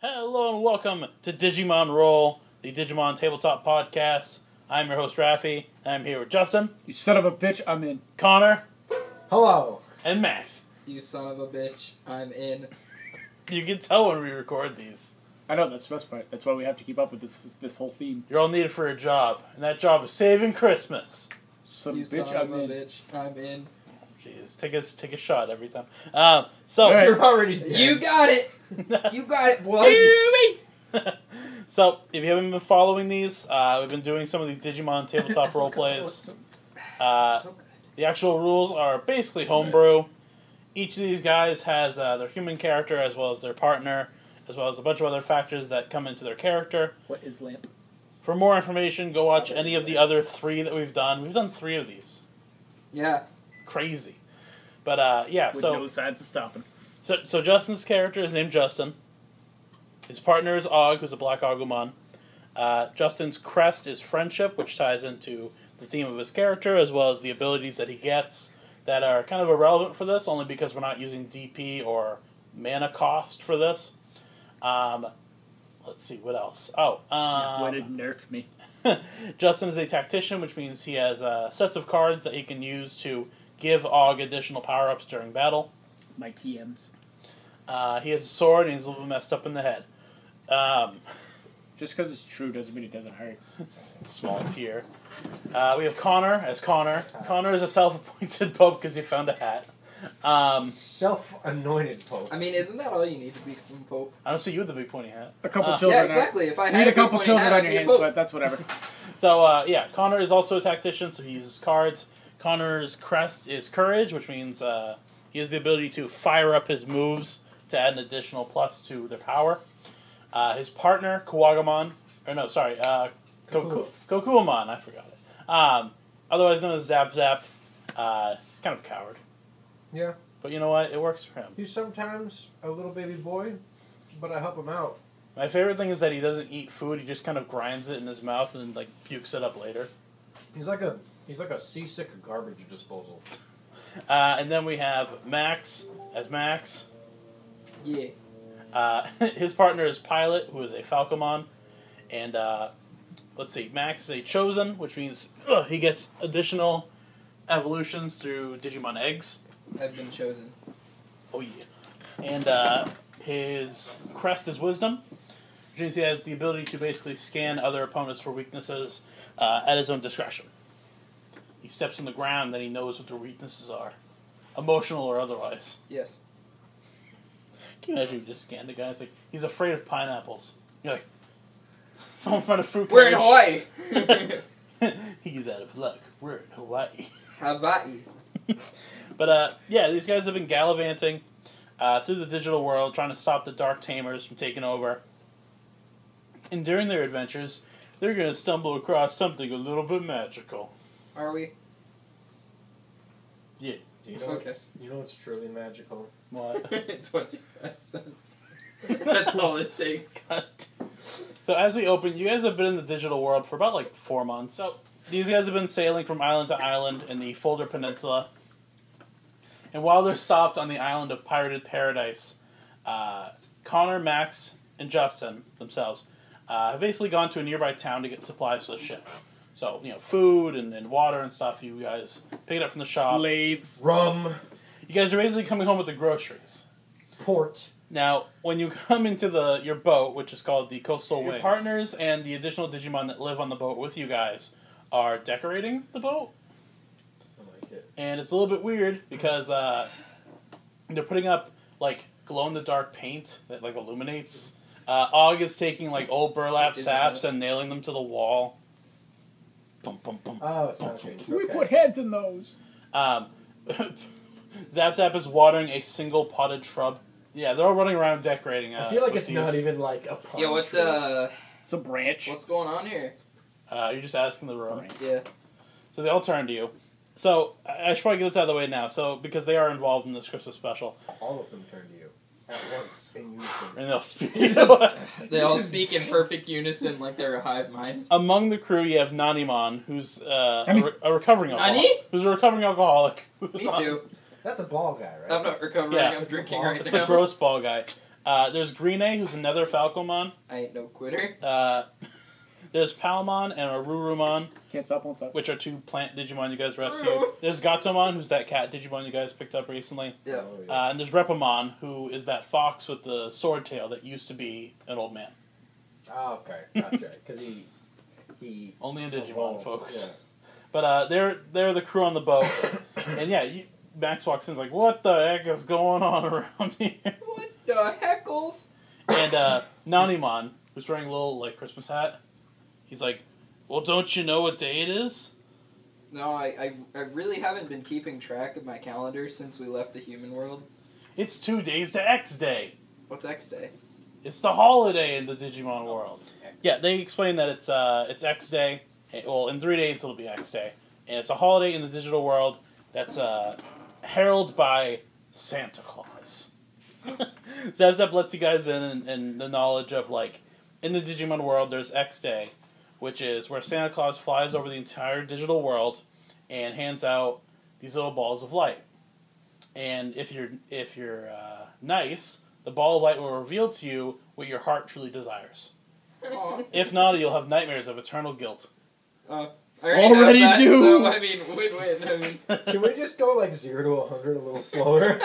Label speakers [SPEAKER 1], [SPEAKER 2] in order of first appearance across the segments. [SPEAKER 1] Hello and welcome to Digimon Roll, the Digimon Tabletop Podcast. I'm your host Rafi. and I'm here with Justin,
[SPEAKER 2] You son of a bitch, I'm in.
[SPEAKER 1] Connor,
[SPEAKER 3] Hello.
[SPEAKER 1] and Max.
[SPEAKER 3] You son of a bitch. I'm in.
[SPEAKER 1] You can tell when we record these.
[SPEAKER 2] I know that's the best part. That's why we have to keep up with this this whole theme.
[SPEAKER 1] You're all needed for a job, and that job is saving Christmas.
[SPEAKER 2] Son
[SPEAKER 3] you
[SPEAKER 2] of a bitch,
[SPEAKER 3] son of
[SPEAKER 2] I'm
[SPEAKER 3] a
[SPEAKER 2] in.
[SPEAKER 3] bitch. I'm in.
[SPEAKER 1] Jeez, take a take a shot every time. Um, so
[SPEAKER 3] Oh,
[SPEAKER 2] All right.
[SPEAKER 4] You're already dead.
[SPEAKER 3] You got it. You got it, boys.
[SPEAKER 1] so if you haven't been following these, uh, we've been doing some of these Digimon Tabletop Role plays. Uh,
[SPEAKER 3] So good.
[SPEAKER 1] The actual rules are basically homebrew. Each of these guys has uh, their human character as well as their partner, as well as a bunch of other factors that come into their character.
[SPEAKER 2] What is lamp?
[SPEAKER 1] For more information, go watch any of the other three that we've done. We've done three of these.
[SPEAKER 3] yeah.
[SPEAKER 1] Crazy. But uh, yeah,
[SPEAKER 2] With
[SPEAKER 1] so,
[SPEAKER 2] no signs of stopping.
[SPEAKER 1] so so Justin's character is named Justin. His partner is Og, who's a black Agumon. Uh, Justin's crest is friendship, which ties into the theme of his character, as well as the abilities that he gets that are kind of irrelevant for this, only because we're not using DP or mana cost for this. Um, let's see, what else? Oh, um,
[SPEAKER 2] Why did nerf me?
[SPEAKER 1] Justin is a tactician, which means he has uh, sets of cards that he can use to give Og additional power ups during battle.
[SPEAKER 2] My TMs.
[SPEAKER 1] Uh, he has a sword and he's a little messed up in the head. Um,
[SPEAKER 2] Just because it's true doesn't mean it doesn't hurt.
[SPEAKER 1] small tier. Uh, we have Connor as Connor. Connor is a self appointed pope because he found a hat. Um,
[SPEAKER 4] Self-anointed pope.
[SPEAKER 3] I mean, isn't that all you need to be from Pope?
[SPEAKER 1] I don't see you with the big pointy hat.
[SPEAKER 2] A couple
[SPEAKER 1] Uh,
[SPEAKER 2] children.
[SPEAKER 3] yeah, exactly. If I
[SPEAKER 2] Are,
[SPEAKER 3] had
[SPEAKER 2] need a couple
[SPEAKER 3] Pope
[SPEAKER 2] children
[SPEAKER 3] money,
[SPEAKER 2] on your
[SPEAKER 3] I'd
[SPEAKER 2] hands,
[SPEAKER 3] be a Pope.
[SPEAKER 2] but that's whatever.
[SPEAKER 1] So uh, yeah, Connor is also a tactician, so he uses cards. Connor's crest is courage, which means uh, he has the ability to fire up his moves to add an additional plus to their power. Uh, his partner Kawagamon, or no, sorry, uh, Koku- Kokuamon. I forgot it. Um, otherwise known as Zap Zap. Uh, he's kind of a coward,
[SPEAKER 4] yeah.
[SPEAKER 1] but you know what? It works for him.
[SPEAKER 4] He's sometimes a little baby boy, but I help him out.
[SPEAKER 1] My favorite thing is that he doesn't eat food. He just kind of grinds it in his mouth and like pukes it up later.
[SPEAKER 4] He's like a he's like a seasick garbage disposal.
[SPEAKER 1] Uh, and then we have Max as Max.
[SPEAKER 3] Yeah.
[SPEAKER 1] Uh, his partner is Pilot, who is a Falcomon. And uh, let's see, Max is a Chosen, which means ugh, he gets additional evolutions through Digimon eggs.
[SPEAKER 3] I've been chosen.
[SPEAKER 1] Oh, yeah. And uh, his crest is Wisdom, which means he has the ability to basically scan other opponents for weaknesses uh, at his own discretion. He steps on the ground, then he knows what their weaknesses are, emotional or otherwise.
[SPEAKER 3] Yes.
[SPEAKER 1] Can you imagine you just scanned a guy? It's like he's afraid of pineapples. You're like, someone found a fruit.
[SPEAKER 3] We're in
[SPEAKER 1] cage.
[SPEAKER 3] Hawaii.
[SPEAKER 1] he's out of luck. We're in Hawaii.
[SPEAKER 3] Hawaii.
[SPEAKER 1] But uh, yeah, these guys have been gallivanting uh, through the digital world, trying to stop the dark tamers from taking over. And during their adventures, they're going to stumble across something a little bit magical.
[SPEAKER 3] Are we?
[SPEAKER 1] Yeah.
[SPEAKER 4] You know
[SPEAKER 3] Okay.
[SPEAKER 4] it's you know it's truly magical.
[SPEAKER 1] What?
[SPEAKER 3] 25 cents. That's all it takes.
[SPEAKER 1] so as we open, you guys have been in the digital world for about like four months. So these guys have been sailing from island to island in the Folder Peninsula. And while they're stopped on the island of Pirated Paradise, uh, Connor, Max, and Justin themselves uh, have basically gone to a nearby town to get supplies for the ship. So, you know, food and, and water and stuff, you guys pick it up from the shop.
[SPEAKER 2] Slaves.
[SPEAKER 4] Rum
[SPEAKER 1] You guys are basically coming home with the groceries.
[SPEAKER 4] port.
[SPEAKER 1] Now, when you come into the your boat, which is called the coastal wing, your partners and the additional Digimon that live on the boat with you guys are decorating the boat,
[SPEAKER 4] I like it.
[SPEAKER 1] and it's a little bit weird because uh, they're putting up like glow in the dark paint that like illuminates. Uh, Og is taking like old burlap
[SPEAKER 3] Is
[SPEAKER 1] saps
[SPEAKER 3] that-
[SPEAKER 1] and nailing them to the wall. Bum, bum, bum.
[SPEAKER 4] Oh, sound change.
[SPEAKER 2] We
[SPEAKER 4] Okay.
[SPEAKER 2] put heads in those.
[SPEAKER 1] Um, Zap Zap is watering a single potted shrub. Yeah, they're all running around decorating. Uh,
[SPEAKER 4] I feel like
[SPEAKER 1] with
[SPEAKER 4] it's not
[SPEAKER 1] these.
[SPEAKER 4] even like a pun.
[SPEAKER 3] Yo, what's uh,
[SPEAKER 2] It's a branch.
[SPEAKER 3] what's going on here?
[SPEAKER 1] Uh, you're just asking the room.
[SPEAKER 2] Right.
[SPEAKER 3] Yeah.
[SPEAKER 1] So they all turn to you. So I I should probably get this out of the way now. So because they are involved in this Christmas special,
[SPEAKER 4] All of them turn to you at once in unison.
[SPEAKER 1] and they'll speak. among
[SPEAKER 3] They all speak in perfect unison like they're a hive mind.
[SPEAKER 1] the crew, you have Nanimon, who's uh, a,
[SPEAKER 2] Nani?
[SPEAKER 1] re- a recovering alcoholic.
[SPEAKER 3] Nani?
[SPEAKER 1] Who's a recovering alcoholic. Who's
[SPEAKER 3] Me
[SPEAKER 1] on-
[SPEAKER 3] too.
[SPEAKER 4] That's a ball guy, right?
[SPEAKER 3] I'm not recovering.
[SPEAKER 1] Yeah.
[SPEAKER 3] I'm drinking right
[SPEAKER 1] It's a
[SPEAKER 3] now.
[SPEAKER 1] gross ball guy. Uh, there's Greenay, who's another Falcomon.
[SPEAKER 3] I ain't no quitter.
[SPEAKER 1] Uh, there's Palmon and Arurumon,
[SPEAKER 2] Can't stop, won't stop.
[SPEAKER 1] which are two plant Digimon you guys rescued. There's Gatomon, who's that cat Digimon you guys picked up recently.
[SPEAKER 3] Yeah.
[SPEAKER 5] Oh, yeah.
[SPEAKER 1] Uh, and there's Repamon, who is that fox with the sword tail that used to be an old man.
[SPEAKER 4] Oh,
[SPEAKER 5] Ah, okay, gotcha. Because he he
[SPEAKER 1] Only in Digimon,
[SPEAKER 5] evolved,
[SPEAKER 1] folks.
[SPEAKER 5] yeah.
[SPEAKER 1] But uh, they're they're the crew on the boat, and yeah, you, Max walks in like, "What the heck is going on around here?"
[SPEAKER 3] What the heckles?
[SPEAKER 1] And uh, Nanimon, who's wearing a little like Christmas hat, he's like, "Well, don't you know what day it is?"
[SPEAKER 3] No, I, I, I really haven't been keeping track of my calendar since we left the human world.
[SPEAKER 1] It's two days to X Day.
[SPEAKER 3] What's X Day?
[SPEAKER 1] It's the holiday in the Digimon world. Yeah, they explain that it's uh, it's X Day. Eh, Well, in three days it'll be X Day, and it's a holiday in the digital world that's uh, heralded by Santa Claus. Zab Zab lets you guys in, in in the knowledge of like in the Digimon world there's X Day, which is where Santa Claus flies over the entire digital world and hands out these little balls of light. And if you're if you're uh, nice, the ball of light will reveal to you what your heart truly desires.
[SPEAKER 3] Aw.
[SPEAKER 1] If not, you'll have nightmares of eternal guilt.
[SPEAKER 3] I already, have
[SPEAKER 2] Already
[SPEAKER 3] that,
[SPEAKER 2] do.
[SPEAKER 3] So, I mean, win win. I mean,
[SPEAKER 5] Can we just go like zero to a hundred a little slower?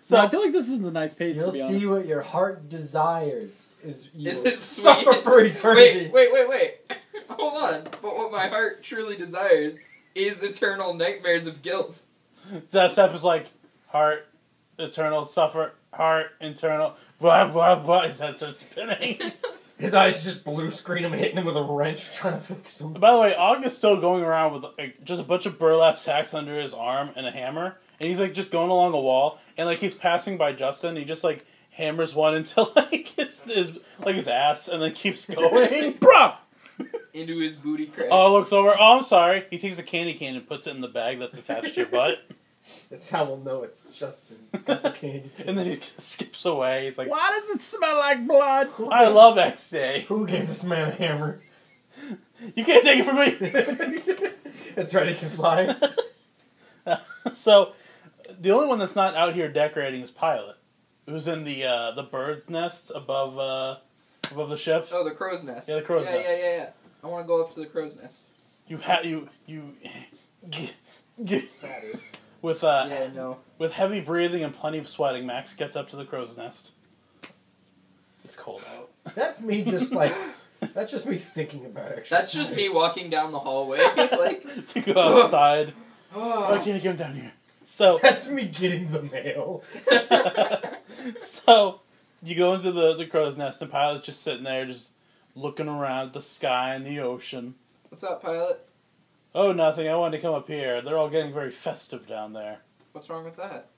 [SPEAKER 2] So I
[SPEAKER 1] so
[SPEAKER 2] feel like this isn't a nice pace.
[SPEAKER 5] You'll
[SPEAKER 2] to be
[SPEAKER 5] see
[SPEAKER 2] honest.
[SPEAKER 5] what your heart desires is you
[SPEAKER 3] Is
[SPEAKER 5] will
[SPEAKER 3] it
[SPEAKER 5] suffer
[SPEAKER 3] sweet?
[SPEAKER 5] for eternity.
[SPEAKER 3] wait, wait, wait, wait. Hold on. But what my heart truly desires is eternal nightmares of guilt.
[SPEAKER 1] Zap Zap is like heart, eternal suffer, heart, internal. Blah blah blah. His head starts spinning.
[SPEAKER 5] His eyes just blue screen him, hitting him with a wrench, trying to fix him.
[SPEAKER 1] By the way, Og is still going around with like, just a bunch of burlap sacks under his arm and a hammer, and he's like just going along a wall, and like he's passing by Justin, and he just like hammers one until like his, his like his ass, and then keeps going.
[SPEAKER 2] Bruh!
[SPEAKER 3] Into his booty crack.
[SPEAKER 1] Oh, looks over. Oh, I'm sorry. He takes a candy cane and puts it in the bag that's attached to your butt,
[SPEAKER 5] That's how we'll know it's Justin. It's got the candy.
[SPEAKER 1] and then he just skips away. He's like,
[SPEAKER 2] Why does it smell like blood?
[SPEAKER 5] Who
[SPEAKER 1] "I
[SPEAKER 5] gave-
[SPEAKER 1] love X Day.
[SPEAKER 5] Who gave this man a hammer?
[SPEAKER 1] You can't take it from me."
[SPEAKER 5] That's right, he can fly.
[SPEAKER 1] so the only one that's not out here decorating is Pilot, who's in the uh, the bird's nest above uh, above the ship.
[SPEAKER 3] Oh, the crow's nest.
[SPEAKER 1] Yeah, the crow's
[SPEAKER 3] yeah,
[SPEAKER 1] nest.
[SPEAKER 3] Yeah, yeah, yeah. I want to go up to the crow's nest.
[SPEAKER 1] You have you you g- g-
[SPEAKER 5] Fatty.
[SPEAKER 1] with uh,
[SPEAKER 3] yeah, no.
[SPEAKER 1] with heavy breathing and plenty of sweating. Max gets up to the crow's nest. It's cold out.
[SPEAKER 5] That's me just like. That's just me thinking about exercise.
[SPEAKER 3] That's just me walking down the hallway. like,
[SPEAKER 1] to go outside.
[SPEAKER 3] oh.
[SPEAKER 1] Oh, I can't get him down here. So
[SPEAKER 5] That's me getting the mail.
[SPEAKER 1] so you go into the the crow's nest and Pilot's just sitting there, just looking around at the sky and the ocean.
[SPEAKER 3] What's up, pilot?
[SPEAKER 1] Oh, nothing. I wanted to come up here. They're all getting very festive down there.
[SPEAKER 3] What's wrong with that?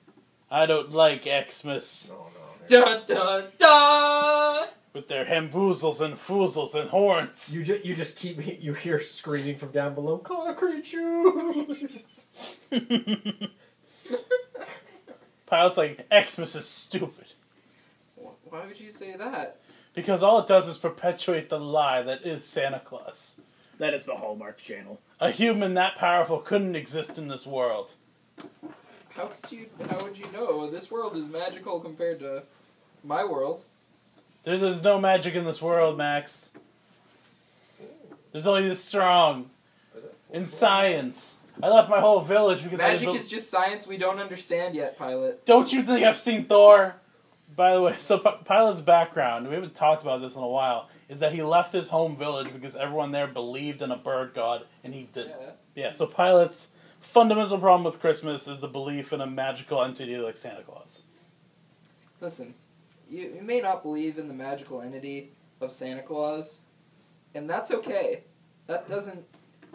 [SPEAKER 1] I don't like Xmas
[SPEAKER 3] Oh,
[SPEAKER 5] No, no. there-
[SPEAKER 3] Dun dun dun!
[SPEAKER 1] with their hamboozles and foozles and horns.
[SPEAKER 5] You just you just keep you hear screaming from down below. Concrete shoes.
[SPEAKER 1] Pilot's like, Xmas is stupid.
[SPEAKER 3] Wh- Why would you say that?
[SPEAKER 1] Because all it does is perpetuate the lie that is Santa Claus.
[SPEAKER 2] That is the Hallmark Channel.
[SPEAKER 1] A human that powerful couldn't exist in this world.
[SPEAKER 3] How would you? How would you know? This world is magical compared to my world.
[SPEAKER 1] There- There's no magic in this world, Max. There's only the strong. In science. I left my whole village because I
[SPEAKER 3] Magic
[SPEAKER 1] didn't bel-
[SPEAKER 3] is just science we don't understand yet, pilot.
[SPEAKER 1] Don't you think I've seen Thor? By the way, so P- Pilot's background, we haven't talked about this in a while, is that he left his home village because everyone there believed in a bird god and he didn't.
[SPEAKER 3] Yeah.
[SPEAKER 1] Yeah, so Pilot's fundamental problem with Christmas is the belief in a magical entity like Santa Claus.
[SPEAKER 3] Listen, you, you may not believe in the magical entity of Santa Claus, and that's okay. That doesn't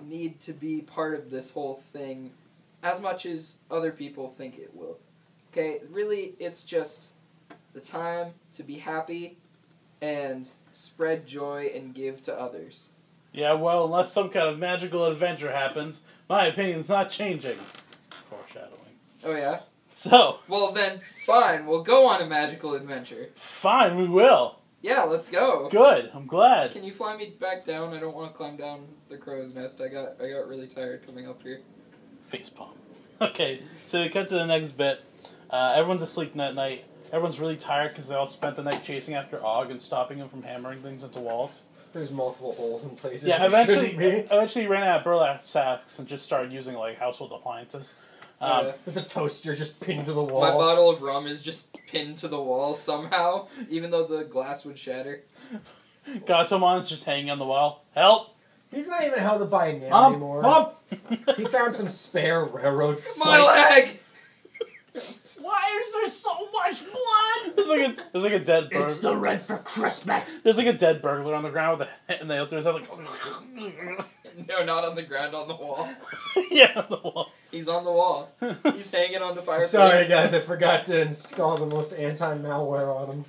[SPEAKER 3] need to be part of this whole thing as much as other people think it will. Okay, really, it's just the time to be happy and spread joy and give to others.
[SPEAKER 1] Yeah, well, unless some kind of magical adventure happens, my opinion's not changing. Foreshadowing.
[SPEAKER 3] Oh, yeah?
[SPEAKER 1] So,
[SPEAKER 3] Well, then, fine, we'll go on a magical adventure.
[SPEAKER 1] fine, we will.
[SPEAKER 3] Yeah, let's go.
[SPEAKER 1] Good, I'm glad.
[SPEAKER 3] Can you fly me back down? I don't want to climb down the crow's nest. I got I got really tired coming up here.
[SPEAKER 1] Facepalm. Okay, so we cut to the next bit. Uh, everyone's asleep that night. Everyone's really tired because they all spent the night chasing after Og and stopping him from hammering things into walls.
[SPEAKER 5] There's multiple holes in places.
[SPEAKER 1] yeah,
[SPEAKER 5] there
[SPEAKER 1] eventually,
[SPEAKER 5] shouldn't be.
[SPEAKER 1] eventually he ran out of burlap sacks and just started using like household appliances. Um,
[SPEAKER 3] Yeah.
[SPEAKER 5] There's a toaster just pinned to the wall.
[SPEAKER 3] Uh, My bottle of rum is just pinned to the wall somehow, even though the glass would shatter.
[SPEAKER 1] Gatomon's just hanging on the wall. Help!
[SPEAKER 5] He's not even held to by a nail
[SPEAKER 6] Mom,
[SPEAKER 5] anymore.
[SPEAKER 6] mom,
[SPEAKER 5] He found some spare railroad spikes.
[SPEAKER 3] My leg!
[SPEAKER 1] Why is there so much blood? There's like a there's like a dead bird.
[SPEAKER 5] red for Christmas.
[SPEAKER 1] There's like a dead burglar on the ground with a head, and they open his head like,
[SPEAKER 3] No, not on the ground, on the wall.
[SPEAKER 1] yeah, on the wall.
[SPEAKER 3] He's on the wall. He's hanging on the fireplace.
[SPEAKER 5] Sorry guys, I forgot to install the most anti-malware on him.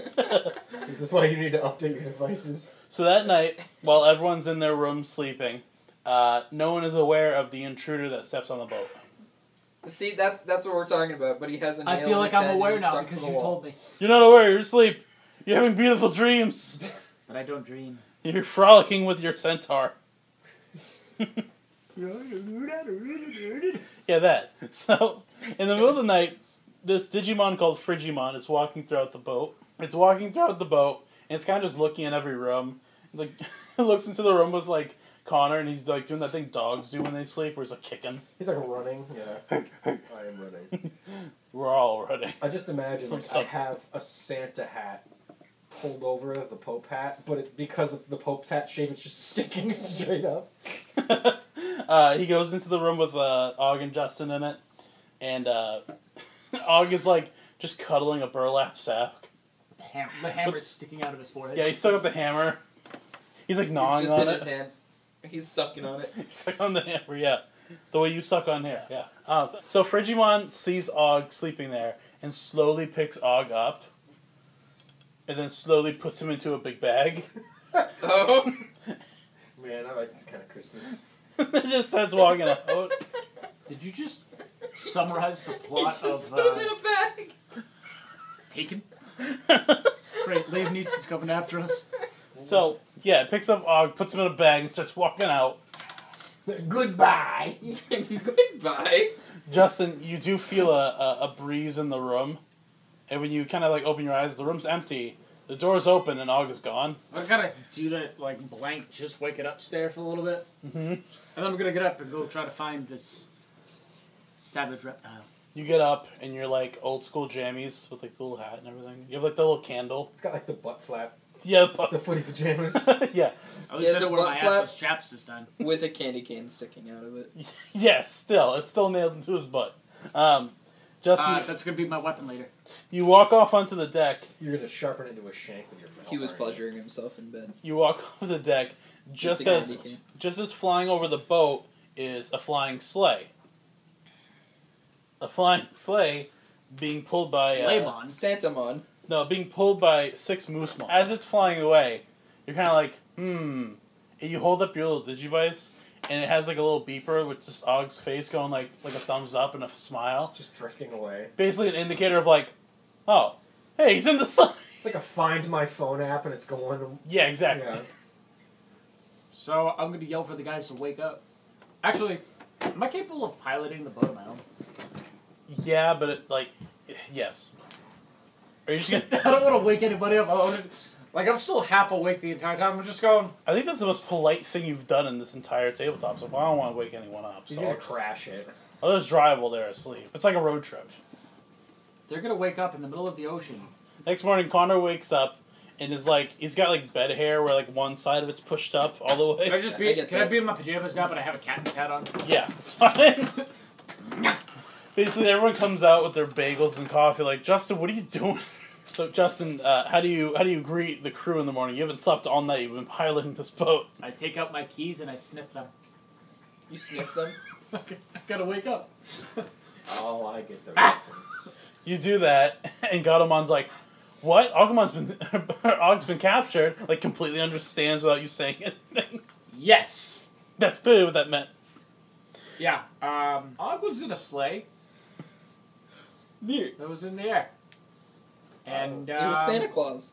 [SPEAKER 5] this is why you need to update your devices.
[SPEAKER 1] So that night, while everyone's in their room sleeping, uh, no one is aware of the intruder that steps on the boat.
[SPEAKER 3] See, that's that's what we're talking about. But he has a nail
[SPEAKER 2] I
[SPEAKER 3] in
[SPEAKER 2] feel like
[SPEAKER 3] his head
[SPEAKER 2] I'm
[SPEAKER 3] and
[SPEAKER 2] aware
[SPEAKER 3] he's
[SPEAKER 2] now
[SPEAKER 3] stuck
[SPEAKER 2] because
[SPEAKER 3] to
[SPEAKER 2] you
[SPEAKER 3] the wall.
[SPEAKER 2] told me.
[SPEAKER 1] You're not aware. You're asleep. You're having beautiful dreams.
[SPEAKER 2] But I don't dream.
[SPEAKER 1] You're frolicking with your centaur. Yeah, that. So, in the middle of the night, this Digimon called Frigimon is walking throughout the boat. It's walking throughout the boat, and it's kind of just looking in every room. Like, it looks into the room with, like, Connor, and he's, like, doing that thing dogs do when they sleep, where he's, like, kicking.
[SPEAKER 5] He's like running. Yeah, I am running.
[SPEAKER 1] We're all running.
[SPEAKER 5] I just imagine
[SPEAKER 1] From
[SPEAKER 5] like, I
[SPEAKER 1] something.
[SPEAKER 5] have a Santa hat pulled over the Pope hat, but it, because of the Pope's hat shape, it's just sticking straight up.
[SPEAKER 1] uh, he goes into the room with uh, Og and Justin in it, and uh, Og is, like, just cuddling a burlap sack.
[SPEAKER 2] The, ham- the hammer's sticking out of his forehead.
[SPEAKER 1] Yeah, he stuck up the hammer. He's, like,
[SPEAKER 3] He's
[SPEAKER 1] gnawing
[SPEAKER 3] just in
[SPEAKER 1] on it.
[SPEAKER 3] his hand. He's sucking on it.
[SPEAKER 1] Suck on the hammer, yeah. The way you suck on hair, yeah. Um, so Frigimon sees Og sleeping there and slowly picks Og up and then slowly puts him into a big bag
[SPEAKER 3] Oh,
[SPEAKER 5] Man, I like this kind of Christmas.
[SPEAKER 1] and just starts walking out.
[SPEAKER 2] Did you just summarize the
[SPEAKER 3] he
[SPEAKER 2] plot
[SPEAKER 3] just
[SPEAKER 2] of
[SPEAKER 3] put him
[SPEAKER 2] uh,
[SPEAKER 3] in a bag.
[SPEAKER 2] Taken? Great, Leave is coming after us.
[SPEAKER 1] so, yeah, it picks up Og, puts him in a bag, and starts walking out.
[SPEAKER 5] Goodbye.
[SPEAKER 3] Goodbye.
[SPEAKER 1] Justin, you do feel a, a, a breeze in the room. And when you kind of like open your eyes, the room's empty. The door's open and Og is gone.
[SPEAKER 2] I gotta do that like blank, just wake it up stare for a little bit,
[SPEAKER 1] hmm
[SPEAKER 2] and then I'm gonna get up and go try to find this savage reptile.
[SPEAKER 1] You get up and you're like old school jammies with like the little hat and everything. You have like the little candle.
[SPEAKER 5] It's got like the butt flap,
[SPEAKER 1] Yeah,
[SPEAKER 5] the
[SPEAKER 1] but,
[SPEAKER 5] footy pajamas.
[SPEAKER 1] yeah,
[SPEAKER 2] At least I
[SPEAKER 3] Is it
[SPEAKER 2] didn't wear
[SPEAKER 3] butt
[SPEAKER 2] my
[SPEAKER 3] flap?
[SPEAKER 2] ass as chaps this time.
[SPEAKER 3] With a candy cane sticking out of it.
[SPEAKER 1] yes. Still, it's still nailed into his butt. Um, Justin,
[SPEAKER 2] Uh, that's gonna be my weapon later.
[SPEAKER 1] you walk off onto the deck.
[SPEAKER 5] You're gonna sharpen it into a shank with your mouth.
[SPEAKER 3] He was
[SPEAKER 5] aren't you?
[SPEAKER 3] pleasuring himself in bed.
[SPEAKER 1] You walk off the deck just
[SPEAKER 3] the
[SPEAKER 1] as
[SPEAKER 3] candy cane.
[SPEAKER 1] just as flying over the boat is a flying sleigh. A flying sleigh being pulled by uh,
[SPEAKER 2] Slaybon.
[SPEAKER 3] Santamon.
[SPEAKER 1] No, being pulled by six moose mon. As it's flying away, you're kind of like, hmm. And you hold up your little digivice, and it has like a little beeper with just Og's face going like like a thumbs up and a smile.
[SPEAKER 5] Just drifting away.
[SPEAKER 1] Basically, an indicator of like, oh, hey, he's in the sun.
[SPEAKER 5] It's like a find my phone app, and it's going.
[SPEAKER 1] yeah, exactly.
[SPEAKER 5] Yeah.
[SPEAKER 2] So I'm gonna yell for the guys to wake up. Actually, am I capable of piloting the boat on my own?
[SPEAKER 1] Yeah, but it, like, yes. Are you just gonna?
[SPEAKER 2] I don't want to wake anybody up. I wanna, like I'm still half awake the entire time. I'm just going.
[SPEAKER 1] I think that's the most polite thing you've done in this entire tabletop so far. I don't want to wake anyone up.
[SPEAKER 5] He's
[SPEAKER 1] So
[SPEAKER 5] gonna
[SPEAKER 1] I'll just-
[SPEAKER 5] crash it.
[SPEAKER 1] I'll just drive while they're asleep. It's like a road trip.
[SPEAKER 2] They're gonna wake up in the middle of the ocean.
[SPEAKER 1] Next morning, Connor wakes up and is like, he's got like bed hair where like one side of it's pushed up all the
[SPEAKER 2] Can I
[SPEAKER 1] way.
[SPEAKER 2] just
[SPEAKER 3] I
[SPEAKER 2] be?
[SPEAKER 3] get
[SPEAKER 2] can I
[SPEAKER 3] that.
[SPEAKER 2] be in my pajamas now? But I have a captain's hat on.
[SPEAKER 1] Yeah, it's fine. Basically, everyone comes out with their bagels and coffee. Like, Justin, what are you doing? So, Justin, uh, how do you how do you greet the crew in the morning? You haven't slept all night. You've been piloting this boat.
[SPEAKER 2] I take out my keys and I sniff them.
[SPEAKER 3] You sniff them.
[SPEAKER 2] Gotta wake up.
[SPEAKER 5] Oh, I get the reference.
[SPEAKER 1] You do that, and Gatomon's like, "What? Agumon has been Og's been captured." Like, completely understands without you saying anything.
[SPEAKER 2] Yes.
[SPEAKER 1] That's clearly what that meant.
[SPEAKER 2] Yeah. Um. Og was in a sleigh. Neat. That was in the air. And um,
[SPEAKER 3] it was Santa Claus.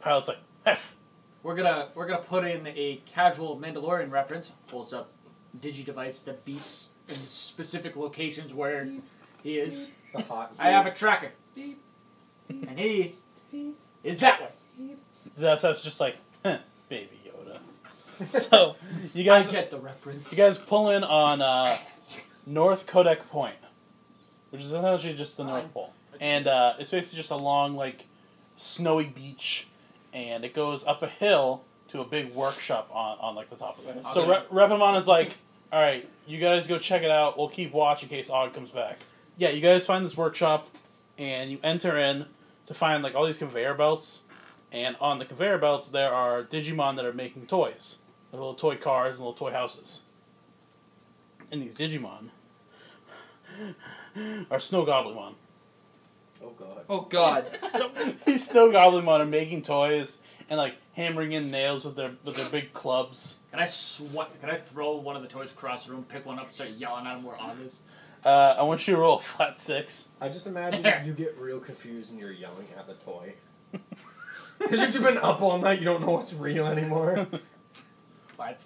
[SPEAKER 1] Pilot's like, "Hef."
[SPEAKER 2] We're gonna we're gonna put in a casual Mandalorian reference. Holds up digi device that beeps in specific locations where he is.
[SPEAKER 5] It's a hot.
[SPEAKER 2] I have a tracker.
[SPEAKER 3] Beep.
[SPEAKER 7] and he is that way.
[SPEAKER 1] Zap Zap's just like, "Huh, baby Yoda. so you guys
[SPEAKER 7] I get the reference.
[SPEAKER 1] You guys pull in on uh, North Kodak Point, which is essentially just the North Pole, and uh, it's basically just a long, like, snowy beach, and it goes up a hill to a big workshop on, on like the top of it. So Re- Repamon is like, "All right, you guys go check it out. We'll keep watch in case Og comes back." Yeah, you guys find this workshop, and you enter in to find like all these conveyor belts, and on the conveyor belts there are Digimon that are making toys, They're little toy cars and little toy houses and these Digimon are Snow Goblimon.
[SPEAKER 5] Oh god.
[SPEAKER 3] Oh God.
[SPEAKER 1] So these Snow Goblimon are making toys and like hammering in nails with their with their big clubs.
[SPEAKER 7] Can I swipe? Can I throw one of the toys across the room, pick one up, start yelling at him where Og is?
[SPEAKER 1] Uh, I want you to roll a flat six.
[SPEAKER 5] I just imagine you get real confused and you're yelling at the toy. Because you've been up all night, you don't know what's real anymore.
[SPEAKER 7] Five.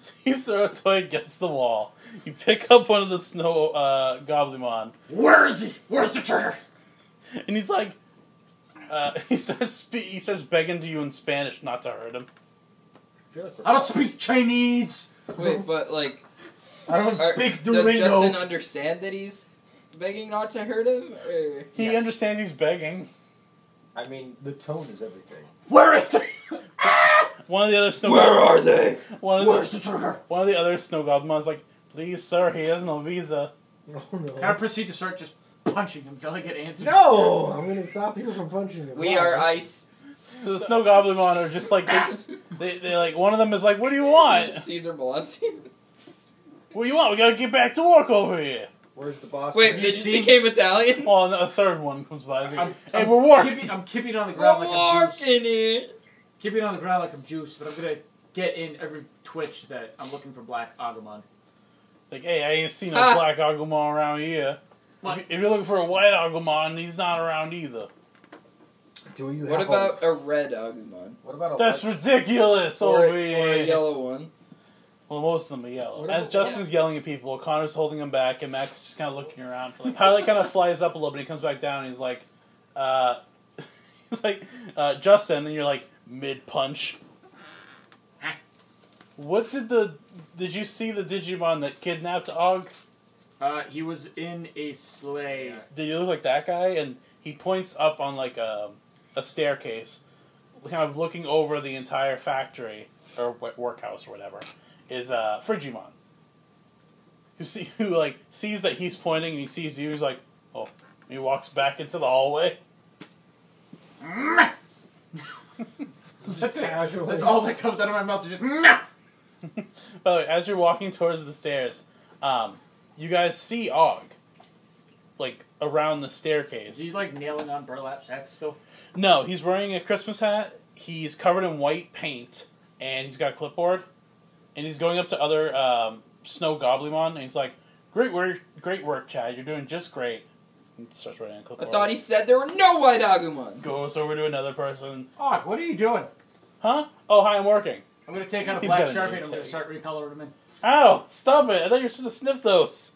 [SPEAKER 1] So you throw a toy against the wall. You pick up one of the Snow uh, Goblimon,
[SPEAKER 7] Where is it? Where's the trigger?
[SPEAKER 1] and he's like, uh, he starts spe- he starts begging to you in Spanish not to hurt him.
[SPEAKER 5] I, feel like we're-
[SPEAKER 7] I don't speak Chinese.
[SPEAKER 3] Wait, but like,
[SPEAKER 5] I don't
[SPEAKER 3] are-
[SPEAKER 5] speak
[SPEAKER 3] does Justin
[SPEAKER 5] Duolingo.
[SPEAKER 3] understand that he's begging not to hurt him? Or
[SPEAKER 1] He
[SPEAKER 7] Yes.
[SPEAKER 1] understands he's begging.
[SPEAKER 5] I mean, the tone is everything.
[SPEAKER 7] Where is it?
[SPEAKER 1] One of the other Snow
[SPEAKER 5] are they?
[SPEAKER 1] one of the,
[SPEAKER 7] Where's the trigger?
[SPEAKER 1] one of the other Snow Goblins like, please sir, he has no visa.
[SPEAKER 5] Oh
[SPEAKER 7] Can I
[SPEAKER 5] no.
[SPEAKER 7] proceed to start just punching him till I get answers?
[SPEAKER 5] No! I'm gonna stop you from punching him.
[SPEAKER 3] we
[SPEAKER 5] Why?
[SPEAKER 3] are ice.
[SPEAKER 1] So the snow goblin mon are just like they, they, they like one of them is like, "What do you want?
[SPEAKER 3] Caesar Malonzi.
[SPEAKER 1] What do you want? We gotta get back to work over here."
[SPEAKER 5] Where's the boss?
[SPEAKER 3] Wait,
[SPEAKER 7] you
[SPEAKER 3] they just
[SPEAKER 7] seen-
[SPEAKER 3] became Italian.
[SPEAKER 1] Well, and a third one comes by. He's
[SPEAKER 7] I'm,
[SPEAKER 1] like, hey,
[SPEAKER 7] I'm
[SPEAKER 1] we're working.
[SPEAKER 7] Kipping, I'm kipping on the ground
[SPEAKER 3] We're
[SPEAKER 7] like I'm juice.
[SPEAKER 3] working it.
[SPEAKER 7] Kipping on the ground like I'm juice, but I'm gonna get in every twitch that I'm looking for Black Agumon.
[SPEAKER 1] Like, hey, I ain't seen no
[SPEAKER 3] Ah.
[SPEAKER 1] black Agumon around here. If,
[SPEAKER 7] What?
[SPEAKER 1] you- if you're looking for a white Agumon, he's not around either.
[SPEAKER 5] Do you
[SPEAKER 3] What
[SPEAKER 5] have
[SPEAKER 3] about a red Agumon?
[SPEAKER 5] A, what about a
[SPEAKER 1] That's
[SPEAKER 5] Oh, what-
[SPEAKER 1] ridiculous over
[SPEAKER 3] Or, a- or a
[SPEAKER 1] here.
[SPEAKER 3] yellow one?
[SPEAKER 1] Well, most of them are yellow.
[SPEAKER 5] What
[SPEAKER 1] As
[SPEAKER 5] about-
[SPEAKER 1] Justin's yelling at people, Connor's holding him back, and Max is just kind of looking around. For like, Pilot kind of flies up a little bit. He comes back down. And he's like, uh, he's like, uh, Justin, and you're like mid punch. What did the? Did you see the Digimon that kidnapped Og?
[SPEAKER 7] Uh, he was in a sleigh.
[SPEAKER 1] Did you look like that guy? And he points up on like a a staircase, kind of looking over the entire factory or wo- workhouse or whatever. Is uh, Frigimon, who see who like sees that he's pointing and he sees you. He's like, oh, he walks back into the hallway.
[SPEAKER 7] That's it.
[SPEAKER 5] Casually.
[SPEAKER 7] That's all that comes out of my mouth is just. "Meh."
[SPEAKER 1] By the way, as you're walking towards the stairs, um, you guys see Og, like around the staircase.
[SPEAKER 7] Is he like nailing on burlap sacks still?
[SPEAKER 1] No, he's wearing a Christmas hat. He's covered in white paint, and he's got a clipboard, and he's going up to other um, snow goblimon, and he's like, "Great work, great work, Chad. You're doing just great." And starts writing on a
[SPEAKER 3] I
[SPEAKER 1] clipboard.
[SPEAKER 3] thought he said there were no white Agumon.
[SPEAKER 1] goes over to another person.
[SPEAKER 7] Og, what are you doing?
[SPEAKER 1] Huh? Oh, hi, I'm working.
[SPEAKER 7] I'm gonna take out a
[SPEAKER 1] He's
[SPEAKER 7] black
[SPEAKER 1] got an
[SPEAKER 7] sharpie and I'm
[SPEAKER 1] intake.
[SPEAKER 7] gonna start recoloring him in.
[SPEAKER 1] Ow! Stop it! I thought you were supposed to sniff those.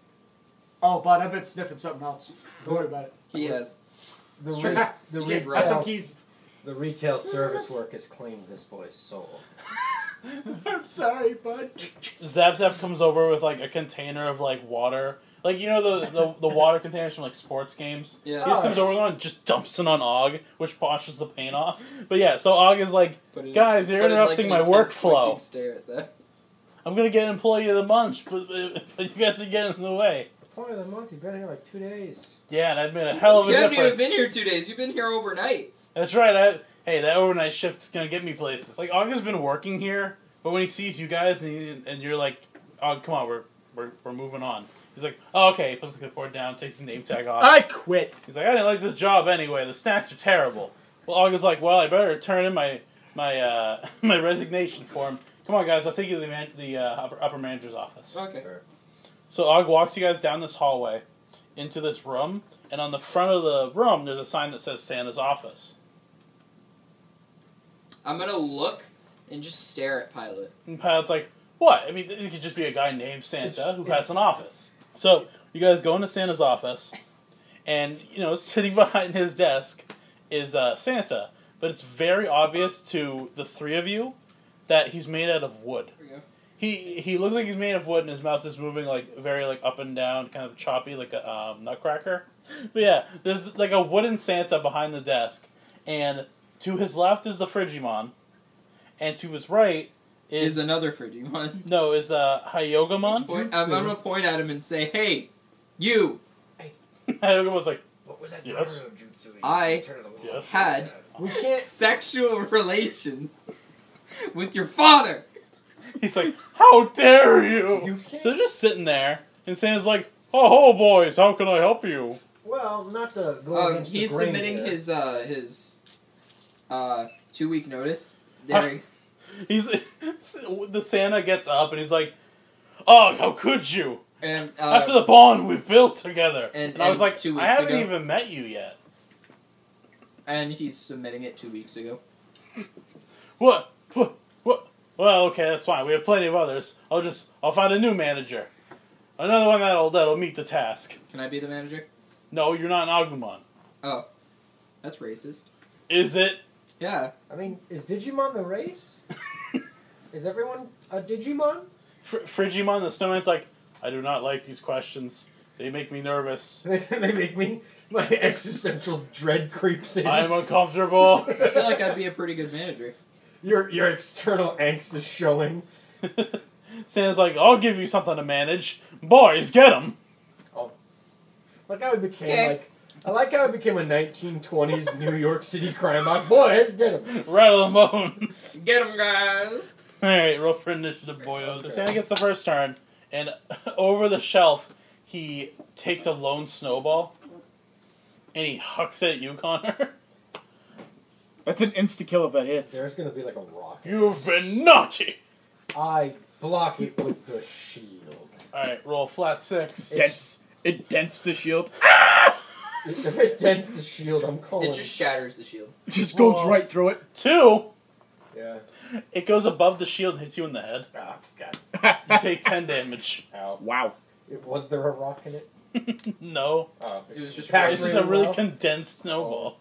[SPEAKER 7] Oh, but I've been sniffing something else. Don't worry about it.
[SPEAKER 3] He has.
[SPEAKER 5] the,
[SPEAKER 7] Sure.
[SPEAKER 5] re- the,
[SPEAKER 7] Yeah,
[SPEAKER 5] retail,
[SPEAKER 7] have some keys.
[SPEAKER 5] the retail service work has claimed this boy's soul.
[SPEAKER 7] I'm sorry, bud.
[SPEAKER 1] Zap Zap comes over with like a container of like water, like you know the the, the water containers from like sports games.
[SPEAKER 3] Yeah.
[SPEAKER 1] He just comes over with one and just dumps it on Og, which washes the paint off. But yeah, so Og is like,
[SPEAKER 3] Put in-
[SPEAKER 1] guys, you're
[SPEAKER 3] put in,
[SPEAKER 1] interrupting
[SPEAKER 3] like, an
[SPEAKER 1] my
[SPEAKER 3] intense
[SPEAKER 1] workflow.
[SPEAKER 3] twitching Stare at that.
[SPEAKER 1] I'm gonna get employee of the month, but, but you guys are getting in the way.
[SPEAKER 5] Point of the month, you've been here like two days.
[SPEAKER 1] Yeah, and I've made a hell of a
[SPEAKER 3] you haven't
[SPEAKER 1] difference.
[SPEAKER 3] even been here two days. You've been here overnight.
[SPEAKER 1] That's right. I, hey, that overnight shift's gonna get me places. Like Og's has been working here, but when he sees you guys and, he, and you're like, "Oh, come on, we're we're, we're moving on." He's like, "Oh, okay." He puts the clipboard down, takes the name tag off.
[SPEAKER 7] quit.
[SPEAKER 1] He's like, "I didn't like this job anyway. The snacks are terrible." Well, Og is like, "Well, I better turn in my my uh, my resignation form." Come on, guys. I'll take you to the man- the uh, upper, upper manager's office.
[SPEAKER 3] Okay.
[SPEAKER 1] So Og walks you guys down this hallway into this room, and on the front of the room, there's a sign that says Santa's office.
[SPEAKER 3] I'm gonna look and just stare at Pilot.
[SPEAKER 1] And Pilot's like, "What? I mean, it could just be a guy named Santa who has an office." So you guys go into Santa's office, and you know, sitting behind his desk is uh, Santa. But it's very obvious to the three of you that he's made out of wood.
[SPEAKER 3] There we go.
[SPEAKER 1] He he looks like he's made of wood, and his mouth is moving like very like up and down, kind of choppy, like a um, nutcracker. But yeah, there's like a wooden Santa behind the desk, and to his left is the Frigimon, and to his right is,
[SPEAKER 3] Is another Frigimon.
[SPEAKER 1] no is uh Hyogamon.
[SPEAKER 3] Point, I'm, I'm gonna point at him and say, "Hey, you
[SPEAKER 1] Hyogamon's like
[SPEAKER 7] What was that
[SPEAKER 1] Yes.
[SPEAKER 7] Naruto jutsu?
[SPEAKER 3] I
[SPEAKER 7] Turn it a little
[SPEAKER 1] Yes.
[SPEAKER 7] upside
[SPEAKER 3] had-
[SPEAKER 7] down.
[SPEAKER 5] We can't.
[SPEAKER 3] sexual relations with your father."
[SPEAKER 1] he's like, how dare you?
[SPEAKER 5] You
[SPEAKER 1] So they're
[SPEAKER 5] can't.
[SPEAKER 1] just sitting there, and Santa's like, oh ho boys, how can I help you?
[SPEAKER 8] Well, not to go
[SPEAKER 3] Um,
[SPEAKER 8] against the
[SPEAKER 3] he's
[SPEAKER 8] grain
[SPEAKER 3] submitting
[SPEAKER 8] here.
[SPEAKER 3] his uh his uh two week notice. There,
[SPEAKER 1] He's the Santa gets up and he's like, oh how could you?
[SPEAKER 3] and
[SPEAKER 1] After
[SPEAKER 3] uh,
[SPEAKER 1] the bond we've built together.
[SPEAKER 3] and-
[SPEAKER 1] I
[SPEAKER 3] and
[SPEAKER 1] was like,
[SPEAKER 3] two
[SPEAKER 1] I
[SPEAKER 3] weeks
[SPEAKER 1] haven't
[SPEAKER 3] ago."
[SPEAKER 1] even met you yet.
[SPEAKER 3] and he's submitting it two weeks ago.
[SPEAKER 1] What? What? What? Well, okay, that's fine. We have plenty of others. I'll just, I'll find a new manager. Another one that'll, that'll meet the task.
[SPEAKER 3] Can I be the manager? Oh,
[SPEAKER 1] No, you're not an Agumon.
[SPEAKER 3] That's racist.
[SPEAKER 1] Is it?
[SPEAKER 3] Yeah.
[SPEAKER 8] I mean, is Digimon the race? is everyone a Digimon?
[SPEAKER 1] Fr- Frigimon, the snowman's like, I do not like these questions. They make me nervous.
[SPEAKER 5] They, they make me. My existential dread creeps in.
[SPEAKER 1] I'm uncomfortable.
[SPEAKER 3] I feel like I'd be a pretty good manager.
[SPEAKER 5] your your external angst is showing.
[SPEAKER 1] Santa's like, I'll give you something to manage. Boys, get them.
[SPEAKER 5] Like how I became
[SPEAKER 3] Okay.
[SPEAKER 5] like. I like how I became a 1920s New York City crime boss. Boys, get him.
[SPEAKER 1] Rattle the bones.
[SPEAKER 3] Get him, guys.
[SPEAKER 1] All right, roll for initiative, boyos.
[SPEAKER 5] Okay.
[SPEAKER 1] Santa gets the first turn, and over the shelf, he takes a lone snowball, and he hucks it at you, Connor.
[SPEAKER 2] That's an insta kill if that hits.
[SPEAKER 5] There's gonna be like a rocket.
[SPEAKER 1] You've been naughty.
[SPEAKER 5] I block it with the shield.
[SPEAKER 1] All right, roll flat six.
[SPEAKER 2] Dents. It dents the shield.
[SPEAKER 5] If it dents the shield, I'm calling.
[SPEAKER 3] It just shatters the shield.
[SPEAKER 2] It just goes
[SPEAKER 1] Whoa.
[SPEAKER 2] right through it.
[SPEAKER 1] Two.
[SPEAKER 5] yeah.
[SPEAKER 1] It goes above the shield and hits you in the head.
[SPEAKER 5] Ah, God.
[SPEAKER 1] You take ten damage.
[SPEAKER 5] Ow.
[SPEAKER 2] Wow.
[SPEAKER 5] It, was there a rock in it?
[SPEAKER 1] No,
[SPEAKER 5] Oh,
[SPEAKER 3] It was just
[SPEAKER 5] packed
[SPEAKER 1] it's just
[SPEAKER 5] really
[SPEAKER 1] a really
[SPEAKER 5] well.
[SPEAKER 1] condensed snowball.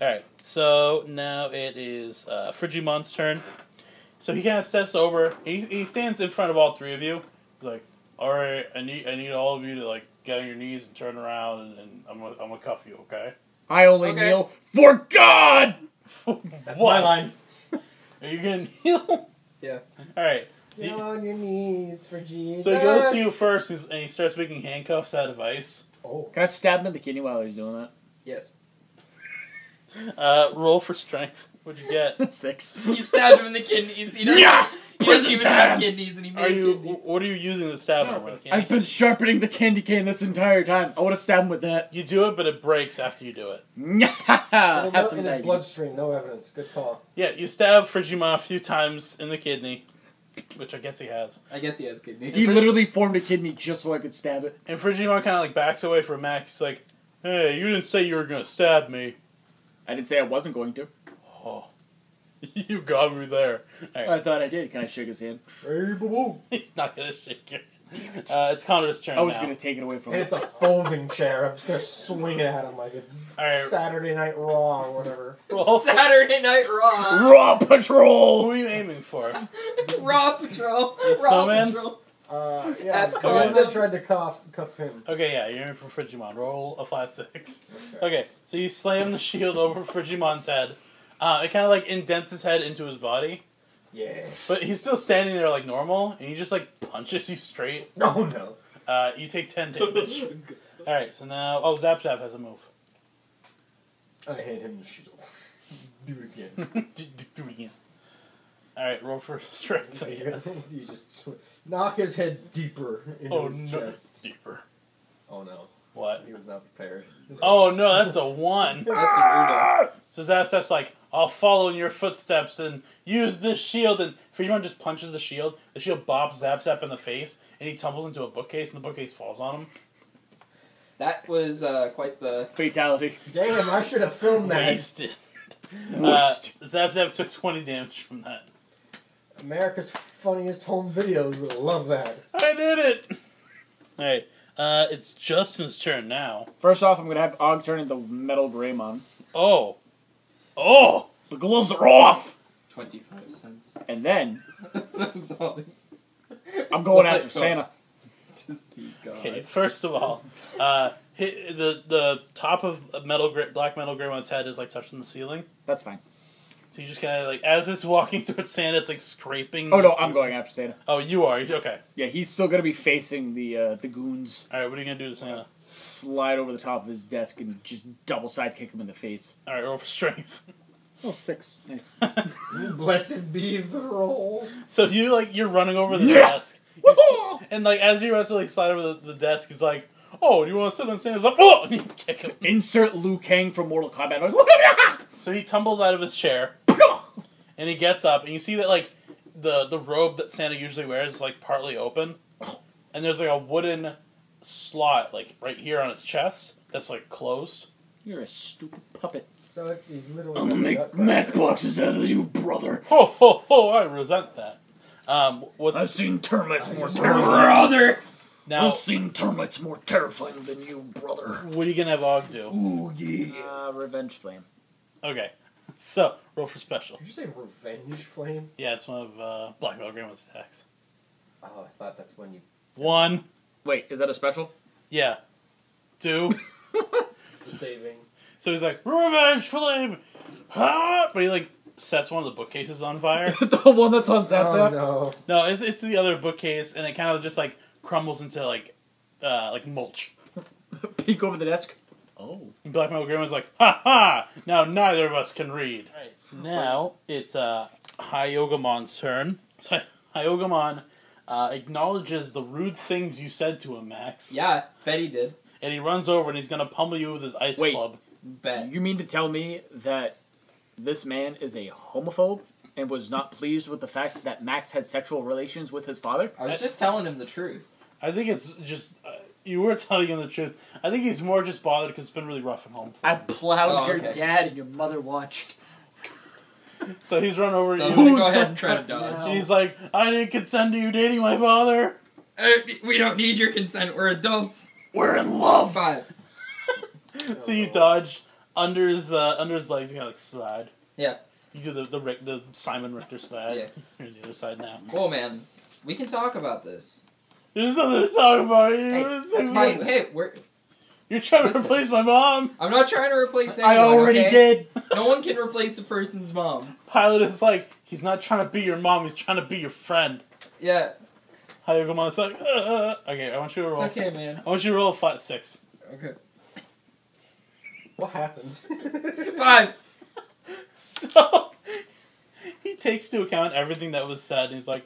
[SPEAKER 1] All right, so now it is uh, Frigimon's turn. So he kind of steps over. He, he stands in front of all three of you. He's like, "All right, I need I need all of you to like get on your knees and turn around, and, and I'm gonna, I'm gonna cuff you, okay?"
[SPEAKER 2] I only
[SPEAKER 3] Okay.
[SPEAKER 2] kneel for God.
[SPEAKER 1] What?
[SPEAKER 5] That's my line.
[SPEAKER 1] Are you gonna kneel?
[SPEAKER 3] Yeah.
[SPEAKER 1] All right.
[SPEAKER 8] Get on your knees for Jesus.
[SPEAKER 1] So he goes to you first, he's- and he starts making handcuffs out of ice.
[SPEAKER 5] Oh.
[SPEAKER 2] Can I stab him in the kidney while he's doing
[SPEAKER 3] Yes.
[SPEAKER 1] Uh, roll for strength. What'd you get?
[SPEAKER 2] that? Six.
[SPEAKER 3] He stabbed him in the kidneys. He doesn't,
[SPEAKER 2] Yeah,
[SPEAKER 3] he doesn't even
[SPEAKER 2] prison
[SPEAKER 3] have
[SPEAKER 2] time.
[SPEAKER 3] kidneys, and he made
[SPEAKER 1] Are you?
[SPEAKER 3] kidneys.
[SPEAKER 1] What are you using to stab him with?
[SPEAKER 2] I've been sharpening the candy cane this entire time. I want to stab him with that.
[SPEAKER 1] You do it, but it breaks after you do it.
[SPEAKER 5] Well,
[SPEAKER 2] Uh, Have some
[SPEAKER 5] no, in his
[SPEAKER 2] diamonds.
[SPEAKER 5] bloodstream, no evidence. Good call.
[SPEAKER 1] Yeah, you stab Frigimon a few times in the kidney, which I guess he has.
[SPEAKER 3] I guess he has kidneys.
[SPEAKER 2] He literally formed a kidney just so I could stab it.
[SPEAKER 1] And Frigimon kind of like backs away from Max. He's like, "Hey, you didn't say you were gonna stab me.
[SPEAKER 2] I didn't say I wasn't going to.
[SPEAKER 1] Oh, you got me there."
[SPEAKER 2] I thought I did. Can I shake his hand?
[SPEAKER 5] Hey, boo boo.
[SPEAKER 1] He's not gonna shake you. Uh, it's Connor's turn
[SPEAKER 2] I was
[SPEAKER 1] now.
[SPEAKER 2] going to take it away from
[SPEAKER 5] And
[SPEAKER 2] him.
[SPEAKER 5] it's a folding chair. I'm just gonna swing it at him like it's
[SPEAKER 1] All right.
[SPEAKER 5] Saturday Night Raw or whatever.
[SPEAKER 1] Roll for-
[SPEAKER 3] Saturday Night Raw.
[SPEAKER 2] Raw
[SPEAKER 1] Who
[SPEAKER 2] Patrol!
[SPEAKER 1] are you aiming for?
[SPEAKER 3] Raw Patrol.
[SPEAKER 1] You
[SPEAKER 3] Raw
[SPEAKER 1] snowman?
[SPEAKER 3] Patrol.
[SPEAKER 5] Uh, yeah.
[SPEAKER 3] F
[SPEAKER 5] the one that
[SPEAKER 3] condoms.
[SPEAKER 5] tried to cuff cuff him.
[SPEAKER 1] Okay, yeah, you're aiming for Frigimon. Roll a flat six. Okay, so you slam the shield over Frigimon's head. Uh, it kind of like indents his head into his body.
[SPEAKER 5] Yeah.
[SPEAKER 1] But he's still standing there like normal, and he just like punches you straight.
[SPEAKER 5] No, no.
[SPEAKER 1] Uh, you take ten damage. All right, so now oh Zap Zap has a move.
[SPEAKER 5] I hand him the shield. Do it again.
[SPEAKER 1] do, do, do it again. All right, roll for strength. I guess.
[SPEAKER 5] you just sw- knock his head deeper into
[SPEAKER 1] Oh
[SPEAKER 5] his
[SPEAKER 1] no,
[SPEAKER 5] chest.
[SPEAKER 1] deeper.
[SPEAKER 5] Oh no,
[SPEAKER 1] What?
[SPEAKER 5] he was not prepared.
[SPEAKER 1] Oh no, that's a one.
[SPEAKER 3] That's a weirdo.
[SPEAKER 1] So Zap Zap's like, I'll follow in your footsteps and use this shield. And Friedman just punches the shield. The shield bops Zap Zap in the face, and he tumbles into a bookcase, and the bookcase falls on him.
[SPEAKER 3] That was uh, quite the.
[SPEAKER 2] Fatality.
[SPEAKER 5] Damn, I should have filmed that.
[SPEAKER 1] Wasted. Uh,
[SPEAKER 2] Worst.
[SPEAKER 1] Zap Zap took twenty damage from that.
[SPEAKER 5] America's funniest home videos would love that.
[SPEAKER 1] I did it. All right. Uh, it's Justin's turn now.
[SPEAKER 2] First off, I'm gonna have Og turn into metal Greymon.
[SPEAKER 1] Oh, oh,
[SPEAKER 2] The gloves are off,
[SPEAKER 5] Twenty-five cents.
[SPEAKER 2] and then
[SPEAKER 5] That's all. it-
[SPEAKER 2] I'm
[SPEAKER 5] that's
[SPEAKER 2] going
[SPEAKER 5] all it
[SPEAKER 2] after Santa.
[SPEAKER 5] costs To see God.
[SPEAKER 1] Okay, first of all, uh, hit the the top of metal Gre- black metal Greymon's head is like touching the ceiling.
[SPEAKER 2] That's fine.
[SPEAKER 1] So you just kind of like as it's walking towards Santa, it's like scraping.
[SPEAKER 2] Oh
[SPEAKER 1] the
[SPEAKER 2] no, I'm
[SPEAKER 1] ceiling.
[SPEAKER 2] going after Santa.
[SPEAKER 1] Oh, you are okay.
[SPEAKER 2] Yeah, he's still gonna be facing the uh, the goons.
[SPEAKER 1] All right, what are you gonna do to
[SPEAKER 2] Uh-huh.
[SPEAKER 1] Santa?
[SPEAKER 2] Slide over the top of his desk and just double sidekick him in the face.
[SPEAKER 1] All right, roll for strength.
[SPEAKER 2] Oh, six. Nice.
[SPEAKER 5] Blessed be the roll.
[SPEAKER 1] So you like you're running over the
[SPEAKER 2] Yeah.
[SPEAKER 1] desk, You s- and like as you're about to like slide over the, the desk, he's like, "Oh, do you want to sit on Santa's lap?" Oh, and you kick him.
[SPEAKER 2] Insert Liu Kang from Mortal Kombat.
[SPEAKER 1] So he tumbles out of his chair and he gets up, and you see that like the the robe that Santa usually wears is like partly open, and there's like a wooden slot like right here on his chest that's like closed.
[SPEAKER 2] You're a stupid puppet.
[SPEAKER 8] So it's he's literally.
[SPEAKER 2] I'm gonna make matchboxes out of you, brother.
[SPEAKER 1] Ho ho ho! I resent that. Um,
[SPEAKER 2] I've
[SPEAKER 1] what's
[SPEAKER 2] seen termites more terrifying.
[SPEAKER 5] Brother.
[SPEAKER 1] now?
[SPEAKER 2] I've seen termites more terrifying than you, brother.
[SPEAKER 1] What are you gonna have Og do?
[SPEAKER 2] Ooh yeah. Uh, revenge flame.
[SPEAKER 1] Okay, so roll for special.
[SPEAKER 5] Did you say revenge flame?
[SPEAKER 1] Yeah, it's one of uh, Black Metal Grandma's attacks.
[SPEAKER 5] Oh, I thought that's when you.
[SPEAKER 1] One,
[SPEAKER 2] Wait, is that a special?
[SPEAKER 1] yeah, two.
[SPEAKER 5] Saving.
[SPEAKER 1] So he's like, revenge flame, ah! but he like sets one of the bookcases on fire.
[SPEAKER 2] the one that's on Zap
[SPEAKER 5] oh
[SPEAKER 2] Zap?
[SPEAKER 5] no.
[SPEAKER 1] no, it's it's the other bookcase, and it kind of just like crumbles into like uh, like mulch.
[SPEAKER 2] Peek over the desk. Oh.
[SPEAKER 1] And Black Metal Grandma's like, ha ha! Now neither of us can read.
[SPEAKER 8] Right.
[SPEAKER 1] So now it's uh, Hyogamon's turn. So Hyogamon uh, acknowledges the rude things you said to him, Max.
[SPEAKER 5] Yeah, bet he did.
[SPEAKER 1] And he runs over and he's gonna pummel you with his ice
[SPEAKER 2] Wait.
[SPEAKER 1] club.
[SPEAKER 5] Bet.
[SPEAKER 2] Uh, You mean to tell me that this man is a homophobe and was not pleased with the fact that Max had sexual relations with his father?
[SPEAKER 5] I was just telling him the truth.
[SPEAKER 1] I think it's just uh, you were telling him the truth. I think he's more just bothered because it's been really rough at home.
[SPEAKER 2] I plowed
[SPEAKER 5] Oh,
[SPEAKER 2] your
[SPEAKER 5] okay.
[SPEAKER 2] dad and your mother watched.
[SPEAKER 1] So he's run over
[SPEAKER 5] So I'm
[SPEAKER 1] you.
[SPEAKER 5] gonna
[SPEAKER 2] Who's
[SPEAKER 5] go
[SPEAKER 2] the
[SPEAKER 5] ahead and try to dodge.
[SPEAKER 2] Yeah.
[SPEAKER 1] And he's like, I didn't consent to you dating my father.
[SPEAKER 3] Uh, we don't need your consent. We're adults.
[SPEAKER 2] We're in love.
[SPEAKER 3] Five.
[SPEAKER 1] So you dodge under his uh, under his legs, you kind of like slide.
[SPEAKER 3] Yeah.
[SPEAKER 1] You do the the, Rick, the Simon Richter slide.
[SPEAKER 3] Yeah.
[SPEAKER 1] You're on the other side now.
[SPEAKER 3] Well, man, we can talk about this.
[SPEAKER 1] There's nothing to talk about.
[SPEAKER 8] Hey,
[SPEAKER 1] You're,
[SPEAKER 3] That's my. Hey, we're.
[SPEAKER 1] You're trying to
[SPEAKER 3] Listen.
[SPEAKER 1] replace my mom.
[SPEAKER 3] I'm not trying to replace anyone.
[SPEAKER 2] I already
[SPEAKER 3] okay?
[SPEAKER 2] did.
[SPEAKER 3] No one can replace a person's mom.
[SPEAKER 1] Pilot is like, he's not trying to be your mom. He's trying to be your friend.
[SPEAKER 3] Yeah,
[SPEAKER 1] Hayagamon's like, uh, uh. okay, I want you to
[SPEAKER 3] it's
[SPEAKER 1] roll.
[SPEAKER 3] okay, man.
[SPEAKER 1] I want you to roll a flat six.
[SPEAKER 3] Okay.
[SPEAKER 5] What happened?
[SPEAKER 3] Five.
[SPEAKER 1] So he takes into account everything that was said, and he's like,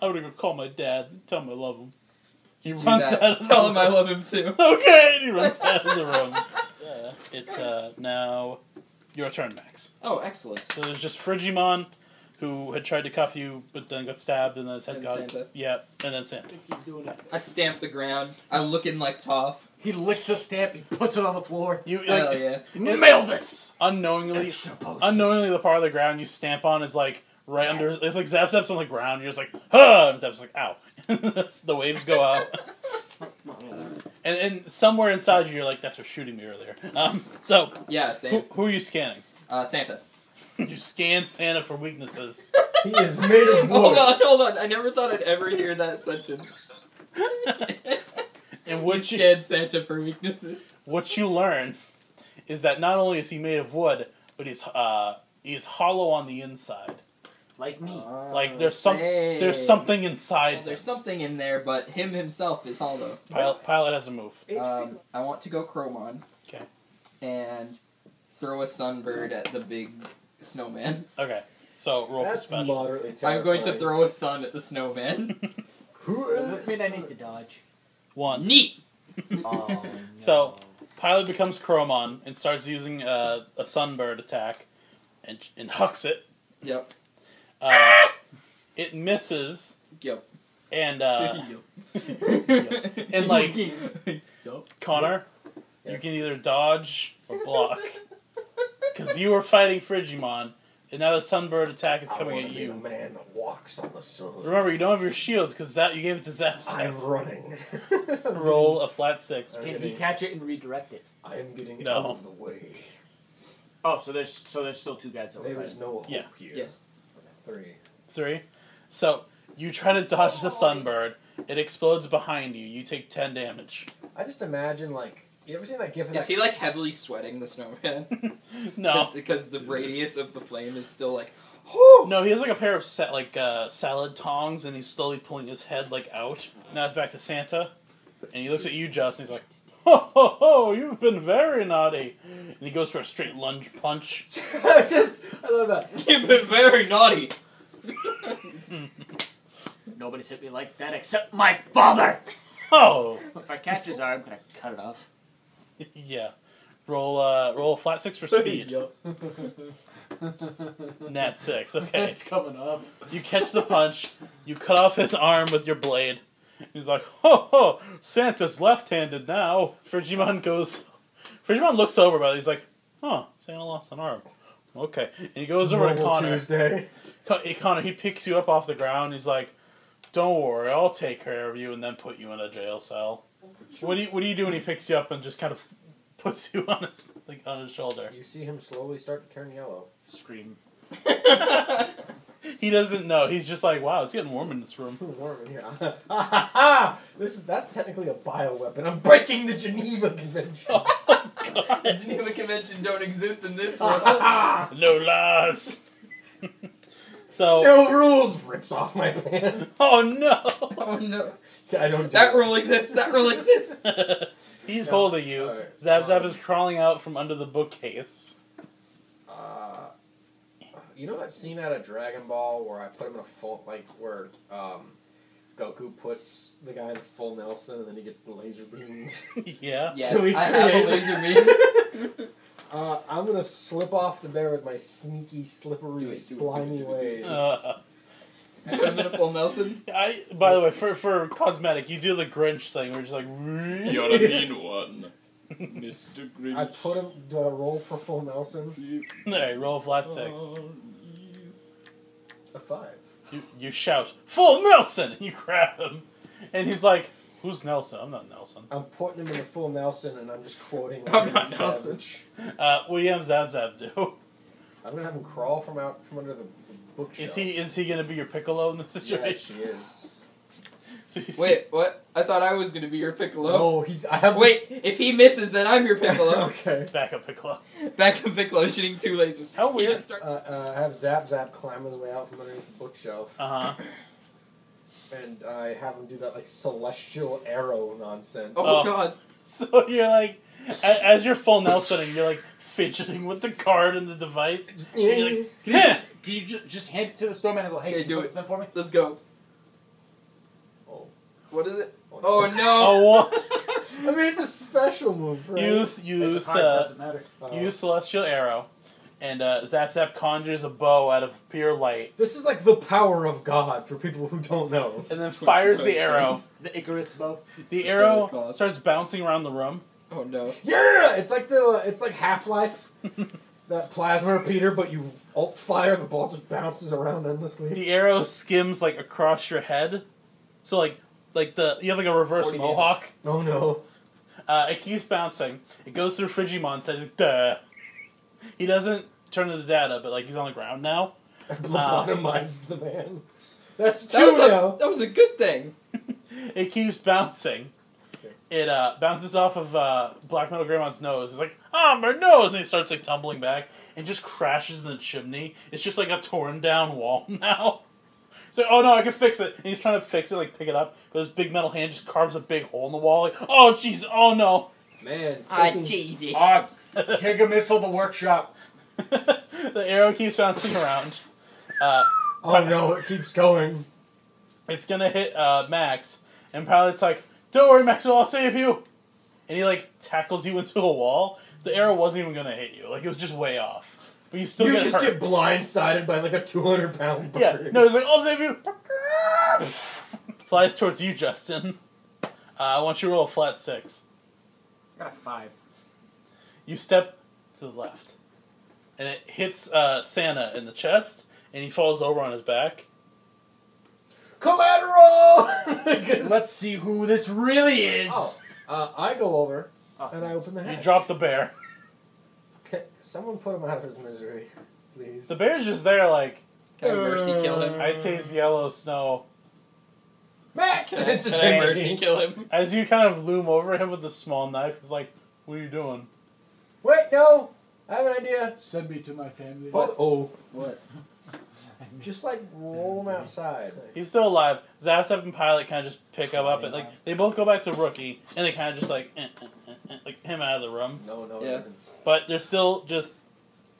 [SPEAKER 1] "I'm gonna go call my dad and tell him I love him." He
[SPEAKER 3] Do
[SPEAKER 1] runs out
[SPEAKER 3] that.
[SPEAKER 1] of
[SPEAKER 3] Tell
[SPEAKER 1] the
[SPEAKER 3] him I love him too.
[SPEAKER 1] Okay, and he runs out of the room. Yeah. It's uh, now your turn, Max.
[SPEAKER 3] Oh, excellent.
[SPEAKER 1] So there's just Frigimon, who had tried to cuff you but then got stabbed, and then his head
[SPEAKER 3] And
[SPEAKER 1] got
[SPEAKER 3] Santa.
[SPEAKER 1] yeah, and then Santa.
[SPEAKER 3] I stamp the ground. I'm looking like Toph.
[SPEAKER 2] He licks the stamp. He puts it on the floor.
[SPEAKER 1] You like,
[SPEAKER 3] Hell yeah.
[SPEAKER 2] Mail this.
[SPEAKER 1] unknowingly, unknowingly, the part of the ground you stamp on is like right under. It's like Zap Zap's on the ground. You're just like, huh. And Zap's like, ow. the waves go out, and and somewhere inside you, you're like, that's for shooting me earlier. Um, so
[SPEAKER 3] Yeah,
[SPEAKER 1] who,
[SPEAKER 3] same.
[SPEAKER 1] who are you scanning?
[SPEAKER 3] Uh, Santa.
[SPEAKER 1] you scan Santa for weaknesses.
[SPEAKER 8] He is made of
[SPEAKER 3] Hold
[SPEAKER 8] wood.
[SPEAKER 3] on, hold on. I never thought I'd ever hear that sentence.
[SPEAKER 1] And what
[SPEAKER 3] you
[SPEAKER 1] you
[SPEAKER 3] scan Santa for weaknesses.
[SPEAKER 1] what you learn is that not only is he made of wood, but he's uh he's hollow on the inside.
[SPEAKER 7] Like me.
[SPEAKER 1] Like there's some
[SPEAKER 3] Dang.
[SPEAKER 1] there's something inside.
[SPEAKER 3] Well,
[SPEAKER 1] there.
[SPEAKER 3] there's something in there, but him himself is hollow.
[SPEAKER 1] Pilot, pilot has a move.
[SPEAKER 3] Um, I want to go Chromon.
[SPEAKER 1] Okay.
[SPEAKER 3] And throw a sunbird at the big snowman.
[SPEAKER 1] Okay, so roll for
[SPEAKER 5] That's
[SPEAKER 1] special.
[SPEAKER 5] moderately
[SPEAKER 3] I'm going to
[SPEAKER 5] terrifying.
[SPEAKER 3] throw a sun at the snowman.
[SPEAKER 5] Who
[SPEAKER 8] Does
[SPEAKER 5] is
[SPEAKER 8] this mean I need to dodge?
[SPEAKER 1] One.
[SPEAKER 3] Neat.
[SPEAKER 8] Oh,
[SPEAKER 1] So- Pilot becomes Chromon and starts using uh, a sunbird attack and, and hucks it.
[SPEAKER 3] Yep.
[SPEAKER 1] Uh, it misses
[SPEAKER 3] Yep.
[SPEAKER 1] and uh,
[SPEAKER 3] yep.
[SPEAKER 1] and like
[SPEAKER 3] Yup.
[SPEAKER 1] Connor,
[SPEAKER 5] Yeah.
[SPEAKER 1] you can either dodge or block because you were fighting Frigimon. And now the sunbird attack is coming
[SPEAKER 9] I
[SPEAKER 1] at
[SPEAKER 9] wanna Be the
[SPEAKER 1] you.
[SPEAKER 9] man that walks on the sun.
[SPEAKER 1] Remember, you don't have your shield because that you gave it to Zap.
[SPEAKER 9] I'm running.
[SPEAKER 1] Roll a flat six.
[SPEAKER 9] Can
[SPEAKER 1] Give
[SPEAKER 2] Can
[SPEAKER 1] me-
[SPEAKER 2] he catch it and redirect it?
[SPEAKER 9] I'm getting
[SPEAKER 1] No.
[SPEAKER 9] out of the way.
[SPEAKER 2] Oh, so there's so there's still two guys over
[SPEAKER 9] There is no hope
[SPEAKER 1] Yeah.
[SPEAKER 9] here.
[SPEAKER 3] Yes.
[SPEAKER 9] Three.
[SPEAKER 1] Three. So you try to dodge the sunbird. It explodes behind you. You take ten damage.
[SPEAKER 5] I just imagine like you ever seen that gif of
[SPEAKER 3] Is
[SPEAKER 5] that
[SPEAKER 3] he like heavily sweating the snowman?
[SPEAKER 1] No,
[SPEAKER 3] Because the radius of the flame is still like, whoo!
[SPEAKER 1] no. He has like a pair of set like uh, salad tongs, and he's slowly pulling his head like out. Now it's back to Santa, and he looks at you, Justin. He's like, "Ho ho ho! You've been very naughty." And he goes for a straight lunge punch.
[SPEAKER 9] I just, I love that.
[SPEAKER 3] You've been very naughty.
[SPEAKER 2] Nobody's hit me like that except my father.
[SPEAKER 1] Oh,
[SPEAKER 2] If I catch his arm, I'm gonna cut it off.
[SPEAKER 1] yeah. Roll uh, roll a flat six for speed. Nat six. Okay.
[SPEAKER 2] It's coming off.
[SPEAKER 1] You catch the punch. You cut off his arm with your blade. He's like, "Ho ho! Santa's left-handed now." Frigimon goes. Frigimon looks over, but he's like, "Huh? Santa lost an arm." Okay, and he goes over to
[SPEAKER 9] Normal
[SPEAKER 1] Connor.
[SPEAKER 9] Tuesday.
[SPEAKER 1] Con- eh, Connor, he picks you up off the ground. He's like, "Don't worry, I'll take care of you," and then put you in a jail cell. What do you What do you do when he picks you up and just kind of puts you on his like on his shoulder?
[SPEAKER 5] you see him slowly start to turn yellow.
[SPEAKER 2] Scream.
[SPEAKER 1] He doesn't know. He's just like, "Wow, it's getting warm in this room."
[SPEAKER 5] Ooh, warm in here. Ha, ha, ha. this is that's technically a bioweapon. I'm breaking the Geneva Convention.
[SPEAKER 3] The Geneva Convention don't exist in this
[SPEAKER 5] Ha,
[SPEAKER 3] one.
[SPEAKER 5] ha, ha.
[SPEAKER 1] No lies. so
[SPEAKER 5] no rules rips off my pants.
[SPEAKER 1] Oh no!
[SPEAKER 3] Oh no.
[SPEAKER 5] I don't do
[SPEAKER 3] That
[SPEAKER 5] it.
[SPEAKER 3] rule exists. That rule exists.
[SPEAKER 1] He's
[SPEAKER 5] No.
[SPEAKER 1] holding you.
[SPEAKER 9] Alright.
[SPEAKER 1] Zab Zab is crawling out from under the bookcase.
[SPEAKER 9] Uh, you know that scene out of Dragon Ball where I put him in a full like where um, Goku puts the guy in full Nelson and then he gets the laser beamed.
[SPEAKER 1] yeah.
[SPEAKER 3] Yes,
[SPEAKER 5] Can we
[SPEAKER 3] I have a
[SPEAKER 5] create-
[SPEAKER 3] laser beam.
[SPEAKER 5] Uh, I'm gonna slip off the bear with my sneaky, slippery,
[SPEAKER 3] Do it, do it, do it,
[SPEAKER 5] slimy
[SPEAKER 3] do it, do it.
[SPEAKER 5] ways.
[SPEAKER 1] Uh,
[SPEAKER 3] Put him in a full Nelson.
[SPEAKER 1] I. By the way, for for cosmetic, you do the Grinch thing. We're just like. You're
[SPEAKER 5] a
[SPEAKER 1] mean one.
[SPEAKER 10] Mr.
[SPEAKER 5] I
[SPEAKER 10] Grinch.
[SPEAKER 5] put him. Do I roll for full Nelson?
[SPEAKER 1] Alright, roll a flat six.
[SPEAKER 5] A five.
[SPEAKER 1] You, you shout, "Full Nelson!" and you grab him, and he's like, "Who's Nelson? I'm not Nelson."
[SPEAKER 5] I'm putting him in a full Nelson, and I'm just quoting.
[SPEAKER 3] I'm
[SPEAKER 5] Randy
[SPEAKER 3] not
[SPEAKER 5] Savage.
[SPEAKER 3] Nelson.
[SPEAKER 1] Uh, what do you have Zab Zab do?
[SPEAKER 5] I'm gonna have him crawl from out from under the the bookshelf.
[SPEAKER 1] Is he is he gonna be your Piccolo in this
[SPEAKER 9] yes,
[SPEAKER 1] situation?
[SPEAKER 9] he is.
[SPEAKER 1] So you see-
[SPEAKER 3] Wait, what? I thought I was gonna be your Piccolo.
[SPEAKER 5] Oh, he's. I have.
[SPEAKER 3] Wait, if he misses, then I'm your
[SPEAKER 5] This,
[SPEAKER 3] Piccolo.
[SPEAKER 5] okay.
[SPEAKER 1] back up Piccolo.
[SPEAKER 3] Back to Piccolo shooting two lasers.
[SPEAKER 1] How
[SPEAKER 3] We
[SPEAKER 1] weird.
[SPEAKER 3] just start.
[SPEAKER 5] Uh, uh, I have Zap Zap climb his way out from underneath the bookshelf,
[SPEAKER 1] Uh huh.
[SPEAKER 5] and I have him do that like celestial arrow nonsense.
[SPEAKER 3] Oh,
[SPEAKER 1] Oh.
[SPEAKER 3] god.
[SPEAKER 1] So you're like,
[SPEAKER 2] Uh,
[SPEAKER 1] a- as you're full Nelson, and you're like fidgeting with the card and the device.
[SPEAKER 5] Just-
[SPEAKER 1] And you're like,
[SPEAKER 2] Can you
[SPEAKER 1] "Heh."
[SPEAKER 2] just, can you just, just hand it to the snowman and go, hey,
[SPEAKER 3] Okay,
[SPEAKER 2] can you
[SPEAKER 3] do
[SPEAKER 2] put
[SPEAKER 3] it.
[SPEAKER 2] this in for me?
[SPEAKER 3] Let's go.
[SPEAKER 9] Oh.
[SPEAKER 3] What is it?
[SPEAKER 9] Oh,
[SPEAKER 3] Oh
[SPEAKER 1] Oh,
[SPEAKER 3] no.
[SPEAKER 1] well,
[SPEAKER 5] I mean, it's a special move, right?
[SPEAKER 1] use
[SPEAKER 2] It's
[SPEAKER 1] use
[SPEAKER 2] a card,
[SPEAKER 1] uh,
[SPEAKER 2] doesn't matter.
[SPEAKER 5] Uh,
[SPEAKER 1] use celestial arrow, and uh, Zap Zap conjures a bow out of pure light,
[SPEAKER 5] This is like the power of God for people who don't know.
[SPEAKER 1] and then fires the arrow.
[SPEAKER 2] The Icarus bow.
[SPEAKER 1] The
[SPEAKER 3] That's all it
[SPEAKER 1] arrow
[SPEAKER 3] costs.
[SPEAKER 1] starts bouncing around the room.
[SPEAKER 3] Oh no.
[SPEAKER 5] Yeah, it's like the it's like Half Life, that plasma repeater, but you alt fire, the ball just bounces around endlessly.
[SPEAKER 1] The arrow skims like across your head, so like like the you have like a reverse
[SPEAKER 3] 40 damage.
[SPEAKER 1] mohawk.
[SPEAKER 5] Oh no!
[SPEAKER 1] Uh, it keeps bouncing. It goes through Frigimon. Says, "Duh." He doesn't turn to the data, but like he's on the ground now. Uh,
[SPEAKER 5] Lobotomized the man. That's two
[SPEAKER 3] That was,
[SPEAKER 5] now.
[SPEAKER 3] a, that was a good thing.
[SPEAKER 1] It keeps bouncing. It uh, bounces off of uh, Black Metal Grandma's nose. It's like, ah, my nose! And he starts like tumbling back and just crashes in the chimney. It's just like a torn down wall now. It's like, oh no, I can fix it. And he's trying to fix it, like pick it up. But his big metal hand just carves a big hole in the wall. Like, oh jeez, oh no.
[SPEAKER 5] Man, taking-
[SPEAKER 3] Jesus.
[SPEAKER 2] Ah, take a missile to workshop.
[SPEAKER 1] the arrow keeps bouncing around. Uh,
[SPEAKER 5] oh no! It keeps going.
[SPEAKER 1] it's gonna hit uh, Max, and Pilot's like, "Don't worry, Maxwell, I'll save you." And he like tackles you into a wall. The arrow wasn't even gonna hit you; like it was just way off. But you still
[SPEAKER 5] you
[SPEAKER 1] get
[SPEAKER 5] just
[SPEAKER 1] hurt.
[SPEAKER 5] get blindsided by like a two hundred pound bird.
[SPEAKER 1] yeah, no, he's like, "I'll save you." Flies towards you, Justin. Uh, I want you to roll a flat six.
[SPEAKER 2] I got a five.
[SPEAKER 1] You step to the left. and it hits uh, Santa in the chest, and he falls over on his back.
[SPEAKER 8] Collateral!
[SPEAKER 7] Let's see who this really is.
[SPEAKER 5] Oh.
[SPEAKER 8] uh, I go over
[SPEAKER 7] Oh,
[SPEAKER 8] and I open the hatch.
[SPEAKER 1] You drop the bear.
[SPEAKER 8] Ca- someone put him out of his misery, please.
[SPEAKER 1] The bear's just there, like
[SPEAKER 3] Can I mercy kill him?
[SPEAKER 1] I taste yellow snow.
[SPEAKER 8] Max!
[SPEAKER 3] Can I-
[SPEAKER 8] It's just
[SPEAKER 1] Hey.
[SPEAKER 3] can I
[SPEAKER 8] Andy.
[SPEAKER 3] mercy kill him?
[SPEAKER 1] As you kind of loom over him with the small knife, it's like, "What are you doing?"
[SPEAKER 8] Wait, no! I have an idea.
[SPEAKER 11] Send me to my family.
[SPEAKER 8] Oh,
[SPEAKER 3] What?
[SPEAKER 8] just like roll him outside.
[SPEAKER 1] He's still alive. Zapsap and Pilot kind of just pick him up, and like they both go back to Rookie, and they kind of just like, eh, eh, eh, eh, like him out of the room.
[SPEAKER 5] No, no
[SPEAKER 3] Yeah.
[SPEAKER 5] evidence.
[SPEAKER 1] But they're still just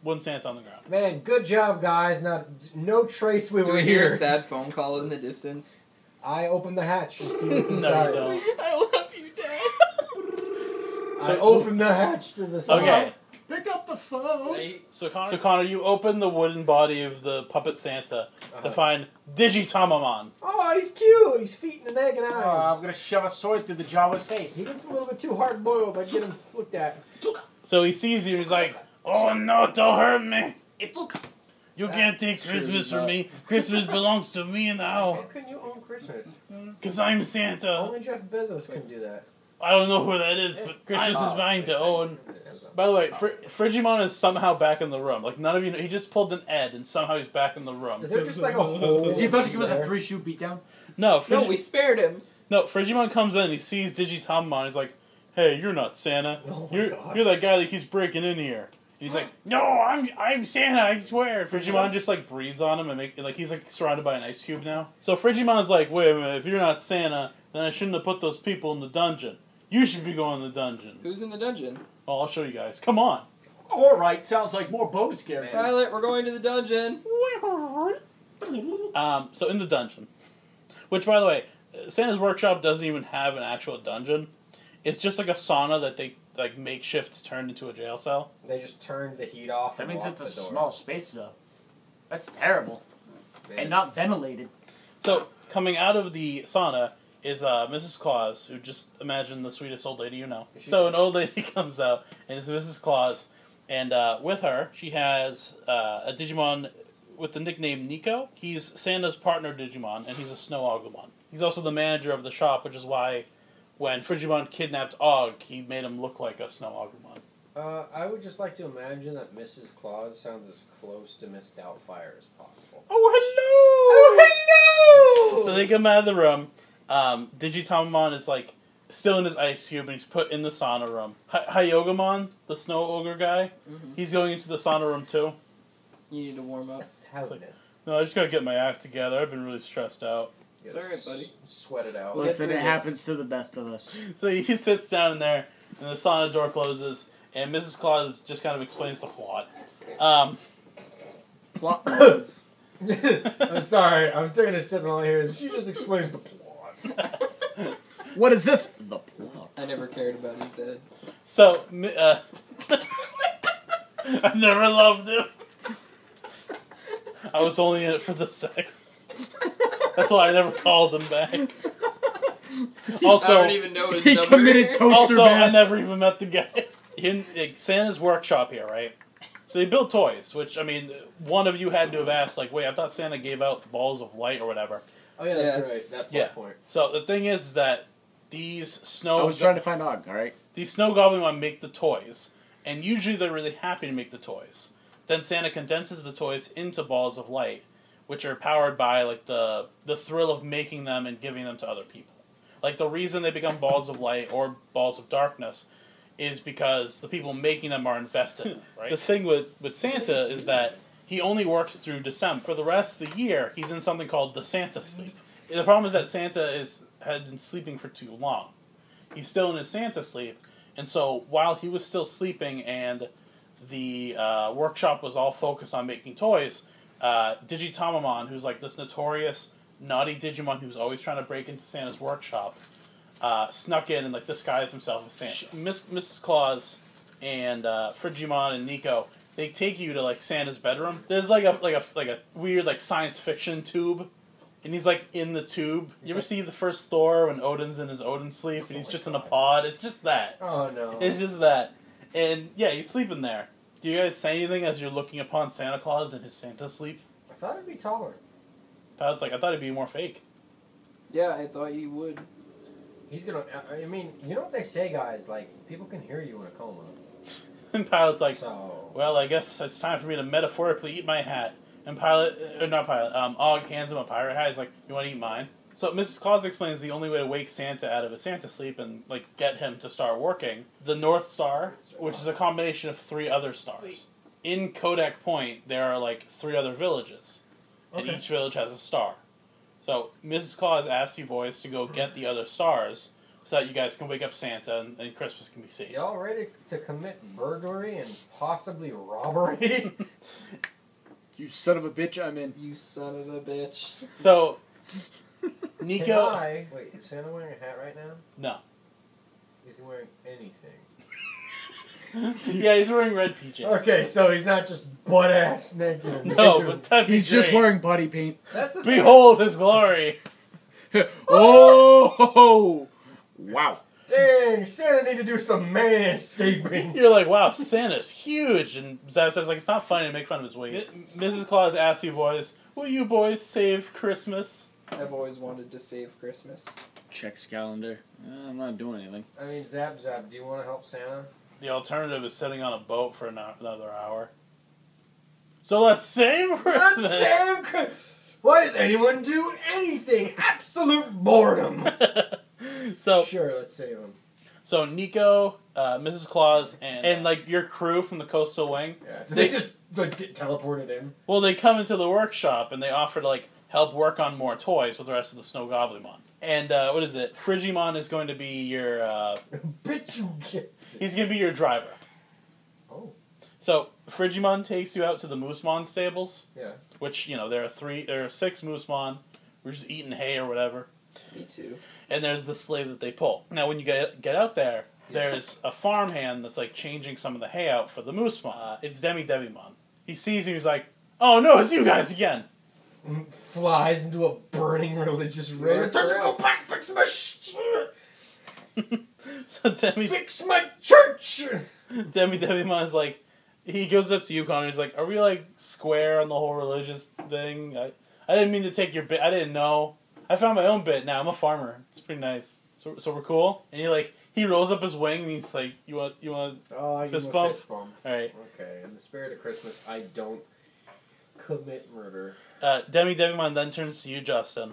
[SPEAKER 1] one Santa's on the ground.
[SPEAKER 8] Man, good job, guys. Not no trace we
[SPEAKER 3] Do
[SPEAKER 8] were
[SPEAKER 3] we
[SPEAKER 8] here.
[SPEAKER 3] hear a sad phone call in the distance?
[SPEAKER 8] I open the hatch and see what's
[SPEAKER 1] No, you
[SPEAKER 8] inside.
[SPEAKER 1] don't.
[SPEAKER 3] I love you, Dad.
[SPEAKER 8] I open the hatch to the side.
[SPEAKER 1] Okay,
[SPEAKER 7] Pick up the phone.
[SPEAKER 1] so Connor, so Connor, you open the wooden body of the puppet Santa
[SPEAKER 5] Uh-huh.
[SPEAKER 1] to find Digitomamon.
[SPEAKER 8] Oh, he's cute. He's feet and an egg and eyes.
[SPEAKER 7] Uh, I'm gonna shove a sword through the Jawa's face.
[SPEAKER 8] He looks a little bit too hard boiled. I get him looked at.
[SPEAKER 1] So he sees you, and he's like, "Oh no, don't hurt me!
[SPEAKER 7] It's okay.
[SPEAKER 1] You can't take
[SPEAKER 11] Sure
[SPEAKER 1] Christmas
[SPEAKER 11] not.
[SPEAKER 1] from me. Christmas belongs to me
[SPEAKER 5] How
[SPEAKER 1] now,
[SPEAKER 5] can you own Christmas?
[SPEAKER 1] cause I'm Santa."
[SPEAKER 8] Only Jeff Bezos can do that.
[SPEAKER 1] I don't know who that is, but Christmas
[SPEAKER 5] Oh,
[SPEAKER 1] is mine to
[SPEAKER 5] it's-
[SPEAKER 1] own.
[SPEAKER 5] it's-
[SPEAKER 1] By the way, Fr- Frigimon is somehow back in the room. Like none of you know, he just pulled an Ed, and somehow he's back in the room.
[SPEAKER 8] Is there just like a hole?
[SPEAKER 7] Is he about to give us
[SPEAKER 8] there?
[SPEAKER 7] a three shoe beatdown?
[SPEAKER 1] No,
[SPEAKER 3] No,
[SPEAKER 1] Frigi-
[SPEAKER 3] we spared him.
[SPEAKER 1] no, Frigimon comes in, he sees Digitomamon. He's like, "Hey, you're not Santa.
[SPEAKER 8] Oh my
[SPEAKER 1] You're
[SPEAKER 8] God.
[SPEAKER 1] you're that guy that keeps breaking in here." And he's like, "No, I'm I'm Santa. I swear." Frigimon just like breathes on him and make and, like he's like surrounded by an ice cube now. So Frigimon's like, "Wait a minute. If you're not Santa, then I shouldn't have put those people in the dungeon. You should be going in the dungeon."
[SPEAKER 3] Who's in the dungeon?
[SPEAKER 1] Well, I'll show you guys. Come on.
[SPEAKER 7] All right, sounds like more bonus characters.
[SPEAKER 3] Pilot, we're going to the dungeon.
[SPEAKER 1] Um, so in the dungeon, which by the way, Santa's workshop doesn't even have an actual dungeon. It's just like a sauna that they like makeshift turned into a jail cell.
[SPEAKER 5] They just turned the heat off.
[SPEAKER 7] That
[SPEAKER 5] and
[SPEAKER 7] means
[SPEAKER 5] locked
[SPEAKER 7] it's a
[SPEAKER 5] the door.
[SPEAKER 7] small space though. That's terrible
[SPEAKER 5] Man.
[SPEAKER 7] and not ventilated.
[SPEAKER 1] So coming out of the sauna is uh, Mrs. Claus, who just imagine the sweetest old lady you know.
[SPEAKER 5] Is she-
[SPEAKER 1] So an old lady comes out, and it's Mrs. Claus, and uh, with her she has uh, a Digimon with the nickname Nico. He's Santa's partner Digimon, and he's a Snow Ogmon. He's also the manager of the shop, which is why when Frigimon kidnapped Og, he made him look like a Snow Ogmon.
[SPEAKER 5] Uh, I would just like to imagine that Mrs. Claus sounds as close to Miss Doubtfire as possible.
[SPEAKER 1] Oh hello! Oh hello! So they come out of the room. Um, Digitomon is like still in his ice cube, and he's put in the sauna room. Hi- Hyogamon, the snow ogre guy,
[SPEAKER 3] Mhm.
[SPEAKER 1] he's going into the sauna room too.
[SPEAKER 3] You need to warm up.
[SPEAKER 5] How's
[SPEAKER 1] like- No, I just gotta get my act together. I've been really stressed out.
[SPEAKER 5] It's
[SPEAKER 3] all right, buddy.
[SPEAKER 5] Sweat it out.
[SPEAKER 3] Well,
[SPEAKER 2] Listen,
[SPEAKER 3] through
[SPEAKER 2] it
[SPEAKER 3] this.
[SPEAKER 2] happens to the best of us.
[SPEAKER 1] So he sits down in there, and the sauna door closes, and Mrs. Claus just kind of explains the plot. Um,
[SPEAKER 3] Plot.
[SPEAKER 8] I'm sorry. I'm taking a sip and all I hear is she just explains the plot.
[SPEAKER 2] What is this? The plot.
[SPEAKER 3] I never cared about his dad.
[SPEAKER 1] so mi- uh, I never loved him. I was only in it for the sex. That's why I never called him back.
[SPEAKER 3] I
[SPEAKER 1] Also,
[SPEAKER 3] don't even know his
[SPEAKER 2] He
[SPEAKER 3] number.
[SPEAKER 2] committed toaster
[SPEAKER 1] also, I
[SPEAKER 2] math.
[SPEAKER 1] never even met the guy. In like, Santa's workshop here, right? So they build toys, which I mean, one of you had to have asked, like, "Wait, I thought Santa gave out balls of light or whatever."
[SPEAKER 5] Oh yeah, that's
[SPEAKER 3] Yeah.
[SPEAKER 5] right. That plot
[SPEAKER 1] Yeah.
[SPEAKER 5] point.
[SPEAKER 1] So the thing is, is that these
[SPEAKER 2] I
[SPEAKER 1] snow
[SPEAKER 2] was trying to find Og, alright?
[SPEAKER 1] these snow goblin men make the toys, and usually they're really happy to make the toys. Then Santa condenses the toys into balls of light, which are powered by like the the thrill of making them and giving them to other people. Like the reason they become balls of light or balls of darkness is because the people making them are invested. in them, right? The thing with with Santa is that he only works through December. For the rest of the year, he's in something called the Santa sleep. The problem is that Santa is had been sleeping for too long. He's still in his Santa sleep, and so while he was still sleeping and the uh, workshop was all focused on making toys, uh, Digitomamon, who's like this notorious naughty Digimon who's always trying to break into Santa's workshop, uh, snuck in and like disguised himself as Santa. Miss, Mrs. Claus and uh, Frigimon and Nico, they take you to like Santa's bedroom. There's like a like a like a weird like science fiction tube. And he's like in the tube. You ever see the first Thor when Odin's in his Odin sleep and he's
[SPEAKER 5] Oh my
[SPEAKER 1] just in a
[SPEAKER 5] God.
[SPEAKER 1] pod? It's just that.
[SPEAKER 8] Oh no.
[SPEAKER 1] It's just that. And yeah, you sleep in there. Do you guys say anything as you're looking upon Santa Claus in his Santa sleep?
[SPEAKER 5] I thought it'd be taller.
[SPEAKER 1] Todd's like, I thought it'd be more fake.
[SPEAKER 3] Yeah, I thought you would.
[SPEAKER 5] He's gonna. I- I mean, you know what they say, guys. Like people can hear you in a coma.
[SPEAKER 1] And Pilot's like,
[SPEAKER 5] so
[SPEAKER 1] Well, I guess it's time for me to metaphorically eat my hat. And Pilot, or not Pilot, um, Og hands him a pirate hat. He's like, "You want to eat mine?" So Mrs. Claus explains the only way to wake Santa out of his Santa sleep and like get him to start working the North Star, which is a combination of three other stars. In Kodak Point, there are like three other villages, and
[SPEAKER 4] Okay.
[SPEAKER 1] each village has a star. So Mrs. Claus asks you boys to go get the other stars so that you guys can wake up Santa and, and Christmas can be saved.
[SPEAKER 5] y'all ready to commit burglary and possibly robbery?
[SPEAKER 2] You son of a bitch, I'm in.
[SPEAKER 3] You son of a bitch.
[SPEAKER 1] So
[SPEAKER 5] Can
[SPEAKER 1] Nico.
[SPEAKER 5] I- Wait, is Santa wearing a hat right now?
[SPEAKER 1] No.
[SPEAKER 5] Is he wearing anything?
[SPEAKER 1] yeah, he's wearing red PJs.
[SPEAKER 8] Okay, so he's not just butt ass naked.
[SPEAKER 1] No, but that'd be
[SPEAKER 2] He's
[SPEAKER 1] great.
[SPEAKER 2] just wearing body paint.
[SPEAKER 5] That's the
[SPEAKER 1] Behold his glory.
[SPEAKER 2] oh! Wow.
[SPEAKER 8] Dang, Santa need to do some manscaping.
[SPEAKER 1] You're like, wow, Santa's huge, and Zap Zap's like, it's not funny to make fun of his weight. M- Mrs. Claus asks you boys, will you boys save Christmas?
[SPEAKER 3] I've always wanted to save Christmas.
[SPEAKER 2] Checks calendar. Uh, I'm not doing anything.
[SPEAKER 5] I mean, Zap Zap, do you want to help Santa?
[SPEAKER 1] The alternative is sitting on a boat for an hou- another hour. So let's save
[SPEAKER 8] That's
[SPEAKER 1] Christmas.
[SPEAKER 8] Sam Cr- Why does anyone do anything? Absolute boredom.
[SPEAKER 1] so,
[SPEAKER 5] Sure, let's save
[SPEAKER 8] um,
[SPEAKER 5] him.
[SPEAKER 1] so Nico, uh, Mrs. Claus, and and like your crew from the coastal wing.
[SPEAKER 5] Yeah.
[SPEAKER 8] Do they just like, get teleported in?
[SPEAKER 1] Well, they come into the workshop and they offer to like help work on more toys with the rest of the Snow Goblimon. And uh, what is it? Frigimon is going to be your uh,
[SPEAKER 8] Bitch, you get.
[SPEAKER 1] he's going to be your driver.
[SPEAKER 5] Oh.
[SPEAKER 1] So Frigimon takes you out to the Moosemon stables,
[SPEAKER 5] Yeah.
[SPEAKER 1] which you know there are three, there are six Moosemon. We're just eating hay or whatever,
[SPEAKER 3] Me too.
[SPEAKER 1] and there's the slave that they pull. Now, when you get get out there, there's a farmhand that's like changing some of the hay out for the Moosemon. Uh, it's Demi Devimon. He sees you, he's like, "Oh no, it's you guys again!"
[SPEAKER 8] Mm, Flies into a burning religious
[SPEAKER 3] You're
[SPEAKER 8] rage. Time to go
[SPEAKER 3] correct.
[SPEAKER 8] back, fix my sh-
[SPEAKER 1] So Demi
[SPEAKER 8] fix my church.
[SPEAKER 1] Demi Devimon's like, he goes up to you, Connor. He's like, "Are we like square on the whole religious thing?" I, I didn't mean to take your bit. I didn't know. I found my own bit. Now I'm a farmer. It's pretty nice. So, so we're cool. And he like he rolls up his wing and he's like, "You want you want?
[SPEAKER 5] Oh, I
[SPEAKER 1] Fist bump.
[SPEAKER 5] fist bump.
[SPEAKER 1] All right."
[SPEAKER 5] Okay. In the spirit of Christmas, I don't commit murder.
[SPEAKER 1] Uh, Demi Devimon then turns to you, Justin, and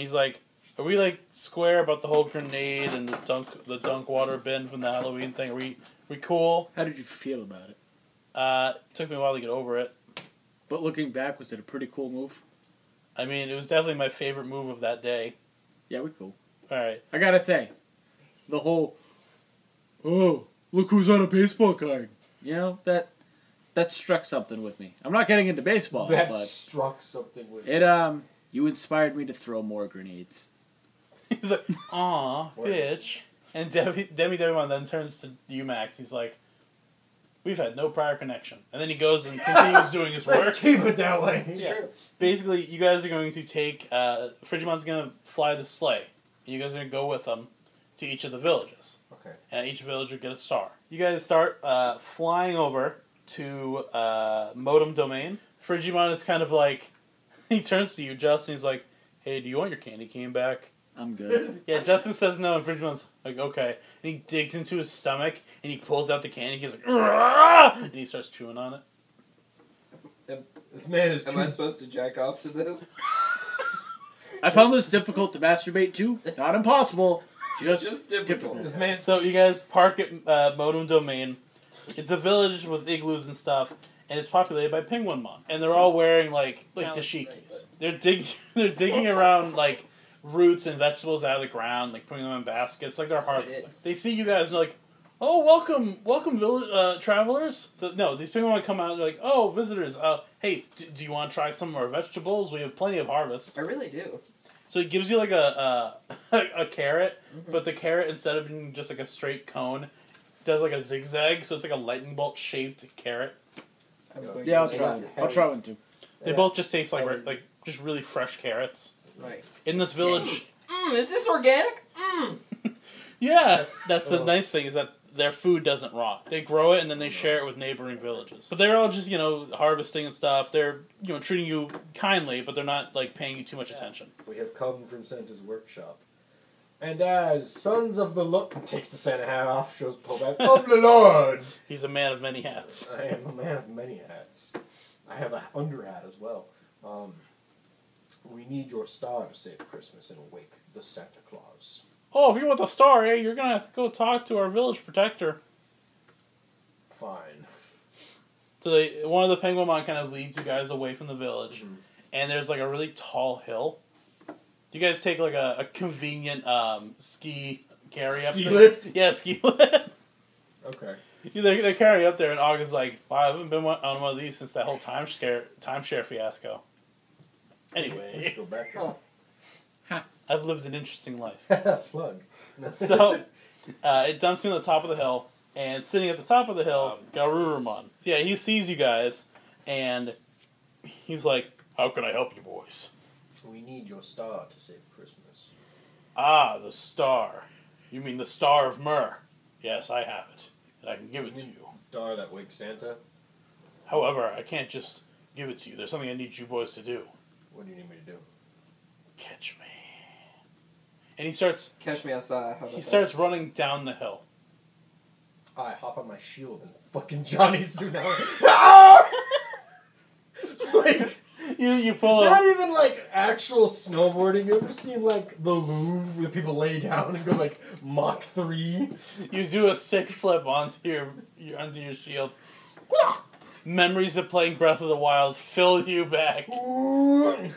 [SPEAKER 1] he's like, "Are we like square about the whole grenade and the dunk the dunk water bin from the Halloween thing? Are we we cool?"
[SPEAKER 2] How did you feel about it?
[SPEAKER 1] Uh, took me a while to get over it.
[SPEAKER 2] But looking back, was it a pretty cool move?
[SPEAKER 1] I mean, it was definitely my favorite move of that day.
[SPEAKER 2] Yeah, we cool.
[SPEAKER 1] All right.
[SPEAKER 2] I gotta say, the whole, oh, look who's on a baseball card. You know, that that struck something with me. I'm not getting into baseball,
[SPEAKER 8] That
[SPEAKER 2] but
[SPEAKER 8] struck something with.
[SPEAKER 2] it, um, you inspired me to throw more grenades.
[SPEAKER 1] He's like, "Aw,
[SPEAKER 5] Word.
[SPEAKER 1] bitch." And Demi Demi Devimon then turns to you, Max. He's like, "We've had no prior connection." And then he goes and continues doing his work.
[SPEAKER 8] Let's keep it that way.
[SPEAKER 3] It's
[SPEAKER 1] Yeah.
[SPEAKER 3] true.
[SPEAKER 1] Basically, you guys are going to take. Uh, Frigimon's going to fly the sleigh. You guys are going to go with them to each of the villages,
[SPEAKER 5] Okay.
[SPEAKER 1] and each village will get a star. You guys start uh, flying over to uh, Modem Domain. Frigimon is kind of like, he turns to you, Justin. He's like, "Hey, do you want your candy cane back?"
[SPEAKER 2] I'm good.
[SPEAKER 1] Yeah, Justin says no, and Frigimon's like, okay. And he digs into his stomach, and he pulls out the candy, and he's like, "Argh!" and he starts chewing on it.
[SPEAKER 8] This man is
[SPEAKER 3] Am I
[SPEAKER 8] too.
[SPEAKER 3] supposed to jack off to this?
[SPEAKER 2] I found this difficult to masturbate to. Not impossible, just,
[SPEAKER 3] Just
[SPEAKER 2] difficult.
[SPEAKER 3] difficult.
[SPEAKER 8] This man.
[SPEAKER 1] So you guys park at uh, Modem Domain. It's a village with igloos and stuff, and it's populated by Penguinmon. And they're all wearing, like, like
[SPEAKER 7] Sounds
[SPEAKER 1] dashikis. They're, dig- they're digging around, like, roots and vegetables out of the ground, like, putting them in baskets, like they're harvesting. They see you guys, and they're like, Oh, welcome, welcome, village, uh, travelers. So, no, these people want to come out and they're like, oh, visitors, uh, hey, d- do you want to try some of our vegetables? We have plenty of harvest.
[SPEAKER 3] I really do.
[SPEAKER 1] So it gives you like a, uh, a carrot, but the carrot, instead of being just like a straight cone, does like a zigzag, so it's like a lightning bolt shaped carrot.
[SPEAKER 3] I'm
[SPEAKER 5] Yeah,
[SPEAKER 3] going
[SPEAKER 2] Yeah, I'll
[SPEAKER 3] to
[SPEAKER 2] try.
[SPEAKER 3] taste
[SPEAKER 2] I'll try one too.
[SPEAKER 1] They
[SPEAKER 5] Yeah.
[SPEAKER 1] both just taste like,
[SPEAKER 5] That
[SPEAKER 1] re-
[SPEAKER 5] is-
[SPEAKER 1] like just really fresh carrots.
[SPEAKER 3] it. Nice.
[SPEAKER 1] In this village,
[SPEAKER 3] Mmm, is this Mm, organic? Mmm.
[SPEAKER 1] yeah, that's the
[SPEAKER 8] Oh.
[SPEAKER 1] nice thing is that their food doesn't rot. They grow it and then
[SPEAKER 5] Mm-hmm.
[SPEAKER 1] they share it with neighboring villages. But they're all just, you know, harvesting and stuff. They're, you know, treating you kindly, but they're not like paying you too much
[SPEAKER 5] Yeah.
[SPEAKER 1] attention.
[SPEAKER 5] We have come from Santa's workshop. And as sons of the Lord takes the Santa hat off, shows pull back of the Lord.
[SPEAKER 1] He's a man of many hats.
[SPEAKER 5] I am a man of many hats. I have an under hat as well. Um, we need your star to save Christmas and awake the Santa Claus.
[SPEAKER 1] Oh, if you want the star, eh, you're gonna have to go talk to our village protector.
[SPEAKER 5] Fine.
[SPEAKER 1] So they, one of the penguin mon kind of leads you guys away from the village,
[SPEAKER 5] Mhm.
[SPEAKER 1] and there's like a really tall hill. You guys take like a, a convenient um, ski carry up.
[SPEAKER 5] Ski
[SPEAKER 1] there.
[SPEAKER 5] lift?
[SPEAKER 1] Yeah, ski lift.
[SPEAKER 5] Okay.
[SPEAKER 1] they they carry up there, and August like, wow, I haven't been one- on one of these since that whole time scare timeshare fiasco.
[SPEAKER 5] Let's
[SPEAKER 1] Anyway,
[SPEAKER 5] go back.
[SPEAKER 3] Oh.
[SPEAKER 1] I've lived an interesting life.
[SPEAKER 5] Slug.
[SPEAKER 1] So uh, it dumps you on the top of the hill, and sitting at the top of the hill,
[SPEAKER 5] Um,
[SPEAKER 1] Garurumon. Yeah, he sees you guys, and he's like, "How can I help you, boys?"
[SPEAKER 5] we need your star to save Christmas.
[SPEAKER 1] Ah, the star. You mean the star of myrrh? Yes, I have it, and I can give it to you.
[SPEAKER 5] The star that wakes Santa.
[SPEAKER 1] However, I can't just give it to you. There's something I need you boys to do.
[SPEAKER 5] What do you need me to do?
[SPEAKER 1] Catch me. And he starts.
[SPEAKER 3] Catch me outside. How about
[SPEAKER 1] He
[SPEAKER 3] that?
[SPEAKER 1] starts running down the hill.
[SPEAKER 5] I hop on my shield and fucking Johnny Tsunami. like,
[SPEAKER 1] You you pull.
[SPEAKER 5] not
[SPEAKER 1] A,
[SPEAKER 5] even like actual snowboarding. You ever seen like the Louvre where people lay down and go like Mach 3?
[SPEAKER 1] you do a sick flip onto your, your onto your shield. Memories of playing Breath of the Wild fill you back.
[SPEAKER 5] So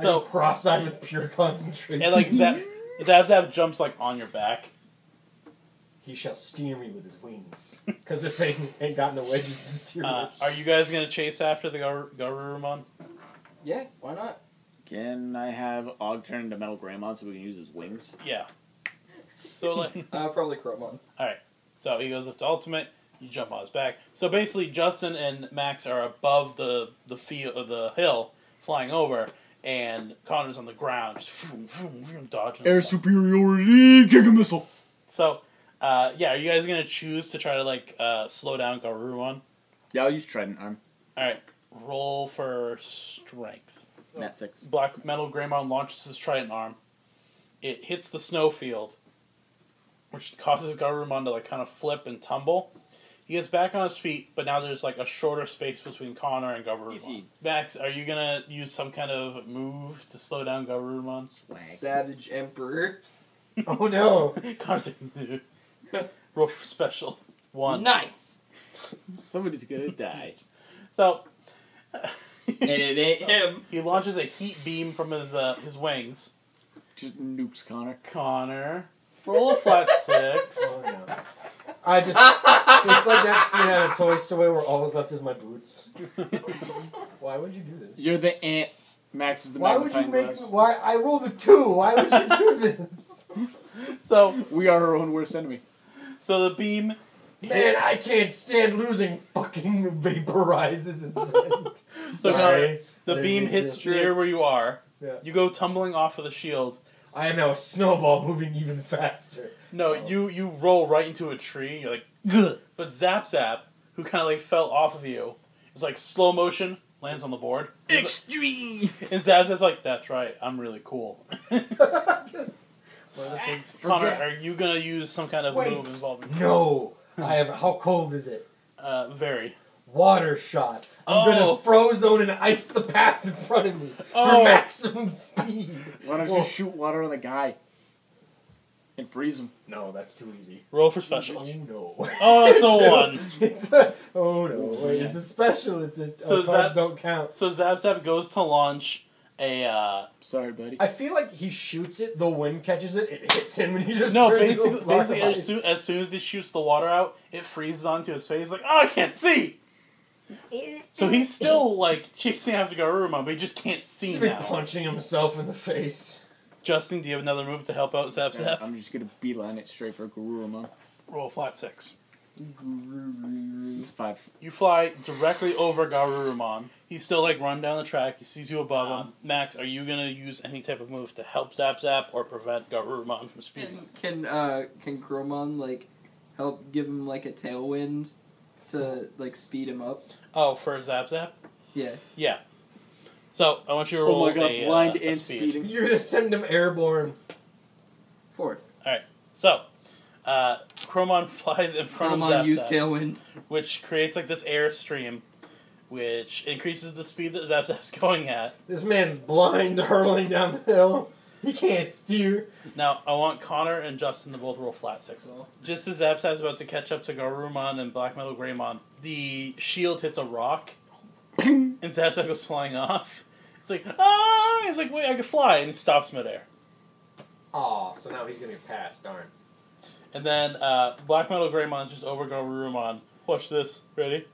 [SPEAKER 1] So-
[SPEAKER 5] cross eyed with pure concentration.
[SPEAKER 1] And like Zap Zap Zap jumps like on your back.
[SPEAKER 5] He shall steer me with his wings. Because this ain't, ain't got no edges to steer
[SPEAKER 1] Uh,
[SPEAKER 5] with.
[SPEAKER 1] are you guys gonna chase after the Gar- Garurumon?
[SPEAKER 3] Yeah, why not?
[SPEAKER 2] Can I have Og turn into Metal Grandma so we can use his wings?
[SPEAKER 1] Yeah. So like.
[SPEAKER 3] Uh, probably Chromon.
[SPEAKER 1] So he goes up to ultimate. You jump on his back. So basically, Justin and Max are above the the field, uh, the hill, flying over, and Connor's on the ground, just vroom, vroom, vroom, dodging. and stuff.
[SPEAKER 2] superiority, kick a missile.
[SPEAKER 1] So, uh, yeah, are you guys gonna choose to try to like uh, slow down Garuon?
[SPEAKER 2] Yeah, I'll use Trident Arm.
[SPEAKER 1] All right, roll for strength.
[SPEAKER 2] Nat six.
[SPEAKER 1] Black Metal Greymon launches his trident arm. It hits the snowfield, which causes Garurumon to like kind of flip and tumble. He gets back on his feet, but now there's like a shorter space between Connor and Garurumon.
[SPEAKER 2] Easy.
[SPEAKER 1] Max, are you gonna use some kind of move to slow down Garurumon?
[SPEAKER 3] Savage Emperor.
[SPEAKER 8] Oh no!
[SPEAKER 1] Connor's like, "No." roll for special one.
[SPEAKER 3] Nice.
[SPEAKER 2] Somebody's gonna die.
[SPEAKER 1] So
[SPEAKER 2] and it
[SPEAKER 3] Oh,
[SPEAKER 2] ain't him.
[SPEAKER 1] he launches a heat beam from his uh, his wings.
[SPEAKER 2] Just nukes Connor.
[SPEAKER 1] Connor, roll a flat six.
[SPEAKER 5] Oh, no.
[SPEAKER 8] I just. it's like that scene out of Toy Story where all is left is my boots.
[SPEAKER 5] Why would you do this?
[SPEAKER 2] You're the ant. Max is the
[SPEAKER 8] Why would you
[SPEAKER 2] magnifying
[SPEAKER 8] make.
[SPEAKER 2] glass.
[SPEAKER 8] Why I rolled a two? Why would you do this?
[SPEAKER 1] So
[SPEAKER 2] We are our own worst enemy.
[SPEAKER 1] so the beam
[SPEAKER 5] Man, I can't stand losing. Fucking vaporizes his friend.
[SPEAKER 1] So Connor,
[SPEAKER 5] Sorry.
[SPEAKER 1] the
[SPEAKER 5] Didn't
[SPEAKER 1] beam
[SPEAKER 5] mean
[SPEAKER 1] hits
[SPEAKER 5] to.
[SPEAKER 1] near where you are.
[SPEAKER 5] Yeah.
[SPEAKER 1] You go tumbling off of the shield.
[SPEAKER 5] I am now a snowball moving even faster.
[SPEAKER 1] No, you you roll right into a tree. You're like, Gah! but Zap Zap, who kind of like fell off of you, is like slow motion lands on the board. He's
[SPEAKER 2] Extreme.
[SPEAKER 1] like- And Zap Zap's like, that's right, I'm really cool. Connor,
[SPEAKER 2] Forget-
[SPEAKER 1] are you gonna use some kind of
[SPEAKER 8] Wait.
[SPEAKER 1] move involving?
[SPEAKER 8] No! I have. How cold is it?
[SPEAKER 1] Uh, very.
[SPEAKER 8] Water shot.
[SPEAKER 1] Oh.
[SPEAKER 8] I'm gonna frozone and ice the path in front of me
[SPEAKER 1] Oh.
[SPEAKER 8] for maximum speed.
[SPEAKER 2] Why don't
[SPEAKER 8] Well-
[SPEAKER 2] you shoot water on the guy and freeze him?
[SPEAKER 5] No, that's too easy.
[SPEAKER 1] Roll for special.
[SPEAKER 5] Oh no.
[SPEAKER 1] Oh, it's a
[SPEAKER 8] So-
[SPEAKER 1] one.
[SPEAKER 8] It's a, oh no! Wait, it's a special. It's a
[SPEAKER 1] So
[SPEAKER 8] so
[SPEAKER 1] is that-
[SPEAKER 8] don't count.
[SPEAKER 1] So Zap Zap goes to launch a. Uh,
[SPEAKER 2] Sorry, buddy.
[SPEAKER 8] I feel like he shoots it. The wind catches it. It hits him, and he just
[SPEAKER 1] No,
[SPEAKER 8] turns
[SPEAKER 1] basically,
[SPEAKER 8] into a block
[SPEAKER 1] basically
[SPEAKER 8] of
[SPEAKER 1] as, soon,
[SPEAKER 8] ice.
[SPEAKER 1] as soon as he shoots the water out, it freezes onto his face. Like, oh, I can't see. So he's still like chasing after Garurumon, but he just can't see
[SPEAKER 8] He's been
[SPEAKER 1] now.
[SPEAKER 8] punching himself in the face.
[SPEAKER 1] Justin, do you have another move to help out Zap
[SPEAKER 2] Sorry,
[SPEAKER 1] Zap?
[SPEAKER 2] I'm just gonna beeline it straight for Garurumon.
[SPEAKER 1] Roll a flat six.
[SPEAKER 2] It's five.
[SPEAKER 1] You fly directly over Garurumon. He's still like run down the track. He sees you above him. Max, are you gonna use any type of move to help Zap Zap or prevent Garurumon from
[SPEAKER 3] Can
[SPEAKER 1] speeding?
[SPEAKER 3] can uh can Chromon like help give him like a tailwind to like speed him up.
[SPEAKER 1] Oh, for Zap Zap?
[SPEAKER 3] Yeah.
[SPEAKER 1] Yeah. So I want you to roll
[SPEAKER 2] Oh my god,
[SPEAKER 1] a, uh,
[SPEAKER 2] blind
[SPEAKER 1] a
[SPEAKER 2] and
[SPEAKER 1] speed.
[SPEAKER 2] speeding.
[SPEAKER 8] You're gonna send him airborne.
[SPEAKER 3] Four.
[SPEAKER 1] So, uh, Chromon flies in front
[SPEAKER 3] Come
[SPEAKER 1] of
[SPEAKER 3] on,
[SPEAKER 1] Zap
[SPEAKER 3] use
[SPEAKER 1] Zap,
[SPEAKER 3] tailwind.
[SPEAKER 1] which creates like this air stream, which increases the speed that Zap Zap's going at.
[SPEAKER 8] This man's blind, hurling down the hill. He can't steer.
[SPEAKER 1] Now I want Connor and Justin to both roll flat sixes. Just as Zap Zap's about to catch up to Garurumon and Black Metal Greymon, the shield hits a rock, and Zap Zap goes flying off. It's like ah! He's like wait, I can fly, and he stops midair.
[SPEAKER 5] Aw, so now he's gonna get passed, darn.
[SPEAKER 1] And then uh, Black Metal Greymon's just over Garurumon. Watch this. Ready?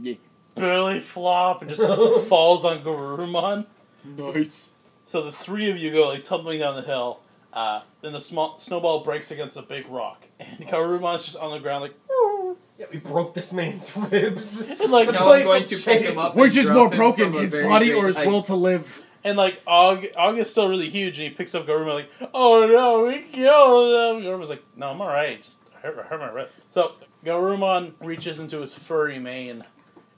[SPEAKER 2] Yeah.
[SPEAKER 1] Barely flop and just falls on Garurumon.
[SPEAKER 2] Nice.
[SPEAKER 1] So the three of you go like tumbling down the hill. Uh, then the small snowball breaks against a big rock, and Garurumon's just on the ground like.
[SPEAKER 8] Yeah, we broke this man's ribs.
[SPEAKER 1] And like,
[SPEAKER 8] No.
[SPEAKER 3] Now I'm going to pick
[SPEAKER 8] Playful
[SPEAKER 3] him up.
[SPEAKER 2] Which
[SPEAKER 3] and
[SPEAKER 2] is
[SPEAKER 3] drop
[SPEAKER 2] more
[SPEAKER 3] him
[SPEAKER 2] broken,
[SPEAKER 3] from a
[SPEAKER 2] his
[SPEAKER 3] very
[SPEAKER 2] body
[SPEAKER 3] great
[SPEAKER 2] or his
[SPEAKER 3] height.
[SPEAKER 2] will to live?
[SPEAKER 1] and like Og, Og is still really huge, and he picks up Garurumon like, "Oh no, we killed him!" Garurumon's like, "No, I'm all right. Just hurt, hurt my wrist." So Garurumon reaches into his furry mane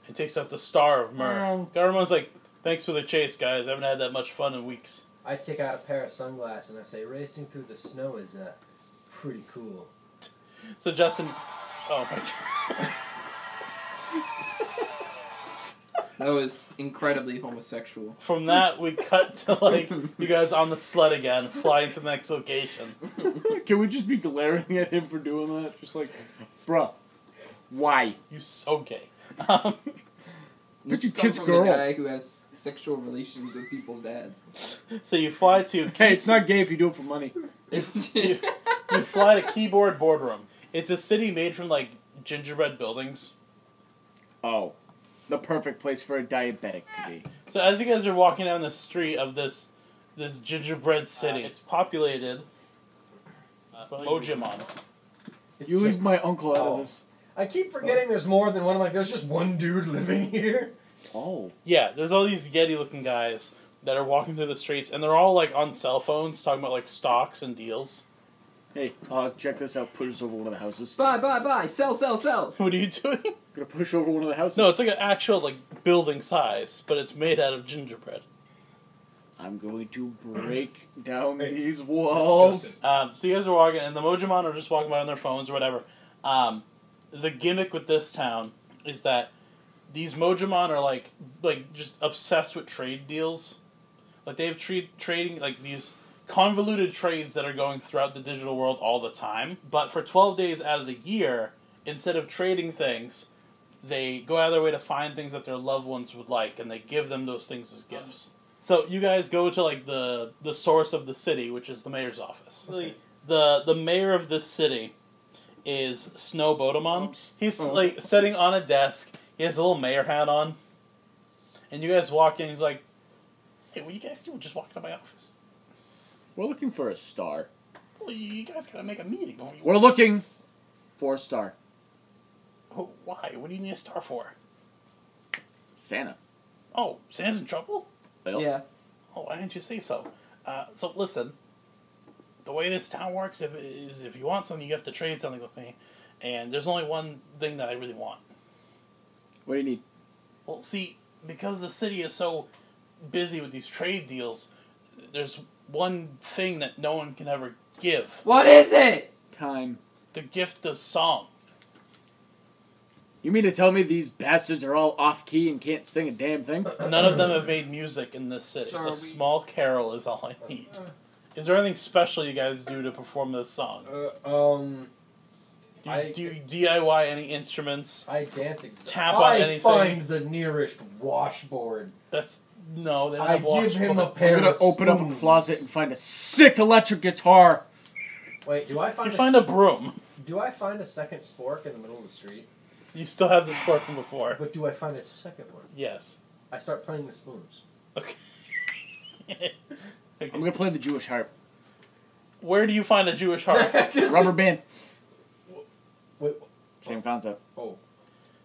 [SPEAKER 1] and takes out the Star of Myrrh.
[SPEAKER 2] Meow.
[SPEAKER 1] Garurumon's like, "Thanks for the chase, guys. I haven't had that much fun in weeks."
[SPEAKER 5] I take out a pair of sunglasses and I say, racing through the snow is uh, pretty cool.
[SPEAKER 1] So Justin, oh my god,
[SPEAKER 3] That was incredibly homosexual.
[SPEAKER 1] from that we cut to like you guys on the sled again, flying to the next location.
[SPEAKER 2] Can we just be glaring at him for doing that? Just like, bruh, why?
[SPEAKER 1] You so gay. Um,
[SPEAKER 3] This
[SPEAKER 2] you
[SPEAKER 3] comes
[SPEAKER 2] kiss
[SPEAKER 3] from
[SPEAKER 2] girls.
[SPEAKER 3] The guy who has sexual relations with people's dads.
[SPEAKER 1] so you fly to
[SPEAKER 2] Hey, it's not gay if you do it for money.
[SPEAKER 3] It's
[SPEAKER 1] you fly to Keyboard Boardroom. It's a city made from like gingerbread buildings.
[SPEAKER 2] Oh, the perfect place for a diabetic to be.
[SPEAKER 1] So as you guys are walking down the street of this this gingerbread city, Uh, it's populated. Uh, Mojimon.
[SPEAKER 8] It's
[SPEAKER 2] you leave
[SPEAKER 8] just-
[SPEAKER 2] my uncle out
[SPEAKER 8] oh.
[SPEAKER 2] of this.
[SPEAKER 8] I keep forgetting there's more than one. I'm like, there's just one dude living here.
[SPEAKER 2] Oh,
[SPEAKER 1] Yeah, there's all these Yeti looking guys that are walking through the streets, and they're all like on cell phones talking about like stocks and deals.
[SPEAKER 2] hey, uh, check this out. Push us over one of the houses.
[SPEAKER 3] buy, buy, buy, sell, sell, sell.
[SPEAKER 1] What are you doing?
[SPEAKER 2] gonna push over one of the houses.
[SPEAKER 1] No, it's like an actual like building size, but it's made out of gingerbread.
[SPEAKER 2] I'm going to break down these walls.
[SPEAKER 1] Um, so you guys are walking, and the Mojimon are just walking by on their phones or whatever. Um, the gimmick with this town is that these Mojimon are like like just obsessed with trade deals. Like they have trade trading like these convoluted trades that are going throughout the digital world all the time. But for twelve days out of the year, instead of trading things, they go out of their way to find things that their loved ones would like, and they give them those things as gifts. So you guys go to like the the source of the city, which is the mayor's office. The the mayor of this city is Snow Bodemon. He's
[SPEAKER 2] Oh.
[SPEAKER 1] like sitting on a desk. He has a little mayor hat on. And you guys walk in. He's like, "Hey, what you guys doing? Just walking to my office?
[SPEAKER 2] We're looking for a star.
[SPEAKER 1] Well, you guys gotta make a meeting. Before you...
[SPEAKER 2] We're looking for a star.
[SPEAKER 1] Wh- Oh, Why? What do you need a star for?
[SPEAKER 2] Santa.
[SPEAKER 1] Oh, Santa's in trouble.
[SPEAKER 2] Well,
[SPEAKER 3] Yeah.
[SPEAKER 1] Oh, why didn't you say so? Uh, so listen, the way this town works if, is if you want something, you have to trade something with me, and there's only one thing that I really want.
[SPEAKER 2] What do you need?
[SPEAKER 1] Well, see, because the city is so busy with these trade deals, there's one thing that no one can ever give:
[SPEAKER 3] What is it?
[SPEAKER 2] Time.
[SPEAKER 1] the gift of song.
[SPEAKER 2] You mean to tell me these bastards are all off key and can't sing a damn thing?
[SPEAKER 1] None of them have made music in this city.
[SPEAKER 3] So
[SPEAKER 1] a
[SPEAKER 3] are we-
[SPEAKER 1] small carol is all I need. Is there anything special you guys do to perform this song?
[SPEAKER 5] Uh, um,
[SPEAKER 1] Do
[SPEAKER 5] I-
[SPEAKER 1] you, do you DIY any instruments?
[SPEAKER 5] I dance exactly.
[SPEAKER 1] Tap on
[SPEAKER 8] I
[SPEAKER 1] anything.
[SPEAKER 8] find the nearest washboard.
[SPEAKER 1] That's no. They don't
[SPEAKER 8] I
[SPEAKER 1] have watch
[SPEAKER 8] give him a
[SPEAKER 1] board.
[SPEAKER 8] pair
[SPEAKER 2] I'm gonna
[SPEAKER 8] of
[SPEAKER 2] open up a
[SPEAKER 8] spoons.
[SPEAKER 2] closet and find a sick electric guitar.
[SPEAKER 5] Wait, do I find
[SPEAKER 1] You
[SPEAKER 5] a
[SPEAKER 1] find a
[SPEAKER 5] s-
[SPEAKER 1] broom.
[SPEAKER 5] do I find a second spork in the middle of the street?
[SPEAKER 1] You still have the spark from before.
[SPEAKER 5] But do I find a second one?
[SPEAKER 1] Yes.
[SPEAKER 5] I start playing the spoons.
[SPEAKER 1] Okay.
[SPEAKER 2] I'm gonna play the Jewish harp.
[SPEAKER 1] Where do you find a Jewish harp?
[SPEAKER 2] Rubber band.
[SPEAKER 5] Wait,
[SPEAKER 2] Same concept.
[SPEAKER 5] Oh,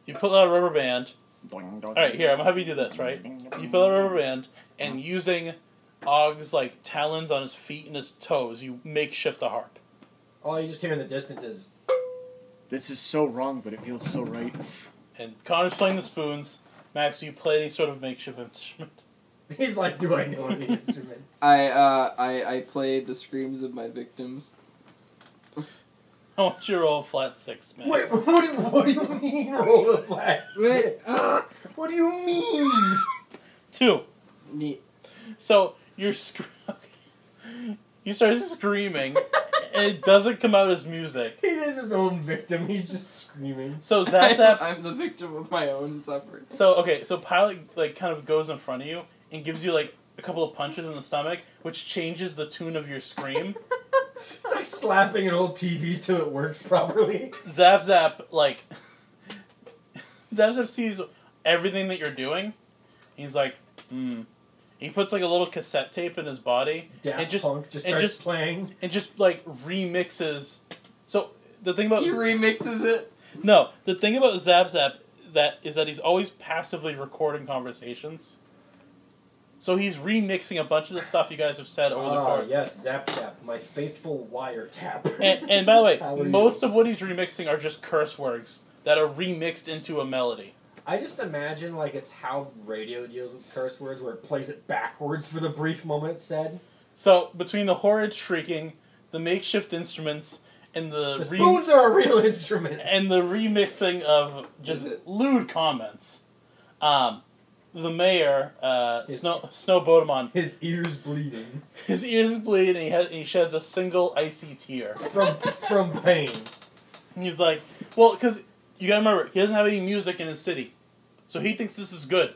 [SPEAKER 1] You pull out a rubber band.
[SPEAKER 2] All
[SPEAKER 1] All right, here I'm gonna have you do this. Right. You pull out a rubber band, and using Og's like talons on his feet and his toes, you makeshift a harp.
[SPEAKER 5] all you just hear in the distance is
[SPEAKER 2] This is so wrong, but it feels so right.
[SPEAKER 1] And Connor's playing the spoons. Max, do you play any sort of makeshift instrument?
[SPEAKER 5] He's like, do I know any instruments?
[SPEAKER 3] I uh I I played the screams of my victims.
[SPEAKER 1] I want you to roll a flat six, Max.
[SPEAKER 5] Wait, what do, what do you mean roll the flat
[SPEAKER 3] Wait.
[SPEAKER 5] What do you mean?
[SPEAKER 1] Two.
[SPEAKER 3] Neat.
[SPEAKER 1] So you're sc- you start screaming, and it doesn't come out as music.
[SPEAKER 5] He is his own victim. He's just screaming.
[SPEAKER 1] So Zap Zap.
[SPEAKER 3] I'm the victim of my own suffering.
[SPEAKER 1] So okay, so Pilot like kind of goes in front of you and gives you like a couple of punches in the stomach, which changes the tune of your scream.
[SPEAKER 5] It's like slapping an old TV till it works properly.
[SPEAKER 1] Zap Zap like Zap Zap sees everything that you're doing. He's like, hmm. He puts like a little cassette tape in his body
[SPEAKER 5] Daft
[SPEAKER 1] just-
[SPEAKER 5] Punk just
[SPEAKER 1] it
[SPEAKER 5] starts
[SPEAKER 1] just-
[SPEAKER 5] playing.
[SPEAKER 1] and just like remixes. So the thing about
[SPEAKER 3] He remixes it.
[SPEAKER 1] No, the thing about Zap Zap that is that he's always passively recording conversations. So he's remixing a bunch of the stuff you guys have said over the
[SPEAKER 5] Ah,
[SPEAKER 1] course.
[SPEAKER 5] yes, Zap Zap, my faithful wiretap.
[SPEAKER 1] And, and by the
[SPEAKER 5] How
[SPEAKER 1] way,
[SPEAKER 5] are you?
[SPEAKER 1] most of what he's remixing are just curse words that are remixed into a melody.
[SPEAKER 5] I just imagine like it's how radio deals with curse words, where it plays it backwards for the brief moment it's said.
[SPEAKER 1] So between the horrid shrieking, the makeshift instruments, and the,
[SPEAKER 5] The
[SPEAKER 1] re-
[SPEAKER 5] spoons are a real instrument.
[SPEAKER 1] and the remixing of just
[SPEAKER 3] Is it-
[SPEAKER 1] lewd comments, um, the mayor, uh,
[SPEAKER 5] Is-
[SPEAKER 1] Snow Snow Bodeman,
[SPEAKER 5] His ears bleeding
[SPEAKER 1] His ears bleed and he, has, he sheds a single icy tear.
[SPEAKER 5] from from pain.
[SPEAKER 1] And he's like, well, because you gotta remember, he doesn't have any music in his city. So he thinks this is good.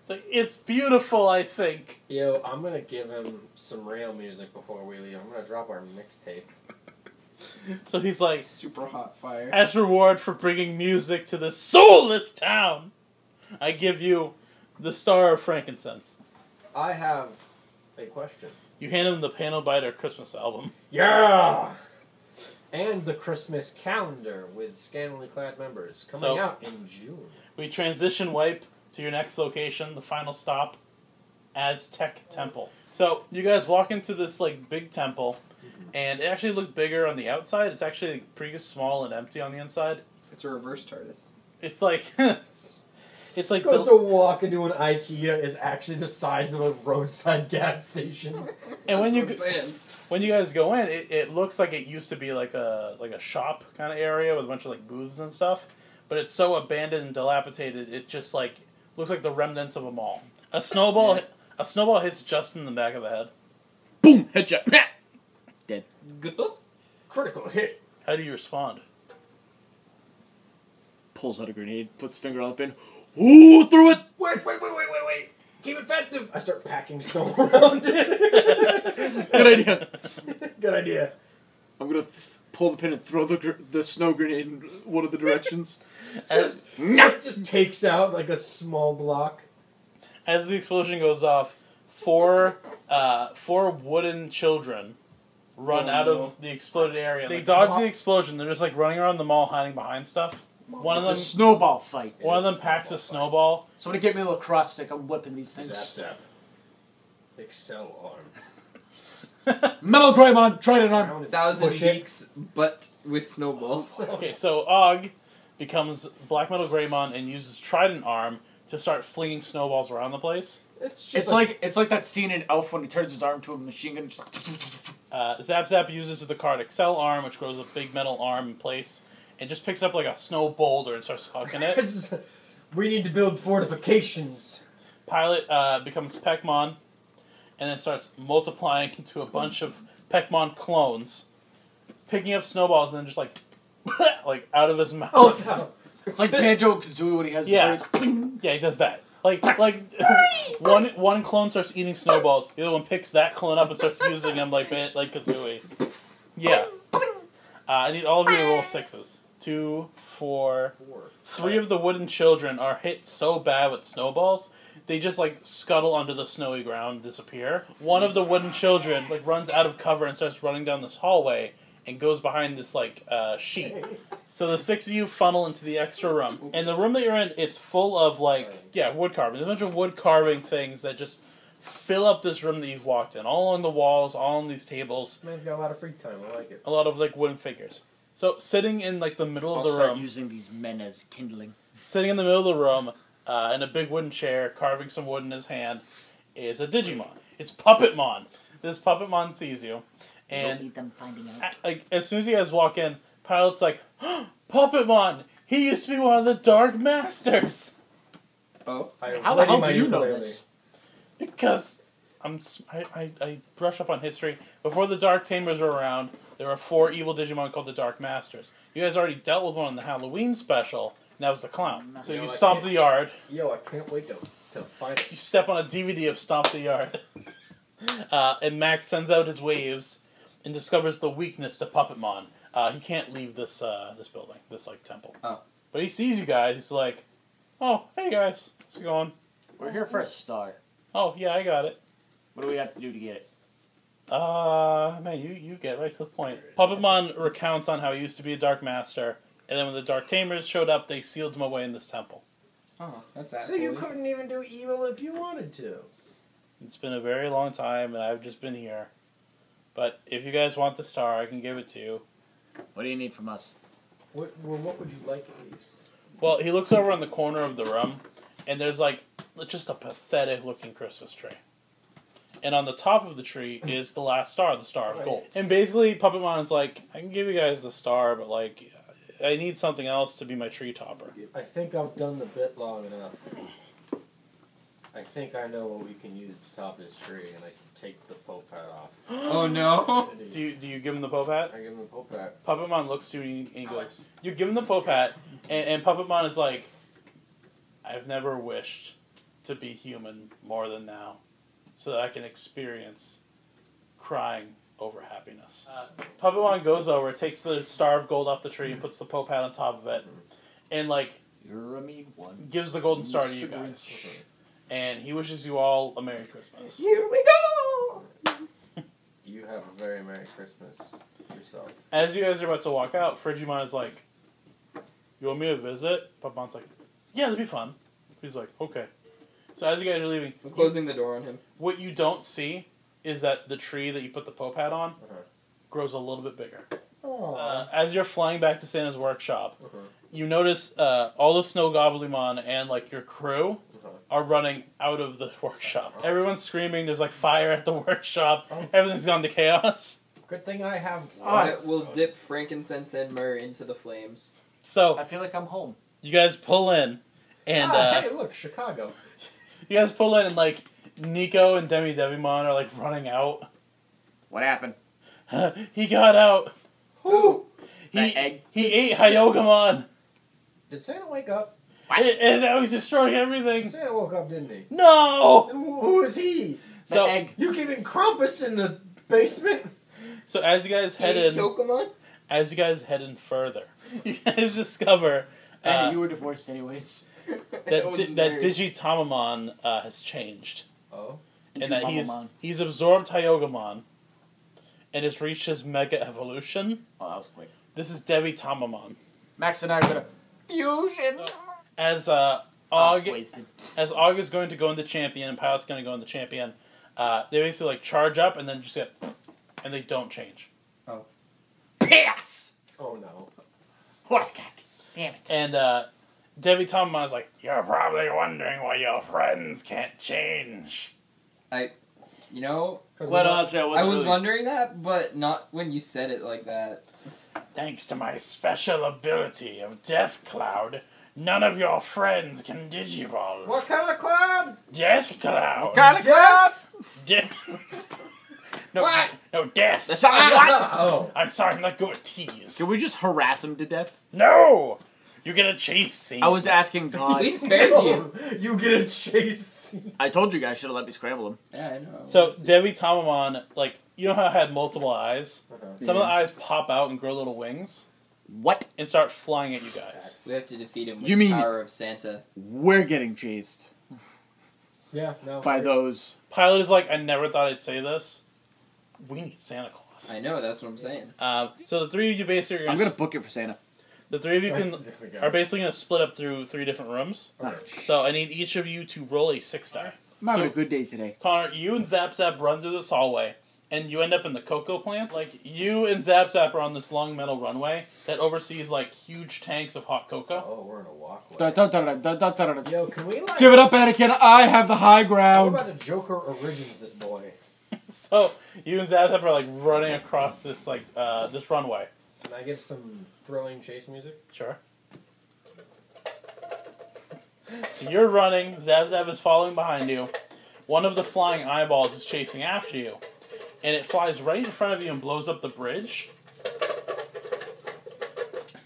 [SPEAKER 1] It's like, it's beautiful, I think.
[SPEAKER 5] Yo, I'm gonna give him some real music before we leave. I'm gonna drop our mixtape.
[SPEAKER 1] So he's like,
[SPEAKER 3] Super hot fire.
[SPEAKER 1] as reward for bringing music to this soulless town, I give you the star of frankincense.
[SPEAKER 5] I have a question.
[SPEAKER 1] You hand him the Panel Biter Christmas album.
[SPEAKER 5] Yeah. And the Christmas calendar with scantily clad members coming
[SPEAKER 1] So-
[SPEAKER 5] out in June.
[SPEAKER 1] We transition wipe to your next location, the final stop, Aztec Temple. So you guys walk into this like big temple, and it actually looked bigger on the outside. It's actually pretty small and empty on the inside.
[SPEAKER 3] It's a reverse TARDIS.
[SPEAKER 1] It's like it's like
[SPEAKER 5] Goes
[SPEAKER 1] del-
[SPEAKER 5] to walk into an IKEA is actually the size of a roadside gas station.
[SPEAKER 1] and when you
[SPEAKER 3] That's what I'm saying.
[SPEAKER 1] when you guys go in, it, it looks like it used to be like a like a shop kind of area with a bunch of like booths and stuff, but it's so abandoned and dilapidated. It just like looks like the remnants of a mall. A snowball
[SPEAKER 3] Yeah.
[SPEAKER 1] a snowball hits Justin in the back of the head.
[SPEAKER 2] Boom! Headshot. Meh!
[SPEAKER 1] Oh,
[SPEAKER 3] Go.
[SPEAKER 5] Critical hit.
[SPEAKER 1] How do you respond?
[SPEAKER 2] Pulls out a grenade, puts his finger out the pin. Ooh, threw it!
[SPEAKER 5] Wait, wait, wait, wait, wait, wait. Keep it festive. I start packing snow around.
[SPEAKER 2] Good idea.
[SPEAKER 5] Good idea.
[SPEAKER 2] I'm gonna th- pull the pin and throw the, gr- the snow grenade in one of the directions.
[SPEAKER 5] Just, just takes out like a small block.
[SPEAKER 1] as the explosion goes off, four uh, four wooden children run
[SPEAKER 3] Oh,
[SPEAKER 1] out
[SPEAKER 3] no.
[SPEAKER 1] of the exploded area. They dodge the explosion. They're just like running around the mall, hiding behind stuff. One of
[SPEAKER 2] it's
[SPEAKER 1] them,
[SPEAKER 2] a snowball fight.
[SPEAKER 1] one of
[SPEAKER 5] It is
[SPEAKER 1] them packs a
[SPEAKER 5] snowball
[SPEAKER 1] snowball.
[SPEAKER 7] Somebody get me a lacrosse stick. I'm whipping these things.
[SPEAKER 5] Zap, zap. Excel arm.
[SPEAKER 2] Metal Greymon, trident arm.
[SPEAKER 3] Thousand
[SPEAKER 5] Push it.
[SPEAKER 3] beaks, but with snowballs.
[SPEAKER 1] Okay, so Og becomes Black Metal Greymon and uses Trident Arm to start flinging snowballs around the place.
[SPEAKER 5] It's just
[SPEAKER 7] It's like it's like that scene in Elf when he turns his arm to a machine gun. Just like
[SPEAKER 1] Uh, Zap Zap uses the card Excel Arm, which grows a big metal arm in place, and just picks up like a snow boulder and starts hucking it.
[SPEAKER 5] It's just- we need to build fortifications.
[SPEAKER 1] Pilot uh, becomes Pekmon, and then starts multiplying into a bunch of Pekmon clones, picking up snowballs and then just like, like out of his
[SPEAKER 5] Oh,
[SPEAKER 1] mouth.
[SPEAKER 7] it's like Banjo Kazooie when he has
[SPEAKER 1] Yeah.
[SPEAKER 7] the ping.
[SPEAKER 1] yeah, he does that. Like, like one one clone starts eating snowballs. The other one picks that clone up and starts using him like ba- like Kazooie. Yeah. Uh, I need all of you to roll sixes. Two, four, three of the wooden children are hit so bad with snowballs they just like scuttle onto the snowy ground and disappear one of the wooden children like runs out of cover and starts running down this hallway and goes behind this like uh, sheet so the six of you funnel into the extra room and the room that you're in it's full of like yeah wood carving there's a bunch of wood carving things that just fill up this room that you've walked in all on the walls all on these tables
[SPEAKER 5] Man's got a lot of free time. I like it.
[SPEAKER 1] a lot of like wooden figures So sitting in like the middle
[SPEAKER 7] I'll
[SPEAKER 1] of the
[SPEAKER 7] start
[SPEAKER 1] room,
[SPEAKER 7] using these men as kindling.
[SPEAKER 1] sitting in the middle of the room, uh, in a big wooden chair, carving some wood in his hand, is a Digimon. It's Puppetmon. This Puppetmon sees you, and
[SPEAKER 7] Don't need them finding out.
[SPEAKER 1] a- like as soon as you guys walk in, Pilot's like, Puppetmon. He used to be one of the Dark Masters
[SPEAKER 3] Oh,
[SPEAKER 5] I
[SPEAKER 7] How the
[SPEAKER 5] ready
[SPEAKER 7] hell
[SPEAKER 5] my
[SPEAKER 7] do you know
[SPEAKER 5] ukulele.
[SPEAKER 7] this?
[SPEAKER 1] because I'm s- I, I, I brush up on history. Before the Dark Tamers were around, there were four evil Digimon called the Dark Masters. You guys already dealt with one on the Halloween special, and that was the clown. So
[SPEAKER 5] No,
[SPEAKER 1] you
[SPEAKER 5] I
[SPEAKER 1] stomp
[SPEAKER 5] can't.
[SPEAKER 1] the yard.
[SPEAKER 5] Yo, I can't wait to, to find it.
[SPEAKER 1] you step on a DVD of Stomp the Yard. Uh, and Max sends out his waves and discovers the weakness to Puppetmon. Uh, he can't leave this uh, this building, this like temple.
[SPEAKER 3] Oh.
[SPEAKER 1] But he sees you guys. He's like, "Oh, hey guys, how's it going?
[SPEAKER 7] We're here for a star.
[SPEAKER 1] Oh yeah, I got it.
[SPEAKER 7] What do we have to do to get it?
[SPEAKER 1] Uh, man, you you get right to the point. Puppetmon recounts on how he used to be a Dark Master, and then when the Dark Tamers showed up, they sealed him away in this temple.
[SPEAKER 3] oh, that's
[SPEAKER 5] So you
[SPEAKER 3] absolutely.
[SPEAKER 5] couldn't even do evil if you wanted to.
[SPEAKER 1] It's been a very long time, and I've just been here. But if you guys want the star, I can give it to you.
[SPEAKER 7] What do you need from us?
[SPEAKER 5] What, well, what would you like at least?
[SPEAKER 1] Well, he looks over in the corner of the room, and there's like just a pathetic looking Christmas tree. And on the top of the tree is the last star, the Star of Gold. And basically, Puppetmon's like, I can give you guys the star, but like, I need something else to be my tree topper.
[SPEAKER 5] I think I've done the bit long enough. I think I know what we can use to top this tree, and I can take the pope hat off.
[SPEAKER 3] Oh no.
[SPEAKER 1] Do you, do you give him the Pope hat?
[SPEAKER 5] I give him the pope hat.
[SPEAKER 1] Puppetmon looks to you and he goes, You give him the Pope hat, and, and Puppetmon is like, I've never wished to be human more than now, so that I can experience crying over happiness. Uh, Puppetmon goes over, takes the Star of Gold off the tree, and puts the Pope hat on top of it, and like
[SPEAKER 7] You're a mean one.
[SPEAKER 1] gives the Golden Star to you
[SPEAKER 7] Mr.
[SPEAKER 1] guys. And he wishes you all a Merry Christmas.
[SPEAKER 3] Here we go.
[SPEAKER 5] You have a very Merry Christmas yourself.
[SPEAKER 1] As you guys are about to walk out, Frigimon is like, "You want me to visit?" Pumpmon's like, "Yeah, that'd be fun." He's like, "Okay." So as you guys are leaving,
[SPEAKER 3] I'm
[SPEAKER 1] you-
[SPEAKER 3] closing the door on him.
[SPEAKER 1] what you don't see is that the tree that you put the Pope hat on
[SPEAKER 5] Uh-huh.
[SPEAKER 1] grows a little bit bigger.
[SPEAKER 8] Oh.
[SPEAKER 1] Uh, as you're flying back to Santa's workshop,
[SPEAKER 5] Uh-huh.
[SPEAKER 1] you notice uh, all the Snow Goblimon and like your crew
[SPEAKER 5] Uh-huh.
[SPEAKER 1] are running out of the workshop. Everyone's screaming. There's like fire at the workshop.
[SPEAKER 8] Oh.
[SPEAKER 1] Everything's gone to chaos.
[SPEAKER 8] Good thing I have.
[SPEAKER 3] That
[SPEAKER 8] lots.
[SPEAKER 3] will dip frankincense and myrrh into the flames.
[SPEAKER 1] So
[SPEAKER 7] I feel like I'm home.
[SPEAKER 1] you guys pull in, and
[SPEAKER 8] ah,
[SPEAKER 1] uh,
[SPEAKER 8] hey, look, Chicago.
[SPEAKER 1] You guys pull in and like Nico and Demi Devimon are like running out.
[SPEAKER 7] What happened?
[SPEAKER 1] he got out.
[SPEAKER 3] Who?
[SPEAKER 1] He
[SPEAKER 7] That egg?
[SPEAKER 1] he ate Hyogamon.
[SPEAKER 5] Did Santa wake up?
[SPEAKER 1] And, and now he's destroying everything.
[SPEAKER 5] Santa woke up, didn't he?
[SPEAKER 1] No.
[SPEAKER 5] And wh- who is he?
[SPEAKER 7] The
[SPEAKER 1] So
[SPEAKER 7] egg.
[SPEAKER 5] You giving Krampus in the basement?
[SPEAKER 1] so as you guys head
[SPEAKER 3] Eat
[SPEAKER 1] in,
[SPEAKER 3] Pokemon?
[SPEAKER 1] as you guys head in further, you guys discover
[SPEAKER 7] Hey,
[SPEAKER 1] uh,
[SPEAKER 7] you were divorced anyways.
[SPEAKER 3] It
[SPEAKER 1] that
[SPEAKER 3] was
[SPEAKER 1] di- that
[SPEAKER 3] myrrh.
[SPEAKER 1] Digitamamon uh, has changed,
[SPEAKER 5] Oh.
[SPEAKER 1] and
[SPEAKER 7] Into
[SPEAKER 1] that he's
[SPEAKER 7] Mamamon.
[SPEAKER 1] he's absorbed Hyogamon, and has reached his mega evolution.
[SPEAKER 7] Oh, that was quick.
[SPEAKER 1] This is Devi Tamamon.
[SPEAKER 7] Max and I are gonna fusion.
[SPEAKER 1] As uh,
[SPEAKER 7] Oh,
[SPEAKER 1] Og
[SPEAKER 7] wasted.
[SPEAKER 1] as Og is going to go into champion and Pilot's going to go into champion, uh, they basically like charge up and then just get, and they don't change.
[SPEAKER 7] Piss!
[SPEAKER 5] Oh no.
[SPEAKER 7] Horse cock. Damn it.
[SPEAKER 1] And uh, Debbie Tomamon is like, "You're probably wondering why your friends can't change."
[SPEAKER 3] You know,
[SPEAKER 8] 'Cause
[SPEAKER 7] Quite
[SPEAKER 8] we-
[SPEAKER 1] uh,
[SPEAKER 7] honestly, I,
[SPEAKER 3] I
[SPEAKER 7] wasn't
[SPEAKER 3] was
[SPEAKER 7] really-
[SPEAKER 3] wondering that, but not when you said it like that.
[SPEAKER 1] Thanks to my special ability of Death Cloud, none of your friends can digivolve.
[SPEAKER 5] What kind of cloud?
[SPEAKER 1] Death Cloud.
[SPEAKER 7] Kinda crap.
[SPEAKER 1] De- no,
[SPEAKER 3] What?
[SPEAKER 1] no, death.
[SPEAKER 7] The song I like.
[SPEAKER 5] oh.
[SPEAKER 1] I'm sorry, I'm not good at tease.
[SPEAKER 7] Can we just harass him to death?
[SPEAKER 1] No, you get a chase scene.
[SPEAKER 7] I was asking God.
[SPEAKER 3] We spared you.
[SPEAKER 5] You get a chase.
[SPEAKER 7] I told you guys should have let me scramble him.
[SPEAKER 3] Yeah, I know.
[SPEAKER 1] So Debbie Tamamon, like you know how I had multiple eyes.
[SPEAKER 5] Okay.
[SPEAKER 1] Some of the eyes pop out and grow little wings
[SPEAKER 7] What?
[SPEAKER 1] and start flying at you guys.
[SPEAKER 5] Uh-huh.
[SPEAKER 3] we have to defeat him with
[SPEAKER 7] You mean-
[SPEAKER 3] the power of Santa.
[SPEAKER 7] We're getting chased
[SPEAKER 5] Yeah, no.
[SPEAKER 7] by those.
[SPEAKER 1] Pilot is like, I never thought I'd say this. We need Santa Claus.
[SPEAKER 3] I know, that's what I'm saying.
[SPEAKER 1] Um, so the three of you basically, are
[SPEAKER 7] I'm
[SPEAKER 1] gonna
[SPEAKER 7] gonna book it for Santa.
[SPEAKER 1] the three of you can
[SPEAKER 5] That's- there we go.
[SPEAKER 1] are basically gonna split up through three different rooms.
[SPEAKER 7] Okay.
[SPEAKER 1] So I need each of you to roll a six die.
[SPEAKER 7] I'm having
[SPEAKER 1] So-
[SPEAKER 7] a good day today.
[SPEAKER 1] Connor, you and Zap Zap run through this hallway and you end up in the cocoa plant. Like you and Zap Zap are on this long metal runway that oversees like huge tanks of hot cocoa.
[SPEAKER 5] Oh, we're in a walkway.
[SPEAKER 2] Da- da- da- da- da- da- da- da- da.
[SPEAKER 8] Yo, can we like?
[SPEAKER 2] Give it up, Anakin. I have the high
[SPEAKER 8] What
[SPEAKER 2] ground.
[SPEAKER 8] about the Joker origins this boy?
[SPEAKER 1] So you and Zap Zap are like running across this like uh, this runway.
[SPEAKER 5] Can I give some thrilling chase music?
[SPEAKER 1] Sure. So you're running, Zab Zab is following behind you. One of the flying eyeballs is chasing after you, and it flies right in front of you and blows up the bridge.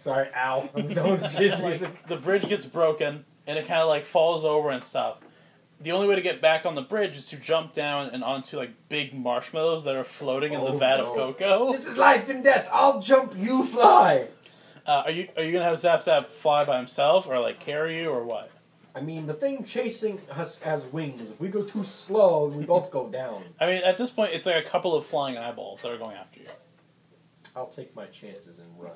[SPEAKER 8] Sorry, ow. I'm done with the chase music.
[SPEAKER 1] Like, the bridge gets broken, and it kind of like falls over and stuff. The only way to get back on the bridge is to jump down and onto like big marshmallows that are floating in the
[SPEAKER 5] Oh,
[SPEAKER 1] vat
[SPEAKER 5] no.
[SPEAKER 1] of cocoa.
[SPEAKER 8] This is life and death. I'll jump, you fly.
[SPEAKER 1] Uh, are you are you gonna have Zap Zap fly by himself, or like carry you, or what?
[SPEAKER 8] I mean, the thing chasing us has wings. If we go too slow, we both go down.
[SPEAKER 1] I mean, at this point, it's like a couple of flying eyeballs that are going after you.
[SPEAKER 5] I'll take my chances and run.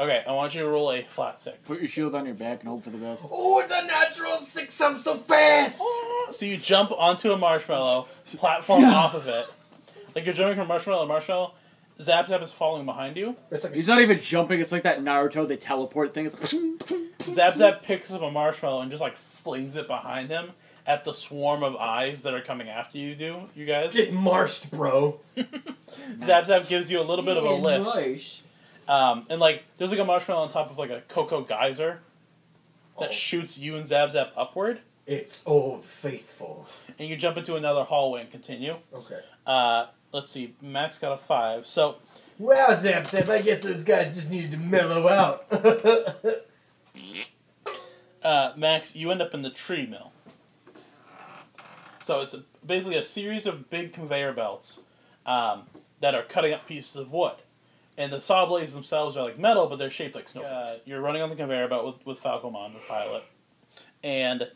[SPEAKER 1] Okay, I want you to roll a flat six.
[SPEAKER 2] Put your shield on your back and hope for the best.
[SPEAKER 8] Oh, it's a natural six. I'm so fast.
[SPEAKER 1] So you jump onto a marshmallow, platform
[SPEAKER 2] Yeah.
[SPEAKER 1] off of it. Like you're jumping from marshmallow to marshmallow. Zap Zap is following behind you.
[SPEAKER 8] It's like a
[SPEAKER 2] He's not even
[SPEAKER 8] s-
[SPEAKER 2] jumping. It's like that Naruto. They teleport thing. It's like
[SPEAKER 1] Zap Zap picks up a marshmallow and just like flings it behind him at the swarm of eyes that are coming after you. Do you guys?
[SPEAKER 8] get marshed, bro.
[SPEAKER 1] Zap Zap gives you a little bit of a
[SPEAKER 3] Stay in
[SPEAKER 1] lift,
[SPEAKER 3] Marsh.
[SPEAKER 1] um, and like there's like a marshmallow on top of like a cocoa geyser that
[SPEAKER 5] Oh.
[SPEAKER 1] shoots you and Zap Zap upward,
[SPEAKER 8] It's old faithful.
[SPEAKER 1] and you jump into another hallway and continue.
[SPEAKER 5] Okay.
[SPEAKER 1] Uh, let's see, Max got a five, so
[SPEAKER 8] Wow, Zap Zap. I guess those guys just needed to mellow out.
[SPEAKER 1] uh, Max, you end up in the tree mill. So it's a, basically a series of big conveyor belts um, that are cutting up pieces of wood. And the saw blades themselves are like metal, but they're shaped like snowflakes. you're running on the conveyor belt with, with Falcomon, the pilot. And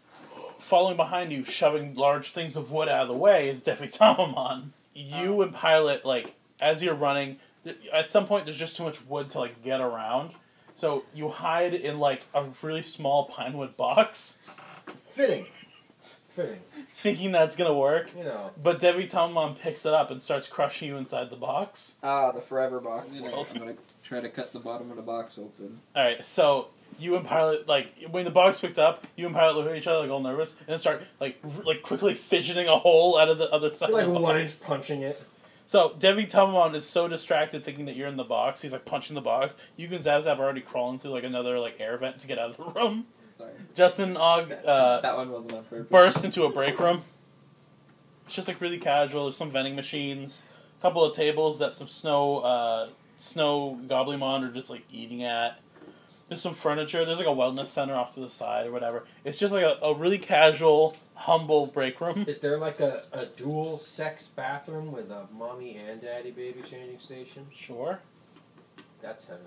[SPEAKER 1] following behind you, shoving large things of wood out of the way, is Defitamamon. You and Pilot, like, as you're running, th- at some point there's just too much wood to, like, get around. So you hide in like a really small pine wood box,
[SPEAKER 8] Fitting. Fitting.
[SPEAKER 1] thinking that's gonna work.
[SPEAKER 8] You know.
[SPEAKER 1] But Debbie Tomlin picks it up and starts crushing you inside the box.
[SPEAKER 3] Ah, the forever box.
[SPEAKER 1] Well.
[SPEAKER 3] I'm gonna try to cut the bottom of the box open.
[SPEAKER 1] All right, so you and Pilot like when the box picked up, you and Pilot look at each other like all nervous and then start like r- like quickly fidgeting a hole out of the other side.
[SPEAKER 8] Like
[SPEAKER 1] of the
[SPEAKER 8] one
[SPEAKER 1] box.
[SPEAKER 8] inch punching it.
[SPEAKER 1] So Debbie Tomlin is so distracted thinking that you're in the box, he's like punching the box. You can Zab Zab are already crawling through like another like air vent to get out of the room.
[SPEAKER 3] Sorry.
[SPEAKER 1] Justin Og uh,
[SPEAKER 3] that one wasn't on purpose.
[SPEAKER 1] burst into a break room. It's just like really casual. There's some vending machines, a couple of tables that some snow uh, snow goblin are just like eating at. There's some furniture. There's like a wellness center off to the side or whatever. It's just like a, a really casual, humble break room.
[SPEAKER 5] Is there like a, a dual sex bathroom with a mommy and daddy baby changing station?
[SPEAKER 1] Sure.
[SPEAKER 5] That's heaven.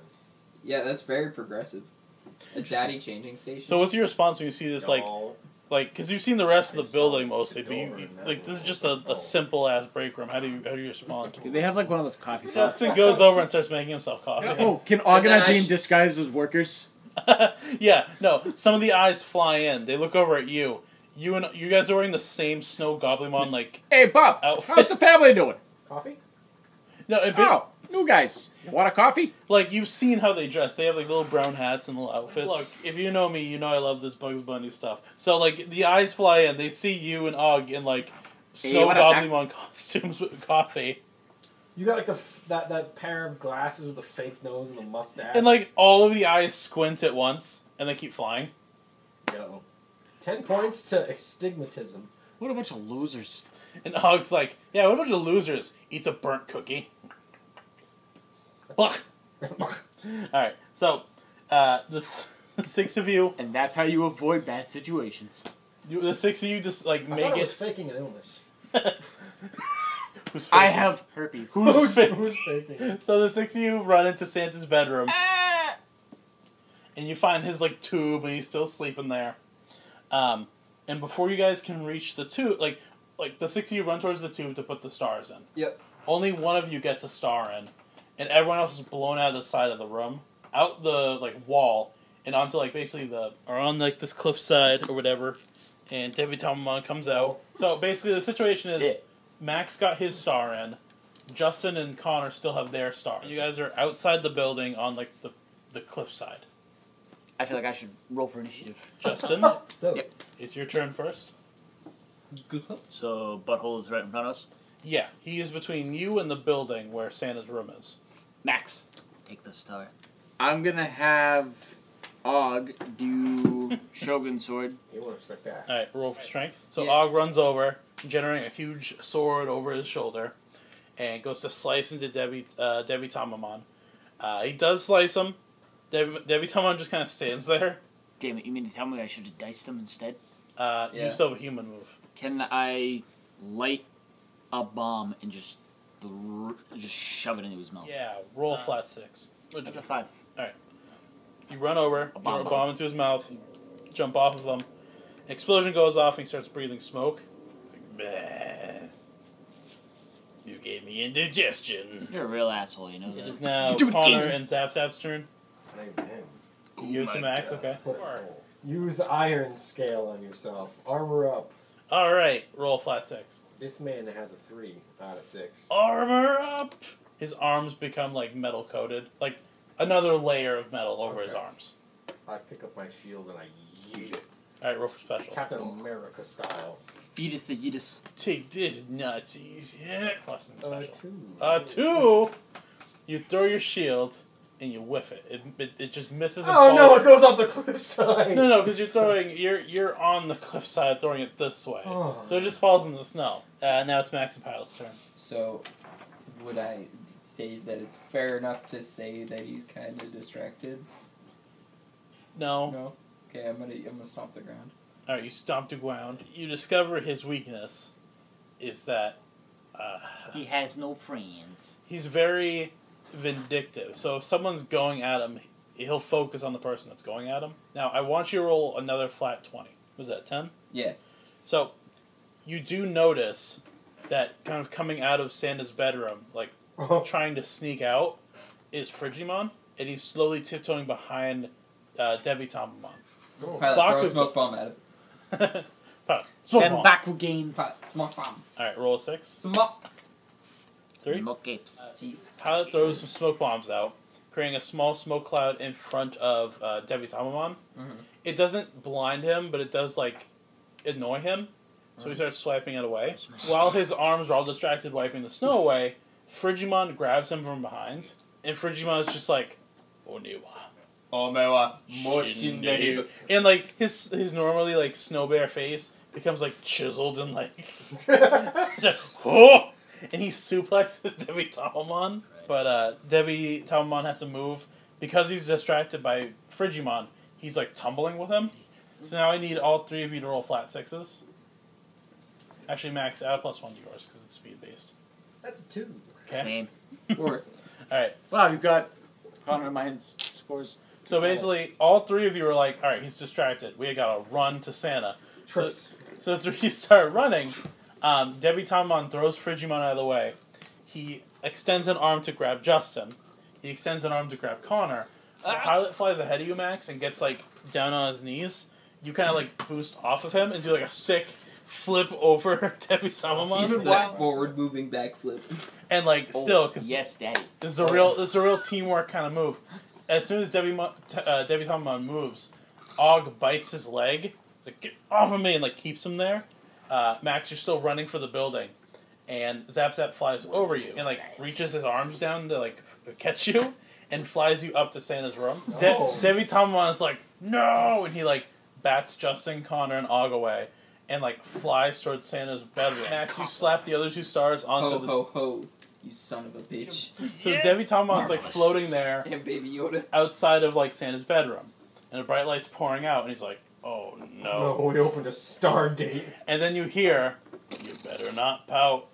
[SPEAKER 3] Yeah, that's very progressive. A daddy changing station.
[SPEAKER 1] So what's your response when you see this like
[SPEAKER 5] No.
[SPEAKER 1] like because you've seen the rest of
[SPEAKER 5] I
[SPEAKER 1] the
[SPEAKER 5] saw
[SPEAKER 1] building
[SPEAKER 5] the
[SPEAKER 1] mostly, but
[SPEAKER 5] door
[SPEAKER 1] you,
[SPEAKER 5] and that
[SPEAKER 1] like
[SPEAKER 5] was
[SPEAKER 1] this is
[SPEAKER 5] all
[SPEAKER 1] just a, a
[SPEAKER 5] control.
[SPEAKER 1] simple ass break room. How do you how do you respond?
[SPEAKER 2] they have like one of those coffee pots.
[SPEAKER 1] Justin goes over and starts making himself coffee.
[SPEAKER 2] Oh, can
[SPEAKER 3] And then
[SPEAKER 2] Agana
[SPEAKER 3] I
[SPEAKER 2] be in
[SPEAKER 3] sh-
[SPEAKER 2] disguise as workers?
[SPEAKER 1] yeah, no. Some of the eyes fly in. They look over at you. You and you guys are wearing the same snow goblinmon like
[SPEAKER 2] Hey, Bob,
[SPEAKER 1] Outfit.
[SPEAKER 2] how's the family doing?
[SPEAKER 8] Coffee?
[SPEAKER 1] no. It, be-
[SPEAKER 2] Oh, new guys. Want a coffee?
[SPEAKER 1] Like you've seen how they dress. They have like little brown hats and little outfits. Look, if you know me, you know I love this Bugs Bunny stuff. So like the eyes fly in. They see you and Og in like
[SPEAKER 2] Hey, you
[SPEAKER 1] snow
[SPEAKER 2] wanna back-
[SPEAKER 1] goblinmon costumes with coffee,
[SPEAKER 8] You got like the f- that that pair of glasses with the fake nose and the mustache.
[SPEAKER 1] and like all of the eyes squint at once and they keep flying.
[SPEAKER 8] Yo. Ten points to astigmatism.
[SPEAKER 2] What a bunch of losers.
[SPEAKER 1] And Og's like, "Yeah, what a bunch of losers eats a burnt cookie." Blah. All right, so uh, the, th- the six of you,
[SPEAKER 2] And that's how you avoid bad situations.
[SPEAKER 1] you- the six of you just like
[SPEAKER 8] I thought
[SPEAKER 1] make
[SPEAKER 8] it was
[SPEAKER 1] it.
[SPEAKER 8] faking an illness.
[SPEAKER 1] Who's
[SPEAKER 2] I
[SPEAKER 1] fake?
[SPEAKER 2] have herpes.
[SPEAKER 1] Who's fake?
[SPEAKER 8] Who's faking it?
[SPEAKER 1] So the six of you run into Santa's bedroom, and you find his like tube, and he's still sleeping there. Um, and before you guys can reach the tube, like like the six of you run towards the tube to put the stars in.
[SPEAKER 3] Yep.
[SPEAKER 1] Only one of you gets a star in, and everyone else is blown out of the side of the room, out the like wall, and onto like basically the or on like this cliff side or whatever. And Debbie Tomamon comes out. So basically, the situation is
[SPEAKER 2] Yeah.
[SPEAKER 1] Max got his star in, Justin and Connor still have their stars. You guys are outside the building on like the the cliffside.
[SPEAKER 11] I feel like I should roll for initiative.
[SPEAKER 1] Justin,
[SPEAKER 4] So,
[SPEAKER 11] Yep.
[SPEAKER 1] it's your turn first.
[SPEAKER 11] So butthole is right in front of us.
[SPEAKER 1] Yeah, he is between you and the building where Santa's room is.
[SPEAKER 11] Max, take the star.
[SPEAKER 2] I'm gonna have Og do Shogun Sword.
[SPEAKER 5] You wouldn't expect that.
[SPEAKER 1] All right, roll for strength. So
[SPEAKER 3] Yeah.
[SPEAKER 1] Og runs over, generating a huge sword over his shoulder, and goes to slice into Debbie uh, Debbie Tamamon. Uh, he does slice him. Debbie, Debbie Tamamon just kind of stands there.
[SPEAKER 11] Damn it! You mean to tell me I should have diced him instead?
[SPEAKER 1] Uh, You
[SPEAKER 3] Yeah.
[SPEAKER 1] still have a human move.
[SPEAKER 11] Can I light a bomb and just thr- just shove it into his
[SPEAKER 2] Oh.
[SPEAKER 11] mouth?
[SPEAKER 1] Yeah, roll a
[SPEAKER 11] Uh,
[SPEAKER 1] flat six. What'd you
[SPEAKER 11] That's a five.
[SPEAKER 1] You run over,
[SPEAKER 11] A
[SPEAKER 1] you throw a
[SPEAKER 11] bomb.
[SPEAKER 1] bomb into his mouth, you jump off of him. Explosion goes off, and he starts breathing smoke. He's like, "Bleh. You gave me indigestion.
[SPEAKER 11] You're a real asshole, you know
[SPEAKER 1] It Oh
[SPEAKER 11] that.
[SPEAKER 1] is now
[SPEAKER 11] Do it
[SPEAKER 1] Connor
[SPEAKER 11] again.
[SPEAKER 1] and Zap Zap's turn.
[SPEAKER 5] Amen.
[SPEAKER 1] You give it to Max, okay?
[SPEAKER 8] Use iron scale on yourself. Armor up.
[SPEAKER 1] All right, roll a flat six.
[SPEAKER 5] This man has a three out of six.
[SPEAKER 1] Armor up. His arms become like metal coated, like another layer of metal over his
[SPEAKER 5] Okay.
[SPEAKER 1] arms.
[SPEAKER 5] I pick up my shield and I yeet it,
[SPEAKER 1] All right, roll for special.
[SPEAKER 5] Captain America style.
[SPEAKER 11] Fetus the yeetus.
[SPEAKER 1] Take this, Nazis! Yeah. Plus some
[SPEAKER 8] Uh,
[SPEAKER 1] special.
[SPEAKER 8] two.
[SPEAKER 1] Uh, two. You throw your shield and you whiff it. It, it, it just misses. and
[SPEAKER 8] Oh no!
[SPEAKER 1] falls.
[SPEAKER 8] It goes off the cliffside.
[SPEAKER 1] No, no, because you're throwing. You're you're on the cliffside throwing it this way,
[SPEAKER 8] Oh.
[SPEAKER 1] so it just falls in the snow. Uh, now it's Max and Pilot's turn.
[SPEAKER 3] So, would I say that it's fair enough to say that he's kind of distracted?
[SPEAKER 1] No.
[SPEAKER 3] No. Okay, I'm gonna I'm gonna stomp the ground.
[SPEAKER 1] All right, you stomp the ground. You discover his weakness is that uh,
[SPEAKER 11] He has no friends.
[SPEAKER 1] he's very vindictive. So if someone's going at him, he'll focus on the person that's going at him. Now I want you to roll another flat twenty. Was that ten?
[SPEAKER 3] Yeah.
[SPEAKER 1] So you do notice that kind of coming out of Santa's bedroom, like
[SPEAKER 8] Oh,
[SPEAKER 1] trying to sneak out, is Frigimon, and he's slowly tiptoeing behind uh, Debbie Tombamon.
[SPEAKER 5] Oh.
[SPEAKER 3] Pilot
[SPEAKER 1] Oh, Fuck
[SPEAKER 3] throw a
[SPEAKER 1] with-
[SPEAKER 3] smoke bomb at him.
[SPEAKER 1] Smoke
[SPEAKER 11] Them
[SPEAKER 1] bomb.
[SPEAKER 11] back gains.
[SPEAKER 3] Pilot, smoke bomb.
[SPEAKER 1] All right, roll a six,
[SPEAKER 3] Smoke.
[SPEAKER 1] three.
[SPEAKER 11] No capes.
[SPEAKER 3] Jeez.
[SPEAKER 1] Pilot throws some smoke bombs out, creating a small smoke cloud in front of uh, Debbie Tamamon.
[SPEAKER 3] Mhm.
[SPEAKER 1] It doesn't blind him, but it does like annoy him. So he
[SPEAKER 3] Mhm.
[SPEAKER 1] starts swiping it away.
[SPEAKER 11] That's my-
[SPEAKER 1] While his arms are all distracted, wiping the snow away, Frigimon grabs him from behind, and Frigimon is just like, "Oniwa."
[SPEAKER 11] Omewa
[SPEAKER 1] Shinderu. And like his his normally like snow bear face becomes like chiseled and like oh! and he suplexes Debbie Talmon. But uh Debbie Talmon has to move because he's distracted by Frigimon, he's like tumbling with him. So now I need all three of you to roll flat sixes. Actually, Max, add a plus one to yours because it's speed based.
[SPEAKER 8] that's a two.
[SPEAKER 1] Okay.
[SPEAKER 11] Same.
[SPEAKER 3] Or
[SPEAKER 1] All right.
[SPEAKER 2] Wow, you got Connor and mine's scores.
[SPEAKER 1] So basically, all three of you are like, all right, he's distracted. We got to run to Santa.
[SPEAKER 8] Trips.
[SPEAKER 1] So the three start running. Um, Debutamon throws Frigimon out of the way. He extends an arm to grab Justin. He extends an arm to grab Connor.
[SPEAKER 3] Ah.
[SPEAKER 1] The pilot flies ahead of you, Max, and gets like down on his knees. You kind of like boost off of him and do like a sick flip over
[SPEAKER 3] it's
[SPEAKER 1] Debutamon,
[SPEAKER 3] the forward moving backflip.
[SPEAKER 1] and like
[SPEAKER 2] Oh,
[SPEAKER 1] still because
[SPEAKER 11] Yes, daddy.
[SPEAKER 1] this is a real this is a real teamwork kind of move. As soon as Debbie Mo- t- uh, Debbie Tomamon moves, Og bites his leg. He's like, "Get off of me!" and like keeps him there. Uh, Max, you're still running for the building, and Zap Zap flies over you and like reaches his arms down to like catch you and flies you up to Santa's room. De-
[SPEAKER 8] No.
[SPEAKER 1] Debbie Tomamon is like, "No!" and he like bats Justin, Connor, and Og away. And like flies towards Santa's bedroom. Max, you Oh, slap the other two stars onto
[SPEAKER 3] Ho
[SPEAKER 1] the.
[SPEAKER 3] ho ho! You son of a bitch!
[SPEAKER 1] So Debbie Tomamon's like
[SPEAKER 11] Marvelous.
[SPEAKER 1] floating there
[SPEAKER 3] And baby Yoda.
[SPEAKER 1] outside of like Santa's bedroom, and a bright light's pouring out, and he's like, "Oh no!"
[SPEAKER 8] No, we opened a stargate.
[SPEAKER 1] And then you hear, "You better not pout."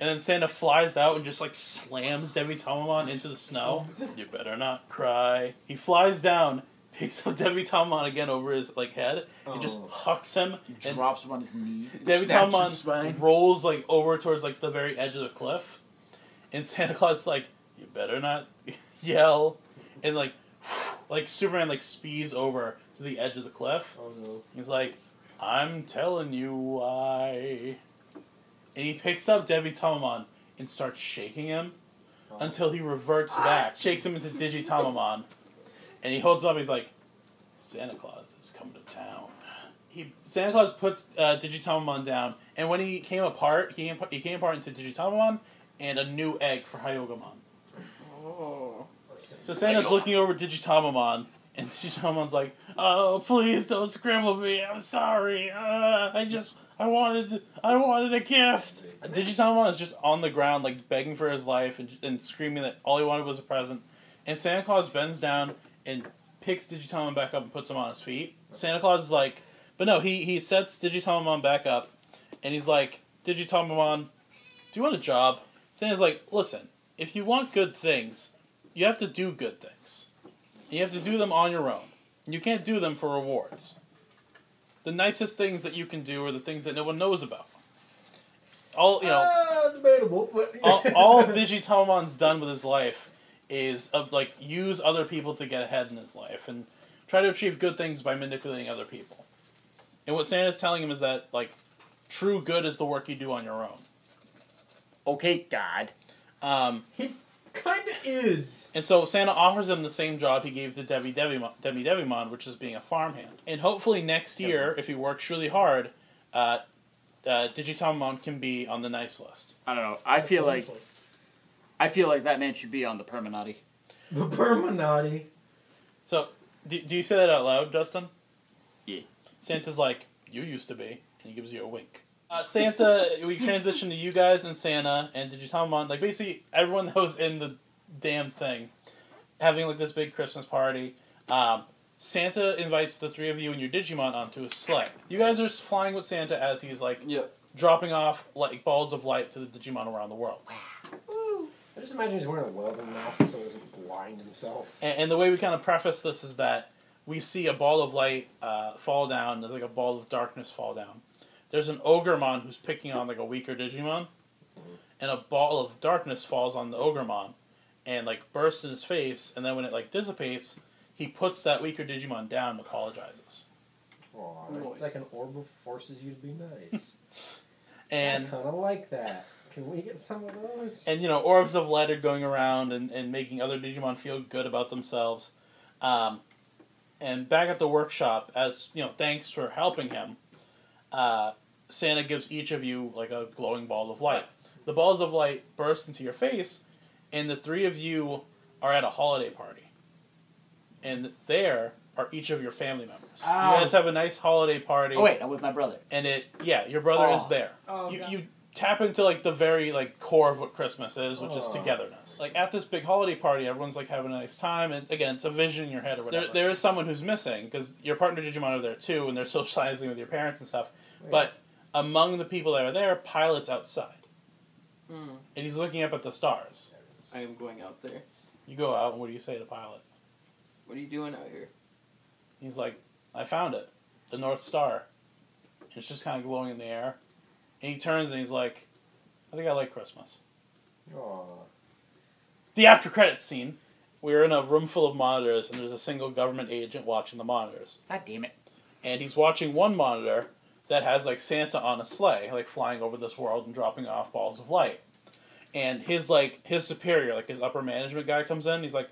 [SPEAKER 1] And then Santa flies out and just like slams Debbie Tomamon into the snow. you better not cry. He flies down, picks up Debbie Tomamon again over his like head, and just
[SPEAKER 8] Oh.
[SPEAKER 1] hucks him. And
[SPEAKER 11] Drops him on his knee.
[SPEAKER 1] Debbie
[SPEAKER 11] snaps his
[SPEAKER 1] Tomamon
[SPEAKER 11] spine.
[SPEAKER 1] rolls like over towards like the very edge of the cliff, and Santa Claus is like, "You better not yell," and like, like Superman like speeds over to the edge of the cliff.
[SPEAKER 8] Oh no.
[SPEAKER 1] He's like, "I'm telling you why," and he picks up Debbie Tomamon and starts shaking him until he reverts back, shakes him into Digitomamon, and he holds up. He's like, "Santa Claus is coming to town." He Santa Claus puts uh, Digitomamon down, and when he came apart, he came, he came apart into Digitomamon and a new egg for Hyogamon.
[SPEAKER 3] Oh.
[SPEAKER 1] So Santa's looking over Digitomamon, and Digitomamon's like, "Oh, please don't scramble me. I'm sorry. Uh, I just, I wanted, I wanted a gift." Digitomamon is just on the ground, like begging for his life and, and screaming that all he wanted was a present. And Santa Claus bends down and picks Digitomamon back up and puts him on his feet. Santa Claus is like, but no, he he sets Digitomamon back up, and he's like, Digitomamon, do you want a job? Santa's like, listen, if you want good things, you have to do good things. You have to do them on your own. You can't do them for rewards. The nicest things that you can do are the things that no one knows about. All you know,
[SPEAKER 5] Ah,
[SPEAKER 8] Uh, debatable, but
[SPEAKER 1] all, all Digitomon's done with his life is of like use other people to get ahead in his life and try to achieve good things by manipulating other people. And what Santa's telling him is that like true good is the work you do on your own.
[SPEAKER 11] Okay, God.
[SPEAKER 1] Um,
[SPEAKER 8] kind of is.
[SPEAKER 1] and so Santa offers him the same job he gave to Debbie Devimon, Debbie Devimon, which is being a farmhand. And hopefully next year, if he works really hard, uh, uh, Digitomon can be on the nice list.
[SPEAKER 11] I don't know. I feel like I feel like that man should be on the Permanati.
[SPEAKER 8] the Permanati.
[SPEAKER 1] So, do, do you say that out loud, Justin?
[SPEAKER 11] Yeah.
[SPEAKER 1] Santa's like, you used to be, and he gives you a wink. Uh, Santa, we transition to you guys and Santa and Digitomon. Like, basically, everyone that was in the damn thing having, like, this big Christmas party. Um, Santa invites the three of you and your Digimon onto his sleigh. You guys are flying with Santa as he's, like,
[SPEAKER 3] Yep.
[SPEAKER 1] dropping off, like, balls of light to the Digimon around the world.
[SPEAKER 5] I just imagine he's wearing a welding mask so he doesn't blind himself.
[SPEAKER 1] And, and the way we kind of preface this is that we see a ball of light uh, fall down. There's like a ball of darkness fall down. There's an Ogremon who's picking on like a weaker Digimon, and a ball of darkness falls on the Ogremon, and like bursts in his face. And then when it like dissipates, he puts that weaker Digimon down and apologizes.
[SPEAKER 5] Aw,
[SPEAKER 3] Nice.
[SPEAKER 5] it's like an orb of forces you to be nice. I
[SPEAKER 1] And
[SPEAKER 5] kind of like that. Can we get some of those?
[SPEAKER 1] and you know orbs of light are going around and, and making other digimon feel good about themselves um, and back at the workshop as you know thanks for helping him uh, santa gives each of you like a glowing ball of light the balls of light burst into your face and the three of you are at a holiday party and there are each of your family members
[SPEAKER 11] Ow.
[SPEAKER 1] you guys have a nice holiday party
[SPEAKER 11] Oh wait, I'm with my brother.
[SPEAKER 1] and it yeah your brother
[SPEAKER 11] Aw.
[SPEAKER 1] is there
[SPEAKER 4] Oh,
[SPEAKER 1] you,
[SPEAKER 4] God.
[SPEAKER 1] you tap into like the very like core of what Christmas is, which is
[SPEAKER 5] Aw.
[SPEAKER 1] togetherness. Like at this big holiday party, everyone's like having a nice time, and again, it's a vision in your head or whatever. There, there is someone who's missing because your partner Digimon are there too, and they're socializing with your parents and stuff. But among the people that are there, Pilot's outside,
[SPEAKER 3] Mm.
[SPEAKER 1] and he's looking up at the stars.
[SPEAKER 3] I am going out there.
[SPEAKER 1] You go out, and what do you say to Pilot?
[SPEAKER 3] What are you doing out here?
[SPEAKER 1] He's like, I found it, the North Star. And it's just kind of glowing in the air, and he turns and he's like, I think I like Christmas.
[SPEAKER 5] Aw.
[SPEAKER 1] the after credits scene. We're in a room full of monitors, and there's a single government agent watching the monitors.
[SPEAKER 11] God damn it.
[SPEAKER 1] And he's watching one monitor that has like Santa on a sleigh, like flying over this world and dropping off balls of light. And his like his superior, like his upper management guy, comes in. He's like,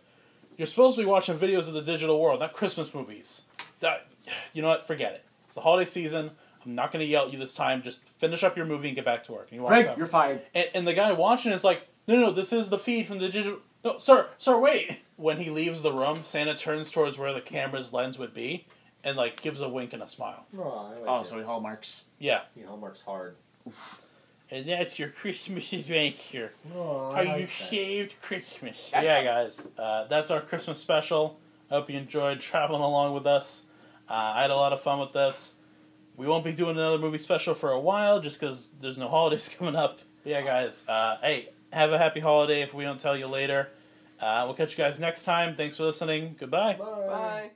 [SPEAKER 1] "You're supposed to be watching videos of the digital world, not Christmas movies. That, you know what? Forget it. It's the holiday season. I'm not going to yell at you this time. Just finish up your movie and get back to work." And he walks
[SPEAKER 7] Frank,
[SPEAKER 1] out.
[SPEAKER 7] you're fired.
[SPEAKER 1] And, and the guy watching is like, no, no, no, this is the feed from the digital. No, sir, sir, wait. When he leaves the room, Santa turns towards where the camera's lens would be and, like, gives a wink and a smile.
[SPEAKER 5] Aw, I like
[SPEAKER 11] Oh,
[SPEAKER 5] it.
[SPEAKER 11] so he hallmarks.
[SPEAKER 1] Yeah.
[SPEAKER 5] He hallmarks hard.
[SPEAKER 1] And that's your Christmas adventure.
[SPEAKER 5] Aw,
[SPEAKER 1] How
[SPEAKER 5] I
[SPEAKER 1] you
[SPEAKER 5] like that.
[SPEAKER 1] saved Christmas.
[SPEAKER 11] That's
[SPEAKER 1] yeah,
[SPEAKER 11] a-
[SPEAKER 1] guys, uh, that's our Christmas special. I hope you enjoyed traveling along with us. Uh, I had a lot of fun with this. We won't be doing another movie special for a while just because there's no holidays coming up. But yeah, guys, uh, hey, have a happy holiday if we don't tell you later. Uh, we'll catch you guys next time. Thanks for listening. Goodbye.
[SPEAKER 3] Bye.